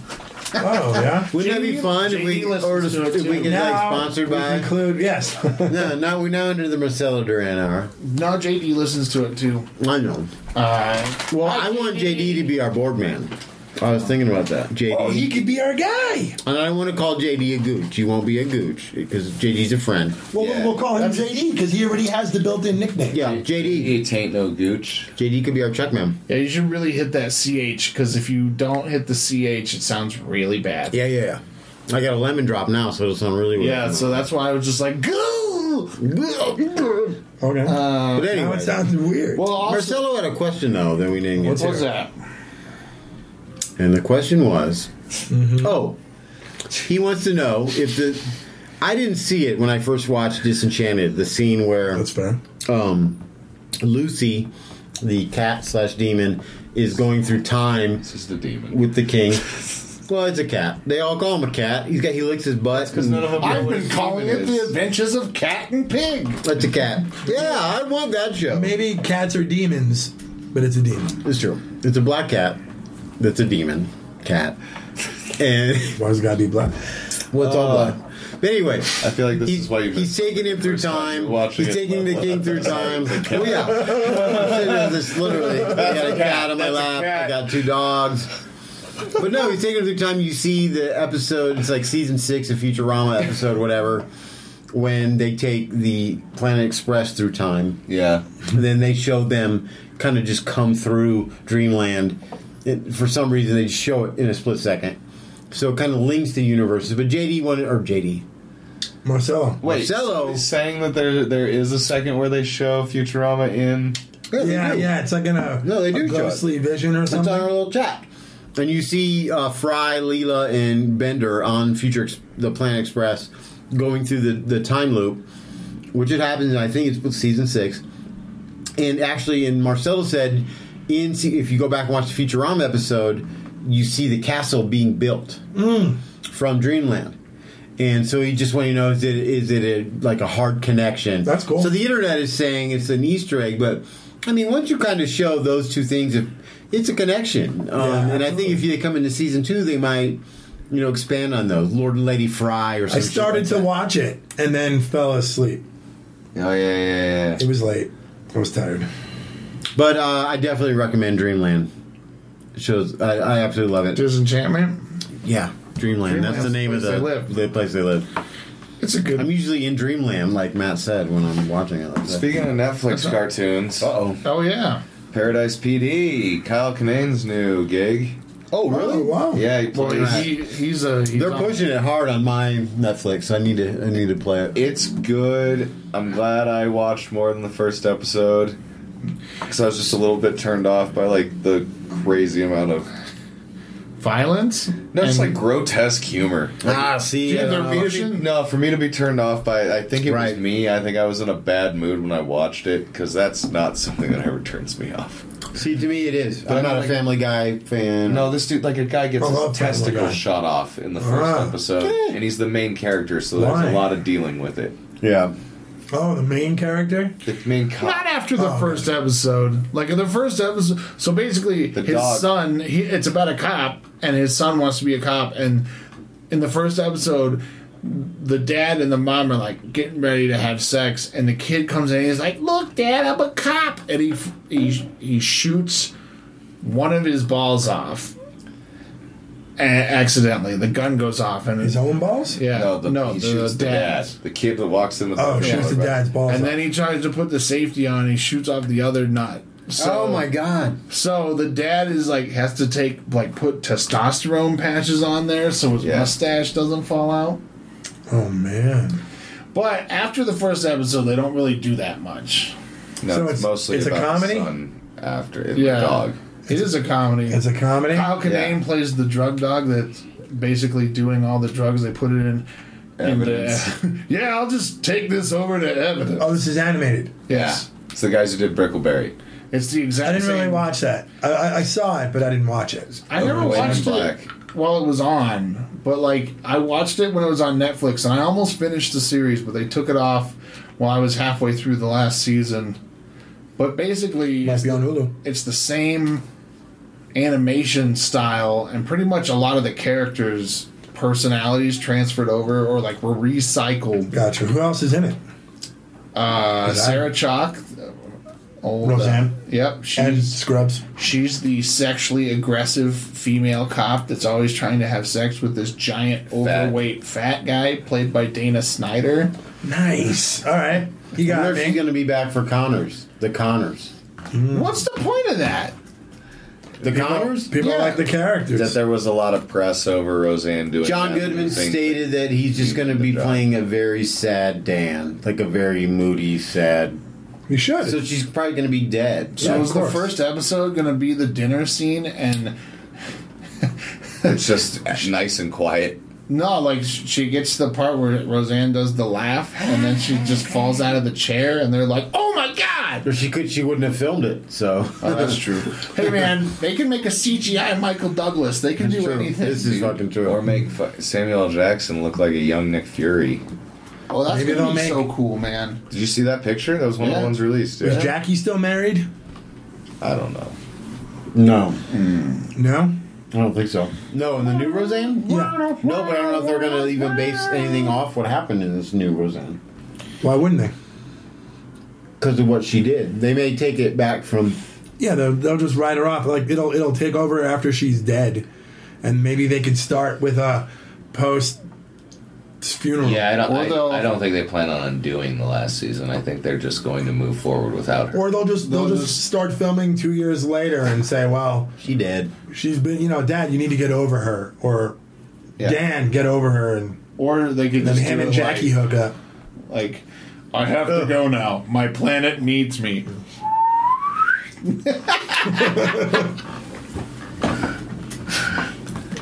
[SPEAKER 7] Oh yeah.
[SPEAKER 6] Wouldn't that be
[SPEAKER 9] JD
[SPEAKER 6] fun if we
[SPEAKER 9] JD listens
[SPEAKER 6] or
[SPEAKER 9] to it
[SPEAKER 6] if we
[SPEAKER 9] too.
[SPEAKER 6] get like
[SPEAKER 7] Now
[SPEAKER 6] sponsored
[SPEAKER 7] we
[SPEAKER 6] by?
[SPEAKER 7] Include yes.
[SPEAKER 6] No, now we're now under the Marcelo Duran hour.
[SPEAKER 9] No, JD listens to it too.
[SPEAKER 6] I know.
[SPEAKER 9] Uh,
[SPEAKER 6] Well, I want JD to be our board man. I was thinking about that, JD.
[SPEAKER 7] oh, he could be our guy.
[SPEAKER 6] and I want to call JD a gooch. He won't be a gooch because JD's a friend.
[SPEAKER 7] Well,
[SPEAKER 8] Yeah.
[SPEAKER 7] we'll call him JD because he already has the built-in nickname.
[SPEAKER 6] Yeah, JD.
[SPEAKER 8] He ain't no gooch.
[SPEAKER 6] JD could be our check man.
[SPEAKER 9] yeah, you should really hit that CH because if you don't hit the CH, it sounds really bad.
[SPEAKER 6] Yeah, yeah, yeah. I got a lemon drop now, so it'll sound really weird.
[SPEAKER 9] Yeah, so that's why I was just like, Uh, go.
[SPEAKER 7] Okay.
[SPEAKER 6] But
[SPEAKER 7] now it
[SPEAKER 6] Uh, anyway,
[SPEAKER 7] sounds weird.
[SPEAKER 9] Well, also,
[SPEAKER 6] Marcelo had a question though that we didn't get
[SPEAKER 9] what
[SPEAKER 6] to.
[SPEAKER 9] was that?
[SPEAKER 6] And the question was, oh, he wants to know if the. I didn't see it when I first watched Disenchanted. The scene where
[SPEAKER 7] That's fair.
[SPEAKER 6] um, Lucy, the cat slash demon, is going through time
[SPEAKER 8] This is the demon.
[SPEAKER 6] with the king. Well, it's a cat. They all call him a cat. He's got he licks his butt. Because none of them.
[SPEAKER 9] I've been calling it
[SPEAKER 8] is.
[SPEAKER 9] the Adventures of Cat and Pig.
[SPEAKER 6] It's a cat. Yeah, I want that show.
[SPEAKER 7] Maybe cats are demons, but it's a demon.
[SPEAKER 6] It's true. It's a black cat. That's a demon cat. And
[SPEAKER 7] Why does it gotta be black?
[SPEAKER 6] What's all black? But anyway,
[SPEAKER 8] I feel like this
[SPEAKER 6] he's,
[SPEAKER 8] is why you
[SPEAKER 6] he's taking him through time.
[SPEAKER 8] watching
[SPEAKER 6] He's
[SPEAKER 8] it.
[SPEAKER 6] taking the king through time. Oh yeah, I'm sitting there just literally. I got a cat on my lap. I got two dogs. But no, he's taking him through time. You see the episode. It's like season six of Futurama episode, whatever. When they take the Planet Express through time,
[SPEAKER 8] Yeah.
[SPEAKER 6] and then they show them kind of just come through Dreamland. It, for some reason, they just show it in a split second. So it kind of links the universes. But JD wanted, or JD,
[SPEAKER 7] Marcelo.
[SPEAKER 8] Wait,
[SPEAKER 6] Marcelo-
[SPEAKER 8] somebody's saying that there there is a second where they show Futurama in.
[SPEAKER 7] Yeah, yeah. It's like in a,
[SPEAKER 6] No, they do
[SPEAKER 7] a
[SPEAKER 6] show it.
[SPEAKER 7] ghostly vision or
[SPEAKER 6] It's
[SPEAKER 7] something.
[SPEAKER 6] on our little chat. And you see uh, Fry, Leela, and Bender on Future Ex- the Planet Express going through the, the time loop, which it happens, and I think it's season six. And actually, and Marcelo said, in se- if you go back and watch the Futurama episode, you see the castle being built
[SPEAKER 7] Mm.
[SPEAKER 6] from Dreamland. And so he just want to know is it is it a, like a hard connection?
[SPEAKER 7] That's cool.
[SPEAKER 6] So the internet is saying it's an Easter egg, but I mean, once you kind of show those two things, if it's a connection. Um,
[SPEAKER 7] Yeah,
[SPEAKER 6] and I think if you come into season two, they might you know expand on those Lord and Lady Fry or
[SPEAKER 7] I
[SPEAKER 6] something.
[SPEAKER 7] started to watch it and then fell asleep.
[SPEAKER 8] Oh yeah, yeah, yeah.
[SPEAKER 7] It was late. I was tired.
[SPEAKER 6] but uh, I definitely recommend Dreamland. It shows I, I absolutely love it.
[SPEAKER 9] Disenchantment.
[SPEAKER 6] Yeah, Dreamland. That's the
[SPEAKER 9] Dreamland's
[SPEAKER 6] name
[SPEAKER 9] the
[SPEAKER 6] of the,
[SPEAKER 9] place they
[SPEAKER 6] the
[SPEAKER 9] live.
[SPEAKER 6] place they live.
[SPEAKER 9] It's a good.
[SPEAKER 6] I'm usually in Dreamland, like Matt said, when I'm watching it. Like that.
[SPEAKER 8] Speaking of Netflix cartoons,
[SPEAKER 6] oh,
[SPEAKER 9] oh yeah.
[SPEAKER 8] Paradise PD, Kyle Kinane's new gig.
[SPEAKER 6] oh,
[SPEAKER 7] Oh, wow.
[SPEAKER 8] Yeah, he
[SPEAKER 9] Well,
[SPEAKER 8] plays.
[SPEAKER 9] he, he's a. He's
[SPEAKER 6] They're
[SPEAKER 9] on-
[SPEAKER 6] pushing it hard on my Netflix. I need to. I need to play it.
[SPEAKER 8] It's good. I'm glad I watched more than the first episode because I was just a little bit turned off by like the crazy amount of
[SPEAKER 9] violence.
[SPEAKER 8] no, it's like
[SPEAKER 9] And-
[SPEAKER 8] grotesque humor.
[SPEAKER 6] Ah, see,
[SPEAKER 9] Yeah, they're
[SPEAKER 6] uh,
[SPEAKER 9] being-
[SPEAKER 8] No, for me to be turned off by, I think it
[SPEAKER 6] Right.
[SPEAKER 8] was me. I think I was in a bad mood when I watched it because that's not something that ever turns me off.
[SPEAKER 6] see, to me it is.
[SPEAKER 8] But
[SPEAKER 6] I'm
[SPEAKER 8] I
[SPEAKER 6] not
[SPEAKER 8] don't
[SPEAKER 6] a
[SPEAKER 8] like-
[SPEAKER 6] Family Guy fan.
[SPEAKER 8] No, this dude, like a guy gets
[SPEAKER 7] I
[SPEAKER 8] his
[SPEAKER 7] love Family
[SPEAKER 8] testicles
[SPEAKER 7] Guy.
[SPEAKER 8] shot off in the first
[SPEAKER 7] Ah.
[SPEAKER 8] Eh. episode, and he's the main character, so there's
[SPEAKER 7] Why?
[SPEAKER 8] a lot of dealing with it.
[SPEAKER 6] yeah,
[SPEAKER 7] Oh, the main character?
[SPEAKER 8] The main cop.
[SPEAKER 9] Not after the first episode. Like in the first episode, so basically,
[SPEAKER 8] The
[SPEAKER 9] his
[SPEAKER 8] dog.
[SPEAKER 9] son. He, it's about a cop, and his son wants to be a cop. And in the first episode, the dad and the mom are like getting ready to have sex, and the kid comes in. and He's like, "Look, Dad, I'm a cop," and he he he shoots one of his balls off. A- accidentally, the gun goes off, and
[SPEAKER 7] His own balls?
[SPEAKER 9] yeah,
[SPEAKER 8] No,
[SPEAKER 9] no,
[SPEAKER 8] the, he
[SPEAKER 9] the,
[SPEAKER 8] shoots the dad.
[SPEAKER 9] dad's.
[SPEAKER 8] The kid that walks in with
[SPEAKER 7] Oh,
[SPEAKER 8] the
[SPEAKER 7] shoots the dad's balls.
[SPEAKER 9] And
[SPEAKER 7] off.
[SPEAKER 9] then he tries to put the safety on. and He shoots off the other nut. So,
[SPEAKER 6] oh my god!
[SPEAKER 9] So the dad is like has to take like put testosterone patches on there so his
[SPEAKER 8] Yeah.
[SPEAKER 9] mustache doesn't fall out.
[SPEAKER 7] oh man.
[SPEAKER 9] But after the first episode, they don't really do that much.
[SPEAKER 8] No,
[SPEAKER 7] So
[SPEAKER 8] it's
[SPEAKER 7] it's-
[SPEAKER 8] mostly
[SPEAKER 7] it's a
[SPEAKER 8] about
[SPEAKER 7] comedy?
[SPEAKER 8] The son after and the
[SPEAKER 9] Yeah,
[SPEAKER 8] dog.
[SPEAKER 9] it is a comedy.
[SPEAKER 7] It's a comedy?
[SPEAKER 9] Kyle
[SPEAKER 8] Yeah.
[SPEAKER 9] Kinane plays the drug dog that's basically doing all the drugs. They put it in. in the-
[SPEAKER 8] Evidence.
[SPEAKER 9] yeah, I'll just take this over to evidence.
[SPEAKER 7] Oh, this is animated.
[SPEAKER 9] yeah,
[SPEAKER 8] It's the guys who did Brickleberry.
[SPEAKER 9] it's the exact.
[SPEAKER 7] I didn't really
[SPEAKER 9] same-
[SPEAKER 7] watch that. I, I, I saw it, but I didn't watch it.
[SPEAKER 9] I never
[SPEAKER 8] White and
[SPEAKER 9] watched
[SPEAKER 8] Black.
[SPEAKER 9] it while it was on, but like I watched it when it was on Netflix, and I almost finished the series, but they took it off while I was halfway through the last season. But basically,
[SPEAKER 7] Must
[SPEAKER 9] it's
[SPEAKER 7] be on
[SPEAKER 9] the,
[SPEAKER 7] Hulu.
[SPEAKER 9] it's the same animation style, and pretty much a lot of the characters' personalities transferred over or like were recycled.
[SPEAKER 7] Gotcha. Who else is in it?
[SPEAKER 9] Uh,
[SPEAKER 7] Is that-
[SPEAKER 9] Sarah Chalk, old uh,
[SPEAKER 7] Roseanne.
[SPEAKER 9] yep, she's
[SPEAKER 7] And Scrubs.
[SPEAKER 9] She's the sexually aggressive female cop that's always trying to have sex with this giant, overweight, fat guy played by Dana Snyder.
[SPEAKER 7] Nice. All right. You
[SPEAKER 6] I
[SPEAKER 7] got
[SPEAKER 6] wonder if she's
[SPEAKER 7] me.
[SPEAKER 6] gonna be back for Connors. The Connors.
[SPEAKER 9] What's the point of that?
[SPEAKER 6] The Connors.
[SPEAKER 7] People
[SPEAKER 9] Yeah.
[SPEAKER 7] like the
[SPEAKER 8] That
[SPEAKER 7] characters.
[SPEAKER 8] there was a lot of press over Roseanne doing.
[SPEAKER 6] John
[SPEAKER 8] that
[SPEAKER 6] Goodman
[SPEAKER 8] thing.
[SPEAKER 6] stated that he's just going to be playing a very sad Dan, like a very moody, sad.
[SPEAKER 7] you should.
[SPEAKER 6] So she's probably going to be dead.
[SPEAKER 9] So
[SPEAKER 7] of
[SPEAKER 9] is the
[SPEAKER 7] course.
[SPEAKER 9] first episode going to be the dinner scene? And
[SPEAKER 8] It's just nice and quiet.
[SPEAKER 9] no, like sh- she gets to the part where Roseanne does the laugh, and then she just falls out of the chair, and they're like, "Oh my god!"
[SPEAKER 6] Or she could, she wouldn't have filmed it. So
[SPEAKER 9] Oh, that's true. hey man, they can make a CGI Michael Douglas. They can do
[SPEAKER 6] True.
[SPEAKER 9] anything.
[SPEAKER 6] This is fucking true.
[SPEAKER 8] Or make fu- Samuel L. Jackson look like a young Nick Fury.
[SPEAKER 9] oh, that's
[SPEAKER 7] Maybe
[SPEAKER 9] gonna
[SPEAKER 7] they'll
[SPEAKER 9] be
[SPEAKER 7] make-
[SPEAKER 9] so cool, man.
[SPEAKER 8] Did you see that picture? That was one of
[SPEAKER 9] Yeah.
[SPEAKER 8] the ones released.
[SPEAKER 7] is
[SPEAKER 8] Dude.
[SPEAKER 7] Jackie still married?
[SPEAKER 8] I don't know.
[SPEAKER 6] no,
[SPEAKER 7] No.
[SPEAKER 6] I don't think so. No, in the new Roseanne.
[SPEAKER 7] Yeah.
[SPEAKER 6] No, but I don't know if they're going to even base anything off what happened in this new Roseanne
[SPEAKER 7] Why wouldn't they?
[SPEAKER 6] because of what she did. They may take it back from.
[SPEAKER 7] Yeah, they'll, they'll just write her off. Like it'll it'll take over after she's dead, and maybe they could start with a post funeral.
[SPEAKER 8] Yeah, I don't.
[SPEAKER 9] Or they'll-
[SPEAKER 8] I, I don't think they plan on undoing the last season. I think they're just going to move forward without her.
[SPEAKER 7] Or they'll just they'll,
[SPEAKER 9] They'll
[SPEAKER 7] just,
[SPEAKER 9] just-
[SPEAKER 7] start filming two years later and say, "Well,
[SPEAKER 6] She dead.
[SPEAKER 7] she's been you know, Dad, you need to get over her," or
[SPEAKER 8] Yeah.
[SPEAKER 7] Dan, get over her, and
[SPEAKER 9] Or they could
[SPEAKER 7] then
[SPEAKER 9] just
[SPEAKER 7] him
[SPEAKER 9] do
[SPEAKER 7] and
[SPEAKER 9] it
[SPEAKER 7] Jackie
[SPEAKER 9] like-
[SPEAKER 7] hook up.
[SPEAKER 9] Like, I have to go now. My planet needs me.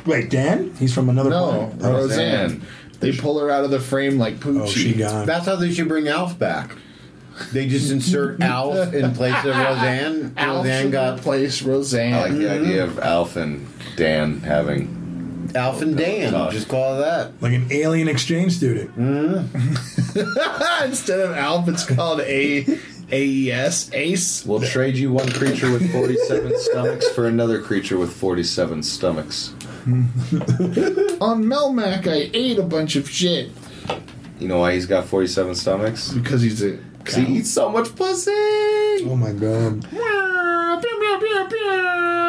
[SPEAKER 7] Wait, Dan? He's from another
[SPEAKER 9] No,
[SPEAKER 7] planet. Oh,
[SPEAKER 9] Roseanne. They pull her out of the frame like Poochie.
[SPEAKER 7] oh, she gone.
[SPEAKER 6] That's how they should bring Alf back. They just insert Alf in place of Roseanne.
[SPEAKER 9] Alf
[SPEAKER 6] Roseanne
[SPEAKER 9] should
[SPEAKER 6] got
[SPEAKER 9] replace Roseanne.
[SPEAKER 8] I like the idea of Alf and Dan having.
[SPEAKER 6] Alf and Dan. Just call it that.
[SPEAKER 7] like an alien exchange student.
[SPEAKER 9] Instead of Alf, it's called A AES Ace.
[SPEAKER 8] We'll trade you one creature with forty-seven stomachs for another creature with forty-seven stomachs.
[SPEAKER 9] On Melmac, I ate a bunch of shit
[SPEAKER 8] You know why he's got forty-seven stomachs?
[SPEAKER 9] because he's a.
[SPEAKER 8] Because he eats so much pussy.
[SPEAKER 7] Oh my god.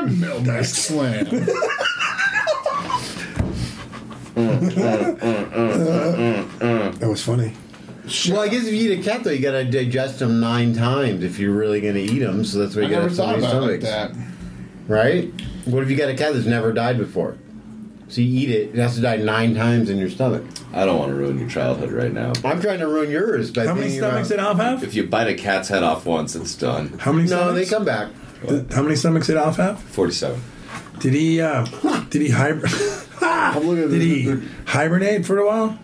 [SPEAKER 9] Melmac slam.
[SPEAKER 7] That was funny.
[SPEAKER 6] Well, I guess if you eat a cat, though, you got to digest them nine times if you're really going to eat them. So that's why
[SPEAKER 9] I
[SPEAKER 6] you got to
[SPEAKER 9] never
[SPEAKER 6] have so
[SPEAKER 9] thought
[SPEAKER 6] many
[SPEAKER 9] about it like
[SPEAKER 6] stomachs,
[SPEAKER 9] that.
[SPEAKER 6] right? What if you got a cat that's never died before? So you eat it, it has to die nine times in your stomach.
[SPEAKER 8] I don't want to ruin your childhood right now.
[SPEAKER 6] I'm trying to ruin yours, but
[SPEAKER 7] How many stomachs did Alf have?
[SPEAKER 8] If you bite a cat's head off once, it's done.
[SPEAKER 7] How many
[SPEAKER 6] No, they
[SPEAKER 7] stomachs?
[SPEAKER 6] come back.
[SPEAKER 7] Did- how many stomachs did Alf have?
[SPEAKER 8] Forty-seven.
[SPEAKER 7] Did he? Uh, did he hibernate? did he hibernate for a while?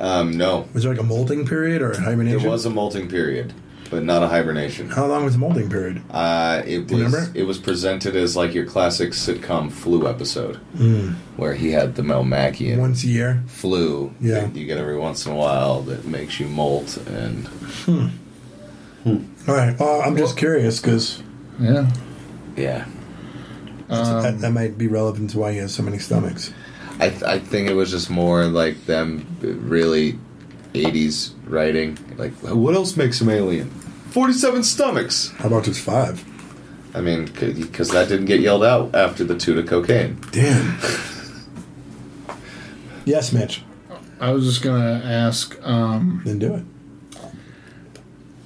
[SPEAKER 8] Um, no,
[SPEAKER 7] Was there like a molting period or hibernation?
[SPEAKER 8] There was a molting period. but not a hibernation.
[SPEAKER 7] How long was the molding period?
[SPEAKER 8] Uh, it was
[SPEAKER 7] Remember?
[SPEAKER 8] it was presented as like your classic sitcom flu episode,
[SPEAKER 7] Hmm.
[SPEAKER 8] where he had the Mel Mackey and
[SPEAKER 7] Once a year.
[SPEAKER 8] flu
[SPEAKER 7] Yeah.
[SPEAKER 8] that you get every once in a while that makes you molt and
[SPEAKER 7] All right. Well, I'm just curious because
[SPEAKER 9] Yeah.
[SPEAKER 8] yeah.
[SPEAKER 7] that, that might be relevant to why he has so many stomachs.
[SPEAKER 8] I th- I think it was just more like them uh, really 80s writing. Like what else makes him alien? 47 stomachs.
[SPEAKER 7] How about just five?
[SPEAKER 8] I mean, because that didn't get yelled out after the two to cocaine.
[SPEAKER 7] Damn. yes, Mitch.
[SPEAKER 9] I was just gonna ask, um,
[SPEAKER 7] Then do it.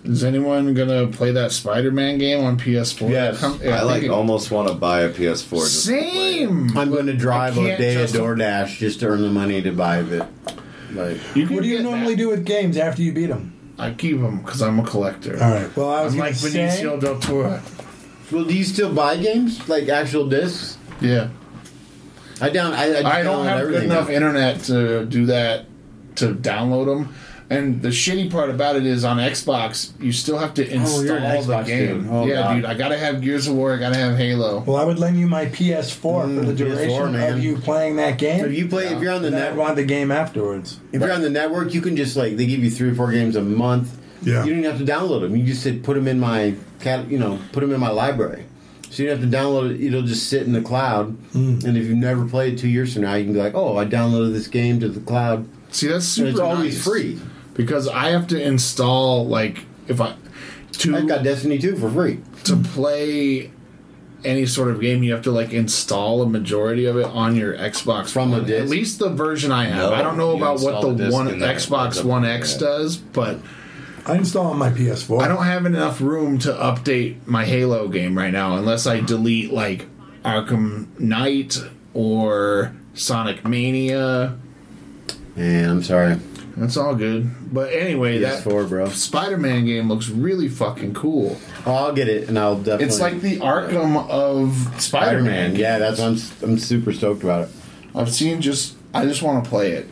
[SPEAKER 9] is anyone gonna play that Spider-Man game on PS4?
[SPEAKER 6] Yes.
[SPEAKER 9] Come-
[SPEAKER 8] I
[SPEAKER 9] think
[SPEAKER 8] like
[SPEAKER 9] it-
[SPEAKER 8] almost want to buy a PS4. Just to play it.
[SPEAKER 9] Same.
[SPEAKER 6] I'm going to drive a
[SPEAKER 9] can't
[SPEAKER 6] day at
[SPEAKER 9] justify-
[SPEAKER 6] DoorDash just to earn the money to buy it. Like,
[SPEAKER 9] You
[SPEAKER 7] What do you
[SPEAKER 9] get
[SPEAKER 7] normally
[SPEAKER 9] that.
[SPEAKER 7] do with games after you beat them?
[SPEAKER 9] I keep them because I'm a collector.
[SPEAKER 7] All right. Well, I was
[SPEAKER 9] I'm like
[SPEAKER 7] like say,
[SPEAKER 9] Benicio del Toro.
[SPEAKER 6] well, do you still buy games like actual discs?
[SPEAKER 9] Yeah.
[SPEAKER 6] I down. I, I,
[SPEAKER 9] I don't
[SPEAKER 6] download
[SPEAKER 9] have good
[SPEAKER 6] everything now.
[SPEAKER 9] enough internet to do that to download them. And the shitty part about it is on Xbox, you still have to install
[SPEAKER 6] Oh, you're an
[SPEAKER 9] the
[SPEAKER 6] Xbox
[SPEAKER 9] game.
[SPEAKER 6] dude. Oh,
[SPEAKER 9] yeah,
[SPEAKER 6] God.
[SPEAKER 9] dude, I gotta have Gears of War. I gotta have Halo.
[SPEAKER 7] well, I would lend you my PS4 for
[SPEAKER 6] Mm,
[SPEAKER 7] the
[SPEAKER 6] PS4,
[SPEAKER 7] duration
[SPEAKER 6] man.
[SPEAKER 7] of you playing that game.
[SPEAKER 6] If you play, if you're on the
[SPEAKER 7] and I'd
[SPEAKER 6] net,
[SPEAKER 7] want the game afterwards.
[SPEAKER 6] if you're on the network, you can just like they give you three or four games a month.
[SPEAKER 7] Yeah.
[SPEAKER 6] You don't even have to download them. You just said put them in my cat. You know, put them in my library. So you don't have to download it. It'll just sit in the cloud.
[SPEAKER 9] Hmm.
[SPEAKER 6] And if you've never played two years from now, you can be like, oh, I downloaded this game to the cloud.
[SPEAKER 9] See, that's
[SPEAKER 6] And
[SPEAKER 9] super
[SPEAKER 6] it's always
[SPEAKER 9] nice.
[SPEAKER 6] free.
[SPEAKER 9] because I have to install like if I
[SPEAKER 6] I
[SPEAKER 9] to
[SPEAKER 6] got Destiny two for free.
[SPEAKER 9] to play any sort of game you have to like install a majority of it on your Xbox
[SPEAKER 6] From a
[SPEAKER 9] One. At
[SPEAKER 6] disc?
[SPEAKER 9] least the version I have.
[SPEAKER 8] No,
[SPEAKER 9] I don't know
[SPEAKER 8] you
[SPEAKER 9] about what
[SPEAKER 8] install the
[SPEAKER 9] the
[SPEAKER 8] disc
[SPEAKER 9] one
[SPEAKER 8] in there.
[SPEAKER 9] Xbox One X
[SPEAKER 8] Yeah.
[SPEAKER 9] does, but
[SPEAKER 7] I install on my PS4.
[SPEAKER 9] I don't have enough room to update my Halo game right now unless I delete like Arkham Knight or Sonic Mania.
[SPEAKER 6] Man, I'm sorry.
[SPEAKER 9] That's all good. But anyway, that
[SPEAKER 6] PS4, bro.
[SPEAKER 9] Spider-Man game looks really fucking cool.
[SPEAKER 6] Oh, I'll get it, and I'll definitely.
[SPEAKER 9] It's like the Arkham of Spider-Man.
[SPEAKER 6] Spider-Man. Yeah, that's I'm. I'm super stoked about it.
[SPEAKER 9] I've seen just I just want to play it.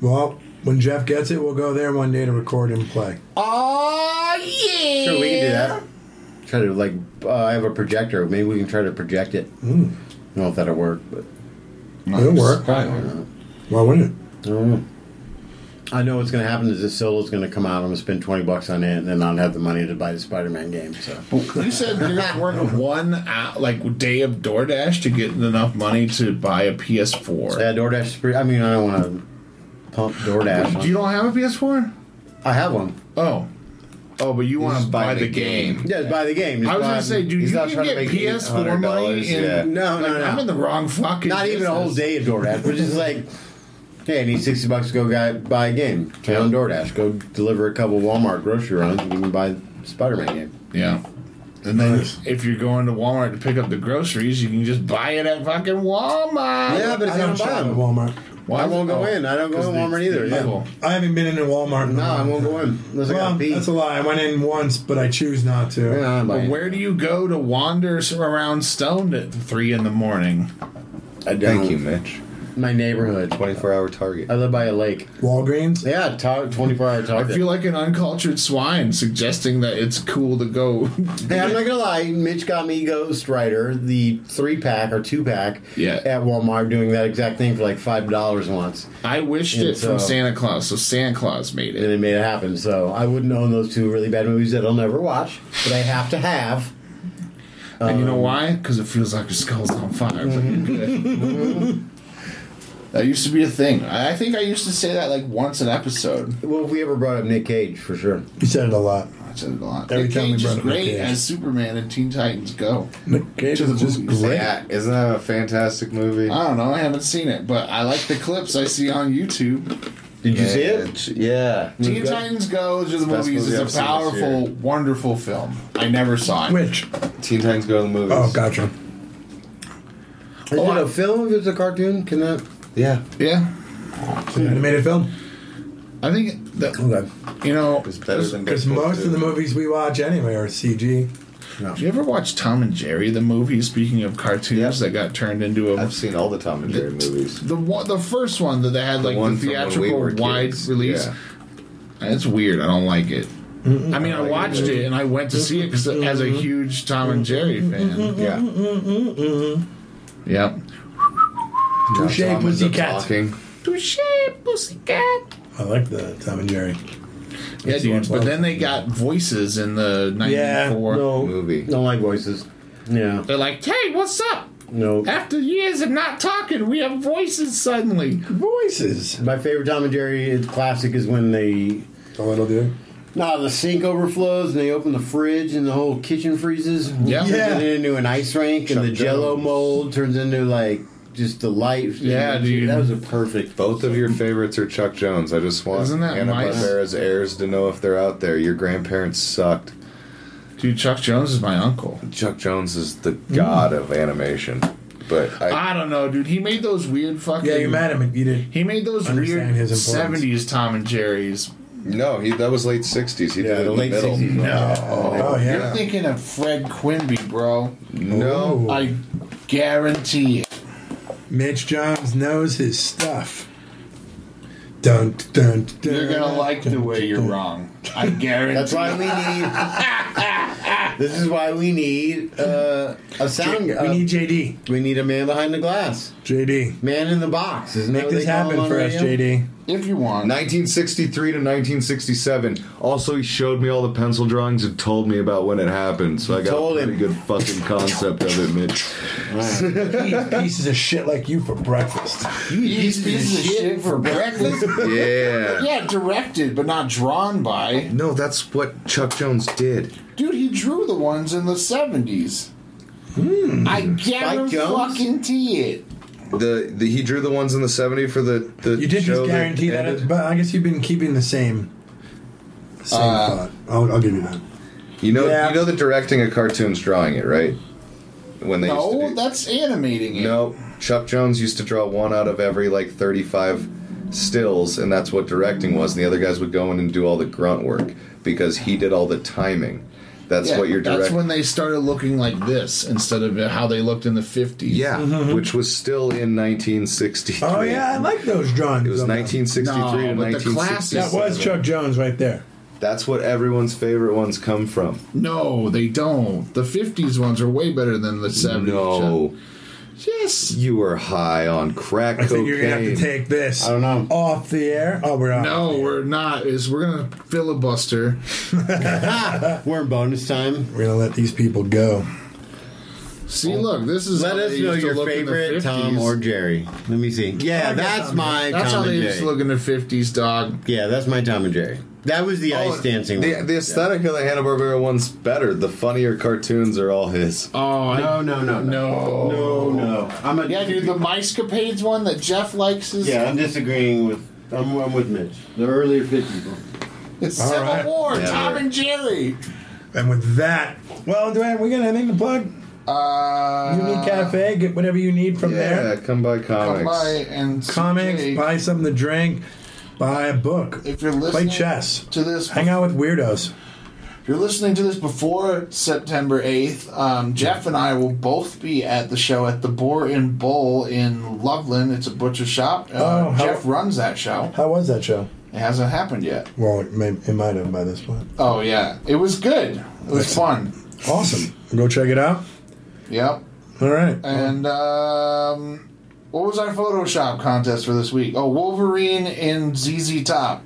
[SPEAKER 7] Well, when Jeff gets it, we'll go there one day to record and play.
[SPEAKER 9] Oh yeah.
[SPEAKER 6] Sure, we can do that. Try to like, uh, I have a projector. Maybe we can try to project it.
[SPEAKER 9] Hmm.
[SPEAKER 6] I don't know if that'll work, but
[SPEAKER 7] It'll work. Why wouldn't it?
[SPEAKER 6] I don't know. Mm. I know what's going to happen is this solo's going to come out. I'm going to spend twenty bucks on it, and then I'll have the money to buy the Spider-Man game. So
[SPEAKER 9] You said you're gonna work one uh, like day of DoorDash to get enough money to buy a PS4.
[SPEAKER 6] yeah, DoorDash. Is pretty, I mean, I don't want to pump DoorDash.
[SPEAKER 9] Do you don't have a PS4?
[SPEAKER 6] I have one.
[SPEAKER 9] Oh, oh, but you want to
[SPEAKER 8] just
[SPEAKER 9] buy the game.
[SPEAKER 6] Yeah, just buy the game. Just
[SPEAKER 9] I was
[SPEAKER 6] buy-
[SPEAKER 9] gonna say, dude,
[SPEAKER 8] He's
[SPEAKER 9] you
[SPEAKER 8] not
[SPEAKER 9] can
[SPEAKER 8] trying to
[SPEAKER 9] get
[SPEAKER 8] make
[SPEAKER 9] PS4 money.
[SPEAKER 8] $800,
[SPEAKER 9] In,
[SPEAKER 8] yeah.
[SPEAKER 6] No, no,
[SPEAKER 9] like,
[SPEAKER 6] no.
[SPEAKER 9] I'm in the wrong fucking.
[SPEAKER 6] not even a whole
[SPEAKER 9] business.
[SPEAKER 6] day of DoorDash, which is like, hey, I need sixty bucks to go guy, buy a game. Turn on DoorDash. Go deliver a couple Walmart grocery runs, and you can buy Spider-Man game.
[SPEAKER 9] Yeah. And then
[SPEAKER 7] Nice.
[SPEAKER 9] if you're going to Walmart to pick up the groceries, you can just buy it at fucking Walmart.
[SPEAKER 6] Yeah, but it's
[SPEAKER 7] I
[SPEAKER 6] not
[SPEAKER 7] don't
[SPEAKER 6] buy
[SPEAKER 7] shop at
[SPEAKER 6] them.
[SPEAKER 7] Walmart.
[SPEAKER 9] Why oh,
[SPEAKER 6] I won't go in. I don't go
[SPEAKER 9] 'cause
[SPEAKER 6] in
[SPEAKER 9] the-
[SPEAKER 6] Walmart either,
[SPEAKER 9] the
[SPEAKER 6] yeah.
[SPEAKER 9] evil.
[SPEAKER 7] I haven't been in a Walmart. in a
[SPEAKER 6] No, I
[SPEAKER 7] long
[SPEAKER 6] won't
[SPEAKER 7] time.
[SPEAKER 6] go in unless I
[SPEAKER 7] Well,
[SPEAKER 6] got pee.
[SPEAKER 7] that's a lie. I went in once, but I choose not to.
[SPEAKER 6] Yeah, I'm like-
[SPEAKER 9] Where do you go to wander around stoned at three in the morning?
[SPEAKER 6] I don't.
[SPEAKER 8] Thank you, Mitch. Uh,
[SPEAKER 6] My neighborhood.
[SPEAKER 8] 24 hour target.
[SPEAKER 6] I live by a lake.
[SPEAKER 7] Walgreens.
[SPEAKER 6] Yeah, tar- 24 hour
[SPEAKER 9] I
[SPEAKER 6] target.
[SPEAKER 9] feel like an uncultured swine suggesting that it's cool to go.
[SPEAKER 6] hey, I'm not gonna lie. Mitch got me Ghost Rider, the three pack or two pack,
[SPEAKER 9] Yeah.
[SPEAKER 6] at Walmart doing that exact thing for like five dollars once,
[SPEAKER 9] I wished
[SPEAKER 6] And
[SPEAKER 9] it
[SPEAKER 7] uh,
[SPEAKER 9] from
[SPEAKER 6] so-
[SPEAKER 9] Santa Claus, so Santa Claus made
[SPEAKER 6] and
[SPEAKER 9] it.
[SPEAKER 6] it made it happen. So I wouldn't own those two really bad movies that I'll never watch, but I have to have.
[SPEAKER 9] and you know
[SPEAKER 7] um,
[SPEAKER 9] why? Because it feels like your skull's on fire. but you're good. that used to be a thing. I I think I used to say that like once an episode.
[SPEAKER 6] Well, if we ever brought up Nick Cage, for sure.
[SPEAKER 7] You said it a lot.
[SPEAKER 9] I said it a lot.
[SPEAKER 7] Every
[SPEAKER 9] Nick
[SPEAKER 7] time we
[SPEAKER 9] Cage
[SPEAKER 7] brought
[SPEAKER 9] is
[SPEAKER 7] up Nick
[SPEAKER 9] great
[SPEAKER 7] Cage.
[SPEAKER 9] as Superman and Teen Titans Go.
[SPEAKER 7] Nick Cage
[SPEAKER 9] To the
[SPEAKER 7] is just
[SPEAKER 9] movies.
[SPEAKER 7] great.
[SPEAKER 8] Yeah, isn't that a fantastic movie?
[SPEAKER 9] I don't know. I haven't seen it, but I like the clips I see on YouTube.
[SPEAKER 6] Did you see it?
[SPEAKER 8] Mitch, Yeah.
[SPEAKER 9] Teen Titans Go to the
[SPEAKER 8] Best
[SPEAKER 9] movies
[SPEAKER 8] movie I've
[SPEAKER 9] is
[SPEAKER 8] seen
[SPEAKER 9] a
[SPEAKER 8] this
[SPEAKER 9] powerful,
[SPEAKER 8] year.
[SPEAKER 9] wonderful film. I never saw it.
[SPEAKER 7] Which?
[SPEAKER 8] Teen Titans Go to the movies.
[SPEAKER 7] Oh, gotcha.
[SPEAKER 6] Is it a film? If it's a cartoon, can that?
[SPEAKER 8] Yeah.
[SPEAKER 9] Oh, Yeah,
[SPEAKER 7] It's an animated film.
[SPEAKER 9] I think that
[SPEAKER 7] Okay.
[SPEAKER 9] you know.
[SPEAKER 8] It's better than
[SPEAKER 7] Because
[SPEAKER 8] Deadpool
[SPEAKER 7] most
[SPEAKER 8] two.
[SPEAKER 7] of the movies we watch anyway are CG.
[SPEAKER 9] Did you ever watch Tom and Jerry the movie? Speaking of cartoons
[SPEAKER 8] Yeah.
[SPEAKER 9] that got turned into a
[SPEAKER 8] I've seen all the Tom and Jerry movies.
[SPEAKER 9] the one, the first one that they had like the,
[SPEAKER 8] one from when we
[SPEAKER 9] theatrical
[SPEAKER 8] were
[SPEAKER 9] wide
[SPEAKER 8] kids.
[SPEAKER 9] release.
[SPEAKER 8] Yeah.
[SPEAKER 9] It's weird. I don't like it. I mean, I watched it and I went to see it 'cause as a huge Tom and Jerry fan.
[SPEAKER 8] Mm-hmm. Yeah.
[SPEAKER 9] Yep.
[SPEAKER 7] Touche
[SPEAKER 8] Tom ends up
[SPEAKER 7] Pussycat.
[SPEAKER 8] talking.
[SPEAKER 9] Touche, pussycat.
[SPEAKER 7] I like the Tom and Jerry.
[SPEAKER 9] Yeah, dude. But then they got voices in the '94.
[SPEAKER 8] Movie.
[SPEAKER 6] Don't like voices. Yeah.
[SPEAKER 9] They're like, "Hey, what's up?"
[SPEAKER 6] No.
[SPEAKER 9] After years of not talking, we have voices suddenly.
[SPEAKER 7] Voices.
[SPEAKER 6] My favorite Tom and Jerry is classic is when they
[SPEAKER 7] A little dude.
[SPEAKER 6] no the sink overflows and they open the fridge and the whole kitchen freezes.
[SPEAKER 9] Yeah.
[SPEAKER 6] Turns
[SPEAKER 7] Yeah.
[SPEAKER 6] it into an ice rink and the
[SPEAKER 9] Chuck
[SPEAKER 6] Jello
[SPEAKER 9] Jones.
[SPEAKER 6] mold turns into like just the light.
[SPEAKER 9] Yeah, dude.
[SPEAKER 6] That was a perfect.
[SPEAKER 8] Both of your favorites are Chuck Jones. I just want
[SPEAKER 9] Isn't that
[SPEAKER 8] Hanna
[SPEAKER 9] nice?
[SPEAKER 8] Barbera's heirs to know if they're out there. Your grandparents sucked.
[SPEAKER 9] Dude, Chuck Jones is my uncle.
[SPEAKER 8] Chuck Jones is the
[SPEAKER 9] Mm.
[SPEAKER 8] god of animation, but I,
[SPEAKER 9] I don't know, dude. He made those weird fucking.
[SPEAKER 7] Yeah, you're mad at him. You did.
[SPEAKER 9] He made those
[SPEAKER 7] Understand
[SPEAKER 9] weird
[SPEAKER 7] his importance.
[SPEAKER 9] '70s Tom and Jerry's.
[SPEAKER 8] no, he that was late '60s. He did
[SPEAKER 6] Yeah,
[SPEAKER 8] it
[SPEAKER 6] the
[SPEAKER 8] in
[SPEAKER 6] late
[SPEAKER 8] the middle.
[SPEAKER 6] 60s.
[SPEAKER 7] Oh,
[SPEAKER 9] You're
[SPEAKER 7] yeah.
[SPEAKER 9] thinking of Fred Quimby, bro.
[SPEAKER 8] No,
[SPEAKER 7] Ooh.
[SPEAKER 9] I guarantee it.
[SPEAKER 7] Mitch Johns knows his stuff. Dun, dun, dun,
[SPEAKER 9] You're gonna like the way you're wrong. I guarantee.
[SPEAKER 6] That's why we need. this is why we need uh, a sound.
[SPEAKER 7] We
[SPEAKER 6] uh,
[SPEAKER 7] need JD.
[SPEAKER 6] we need a man behind the glass,
[SPEAKER 7] JD.
[SPEAKER 6] man in the box. Isn't that
[SPEAKER 7] Make
[SPEAKER 6] what
[SPEAKER 7] this
[SPEAKER 6] they call him
[SPEAKER 7] happen
[SPEAKER 6] on
[SPEAKER 7] for us,
[SPEAKER 6] radio?
[SPEAKER 7] JD.
[SPEAKER 9] if you want.
[SPEAKER 8] 1963 to 1967. Also, he showed me all the pencil drawings and told me about when it happened. So I got
[SPEAKER 6] Told
[SPEAKER 8] a pretty
[SPEAKER 6] him.
[SPEAKER 8] good fucking concept of it, Mitch.
[SPEAKER 7] Eat pieces of shit like you for breakfast.
[SPEAKER 9] You eat pieces, of shit, for breakfast.
[SPEAKER 8] Yeah.
[SPEAKER 9] yeah, directed but not drawn by.
[SPEAKER 8] No, that's what Chuck Jones did.
[SPEAKER 9] Dude, he drew the ones in the '70s. I
[SPEAKER 6] Hmm. Spike Jones?
[SPEAKER 9] guarantee it.
[SPEAKER 8] The, the he drew the ones in the 70 for the the
[SPEAKER 7] You did
[SPEAKER 8] show
[SPEAKER 7] just guarantee that,
[SPEAKER 8] ended.
[SPEAKER 7] but I guess you've been keeping the same. Same thought. I'll, I'll give you that.
[SPEAKER 8] You know,
[SPEAKER 7] Yeah.
[SPEAKER 8] you know that directing a cartoon's drawing it, right? When they used to
[SPEAKER 9] No,
[SPEAKER 8] do,
[SPEAKER 9] that's animating it.
[SPEAKER 8] no. Chuck Jones used to draw one out of every like thirty-five stills, and that's what directing was. And the other guys would go in and do all the grunt work because he did all the timing. That's
[SPEAKER 9] Yeah,
[SPEAKER 8] what you're directing.
[SPEAKER 9] That's when they started looking like this instead of how they looked in the 50s.
[SPEAKER 8] yeah, which was still in 1963.
[SPEAKER 7] Mm-hmm. Oh yeah, I like those drawings.
[SPEAKER 8] It was
[SPEAKER 7] of them.
[SPEAKER 8] 1963 to
[SPEAKER 9] No, but the classic-
[SPEAKER 8] 1967.
[SPEAKER 7] That was Chuck Jones right there.
[SPEAKER 8] That's what everyone's favorite ones come from.
[SPEAKER 9] No, they don't. The 50s ones are way better than the 70s.
[SPEAKER 8] No,
[SPEAKER 9] Yes.
[SPEAKER 8] you were high on crack
[SPEAKER 7] I
[SPEAKER 8] cocaine.
[SPEAKER 7] think you're gonna have to take this.
[SPEAKER 6] I don't know.
[SPEAKER 7] Off the air? Oh, we're off.
[SPEAKER 9] No, we're not. Is we're gonna filibuster.
[SPEAKER 6] We're in bonus time.
[SPEAKER 7] We're gonna let these people go.
[SPEAKER 9] See, look, this is
[SPEAKER 6] Oh. Let
[SPEAKER 9] how
[SPEAKER 6] us
[SPEAKER 9] they
[SPEAKER 6] know
[SPEAKER 9] used to
[SPEAKER 6] your
[SPEAKER 9] look in the
[SPEAKER 6] favorite
[SPEAKER 9] 50s.
[SPEAKER 6] Tom or Jerry. Let me see. Yeah, that's my
[SPEAKER 9] That's
[SPEAKER 6] Tom
[SPEAKER 9] how they
[SPEAKER 6] and
[SPEAKER 9] used
[SPEAKER 6] Jerry.
[SPEAKER 9] to look in the 50s, dog.
[SPEAKER 6] yeah, that's my Tom and Jerry. That was
[SPEAKER 9] Oh,
[SPEAKER 6] the ice dancing
[SPEAKER 8] The,
[SPEAKER 6] one.
[SPEAKER 8] the aesthetic of the Hanna Barbera one's better. The funnier cartoons are all his.
[SPEAKER 9] Oh, I,
[SPEAKER 6] no, no, no, no,
[SPEAKER 9] no.
[SPEAKER 6] no, no. I'm a
[SPEAKER 9] Yeah, dude, the Miscapades one that Jeff likes is
[SPEAKER 6] Yeah, I'm disagreeing with. I'm, I'm with Mitch. The earlier 50s.
[SPEAKER 9] it's Civil
[SPEAKER 7] right.
[SPEAKER 9] War,
[SPEAKER 8] Yeah,
[SPEAKER 9] Tom
[SPEAKER 8] right.
[SPEAKER 9] and Jerry.
[SPEAKER 7] And with that, well, do I? We got anything to plug?
[SPEAKER 9] Uh,
[SPEAKER 7] Unique Cafe. Get whatever you need from
[SPEAKER 8] Yeah,
[SPEAKER 7] there.
[SPEAKER 8] come by comics.
[SPEAKER 9] Come by and see
[SPEAKER 7] Comics.
[SPEAKER 9] Jake.
[SPEAKER 7] Buy something to drink. Buy a book.
[SPEAKER 9] If you're
[SPEAKER 7] Play
[SPEAKER 9] listening
[SPEAKER 7] chess.
[SPEAKER 9] to this,
[SPEAKER 7] Hang out with weirdos.
[SPEAKER 9] If you're listening to this before September 8th, um, Jeff and I will both be at the show at the Boar and Bull in Loveland. It's a butcher shop. Uh,
[SPEAKER 7] Oh, how-
[SPEAKER 9] Jeff runs that show.
[SPEAKER 7] How was that show?
[SPEAKER 9] It hasn't happened yet.
[SPEAKER 7] Well, it, may, it might have by this point.
[SPEAKER 9] Oh, yeah. It was good. It was fun.
[SPEAKER 7] Awesome. Go check it out.
[SPEAKER 9] Yep.
[SPEAKER 7] All right.
[SPEAKER 9] And um, what was our Photoshop contest for this week? Oh, Wolverine in ZZ Top.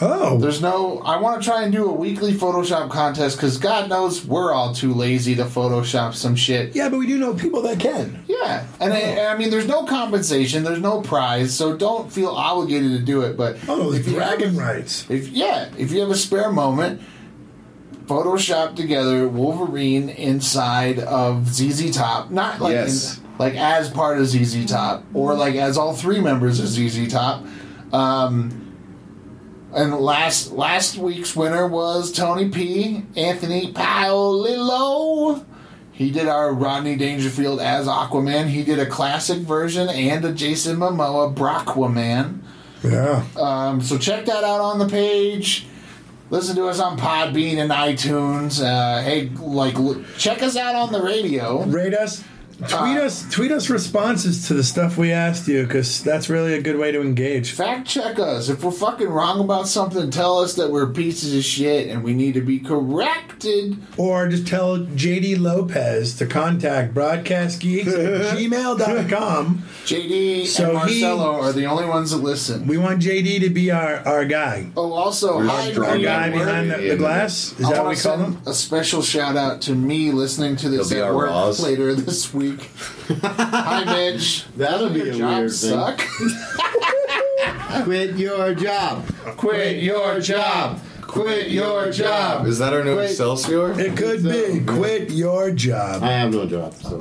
[SPEAKER 7] Oh,
[SPEAKER 9] There's no. I want to try and do a weekly Photoshop contest because God knows we're all too lazy to Photoshop some shit.
[SPEAKER 7] yeah, but we do know people that can.
[SPEAKER 9] Yeah, and
[SPEAKER 7] Oh.
[SPEAKER 9] I, I mean, there's no compensation, there's no prize, so don't feel obligated to do it. But
[SPEAKER 7] Oh, those
[SPEAKER 9] you have-
[SPEAKER 7] dragon rights.
[SPEAKER 9] if yeah, if you have a spare moment, Photoshop together Wolverine inside of ZZ Top, not like
[SPEAKER 8] Yes.
[SPEAKER 9] in- like as part of ZZ Top or like as all three members of ZZ Top. Um, and last last week's winner was Tony P. Anthony Paolillo. He did our Rodney Dangerfield as Aquaman. He did a classic version and a Jason Momoa Brockwaman.
[SPEAKER 7] Yeah.
[SPEAKER 9] Um, so check that out on the page. Listen to us on Podbean and iTunes. Uh, hey, like, l- check us out on the radio.
[SPEAKER 7] Rate us. Tweet us, tweet us responses to the stuff we asked you, because that's really a good way to engage.
[SPEAKER 9] Fact check us. If we're fucking wrong about something, tell us that we're pieces of shit and we need to be corrected.
[SPEAKER 7] Or just tell JD Lopez to contact broadcastgeeks at gmail.com.
[SPEAKER 9] JD
[SPEAKER 7] So
[SPEAKER 9] and
[SPEAKER 7] he-
[SPEAKER 9] Marcelo are the only ones that listen.
[SPEAKER 7] We want JD to be our, our guy.
[SPEAKER 9] Oh, also,
[SPEAKER 8] We're
[SPEAKER 9] hi,
[SPEAKER 8] strong
[SPEAKER 7] Our
[SPEAKER 9] Greg.
[SPEAKER 7] guy
[SPEAKER 8] Yeah,
[SPEAKER 7] behind the,
[SPEAKER 8] we're-
[SPEAKER 7] the glass? Is
[SPEAKER 9] I
[SPEAKER 7] that what
[SPEAKER 9] wanna
[SPEAKER 7] we call
[SPEAKER 9] send
[SPEAKER 7] him?
[SPEAKER 9] A special shout out to me listening to this
[SPEAKER 8] He'll be
[SPEAKER 9] at
[SPEAKER 8] our
[SPEAKER 9] work
[SPEAKER 8] Roz.
[SPEAKER 9] later this week. Hi, Mitch.
[SPEAKER 6] That'll be
[SPEAKER 9] Your
[SPEAKER 6] a
[SPEAKER 9] job
[SPEAKER 6] weird
[SPEAKER 9] suck.
[SPEAKER 6] thing. Quit your job.
[SPEAKER 9] Quit your job. Quit your job.
[SPEAKER 8] Is that our new
[SPEAKER 9] Wait.
[SPEAKER 8] Excelsior?
[SPEAKER 7] It could be. Quit your job.
[SPEAKER 6] I have no job, so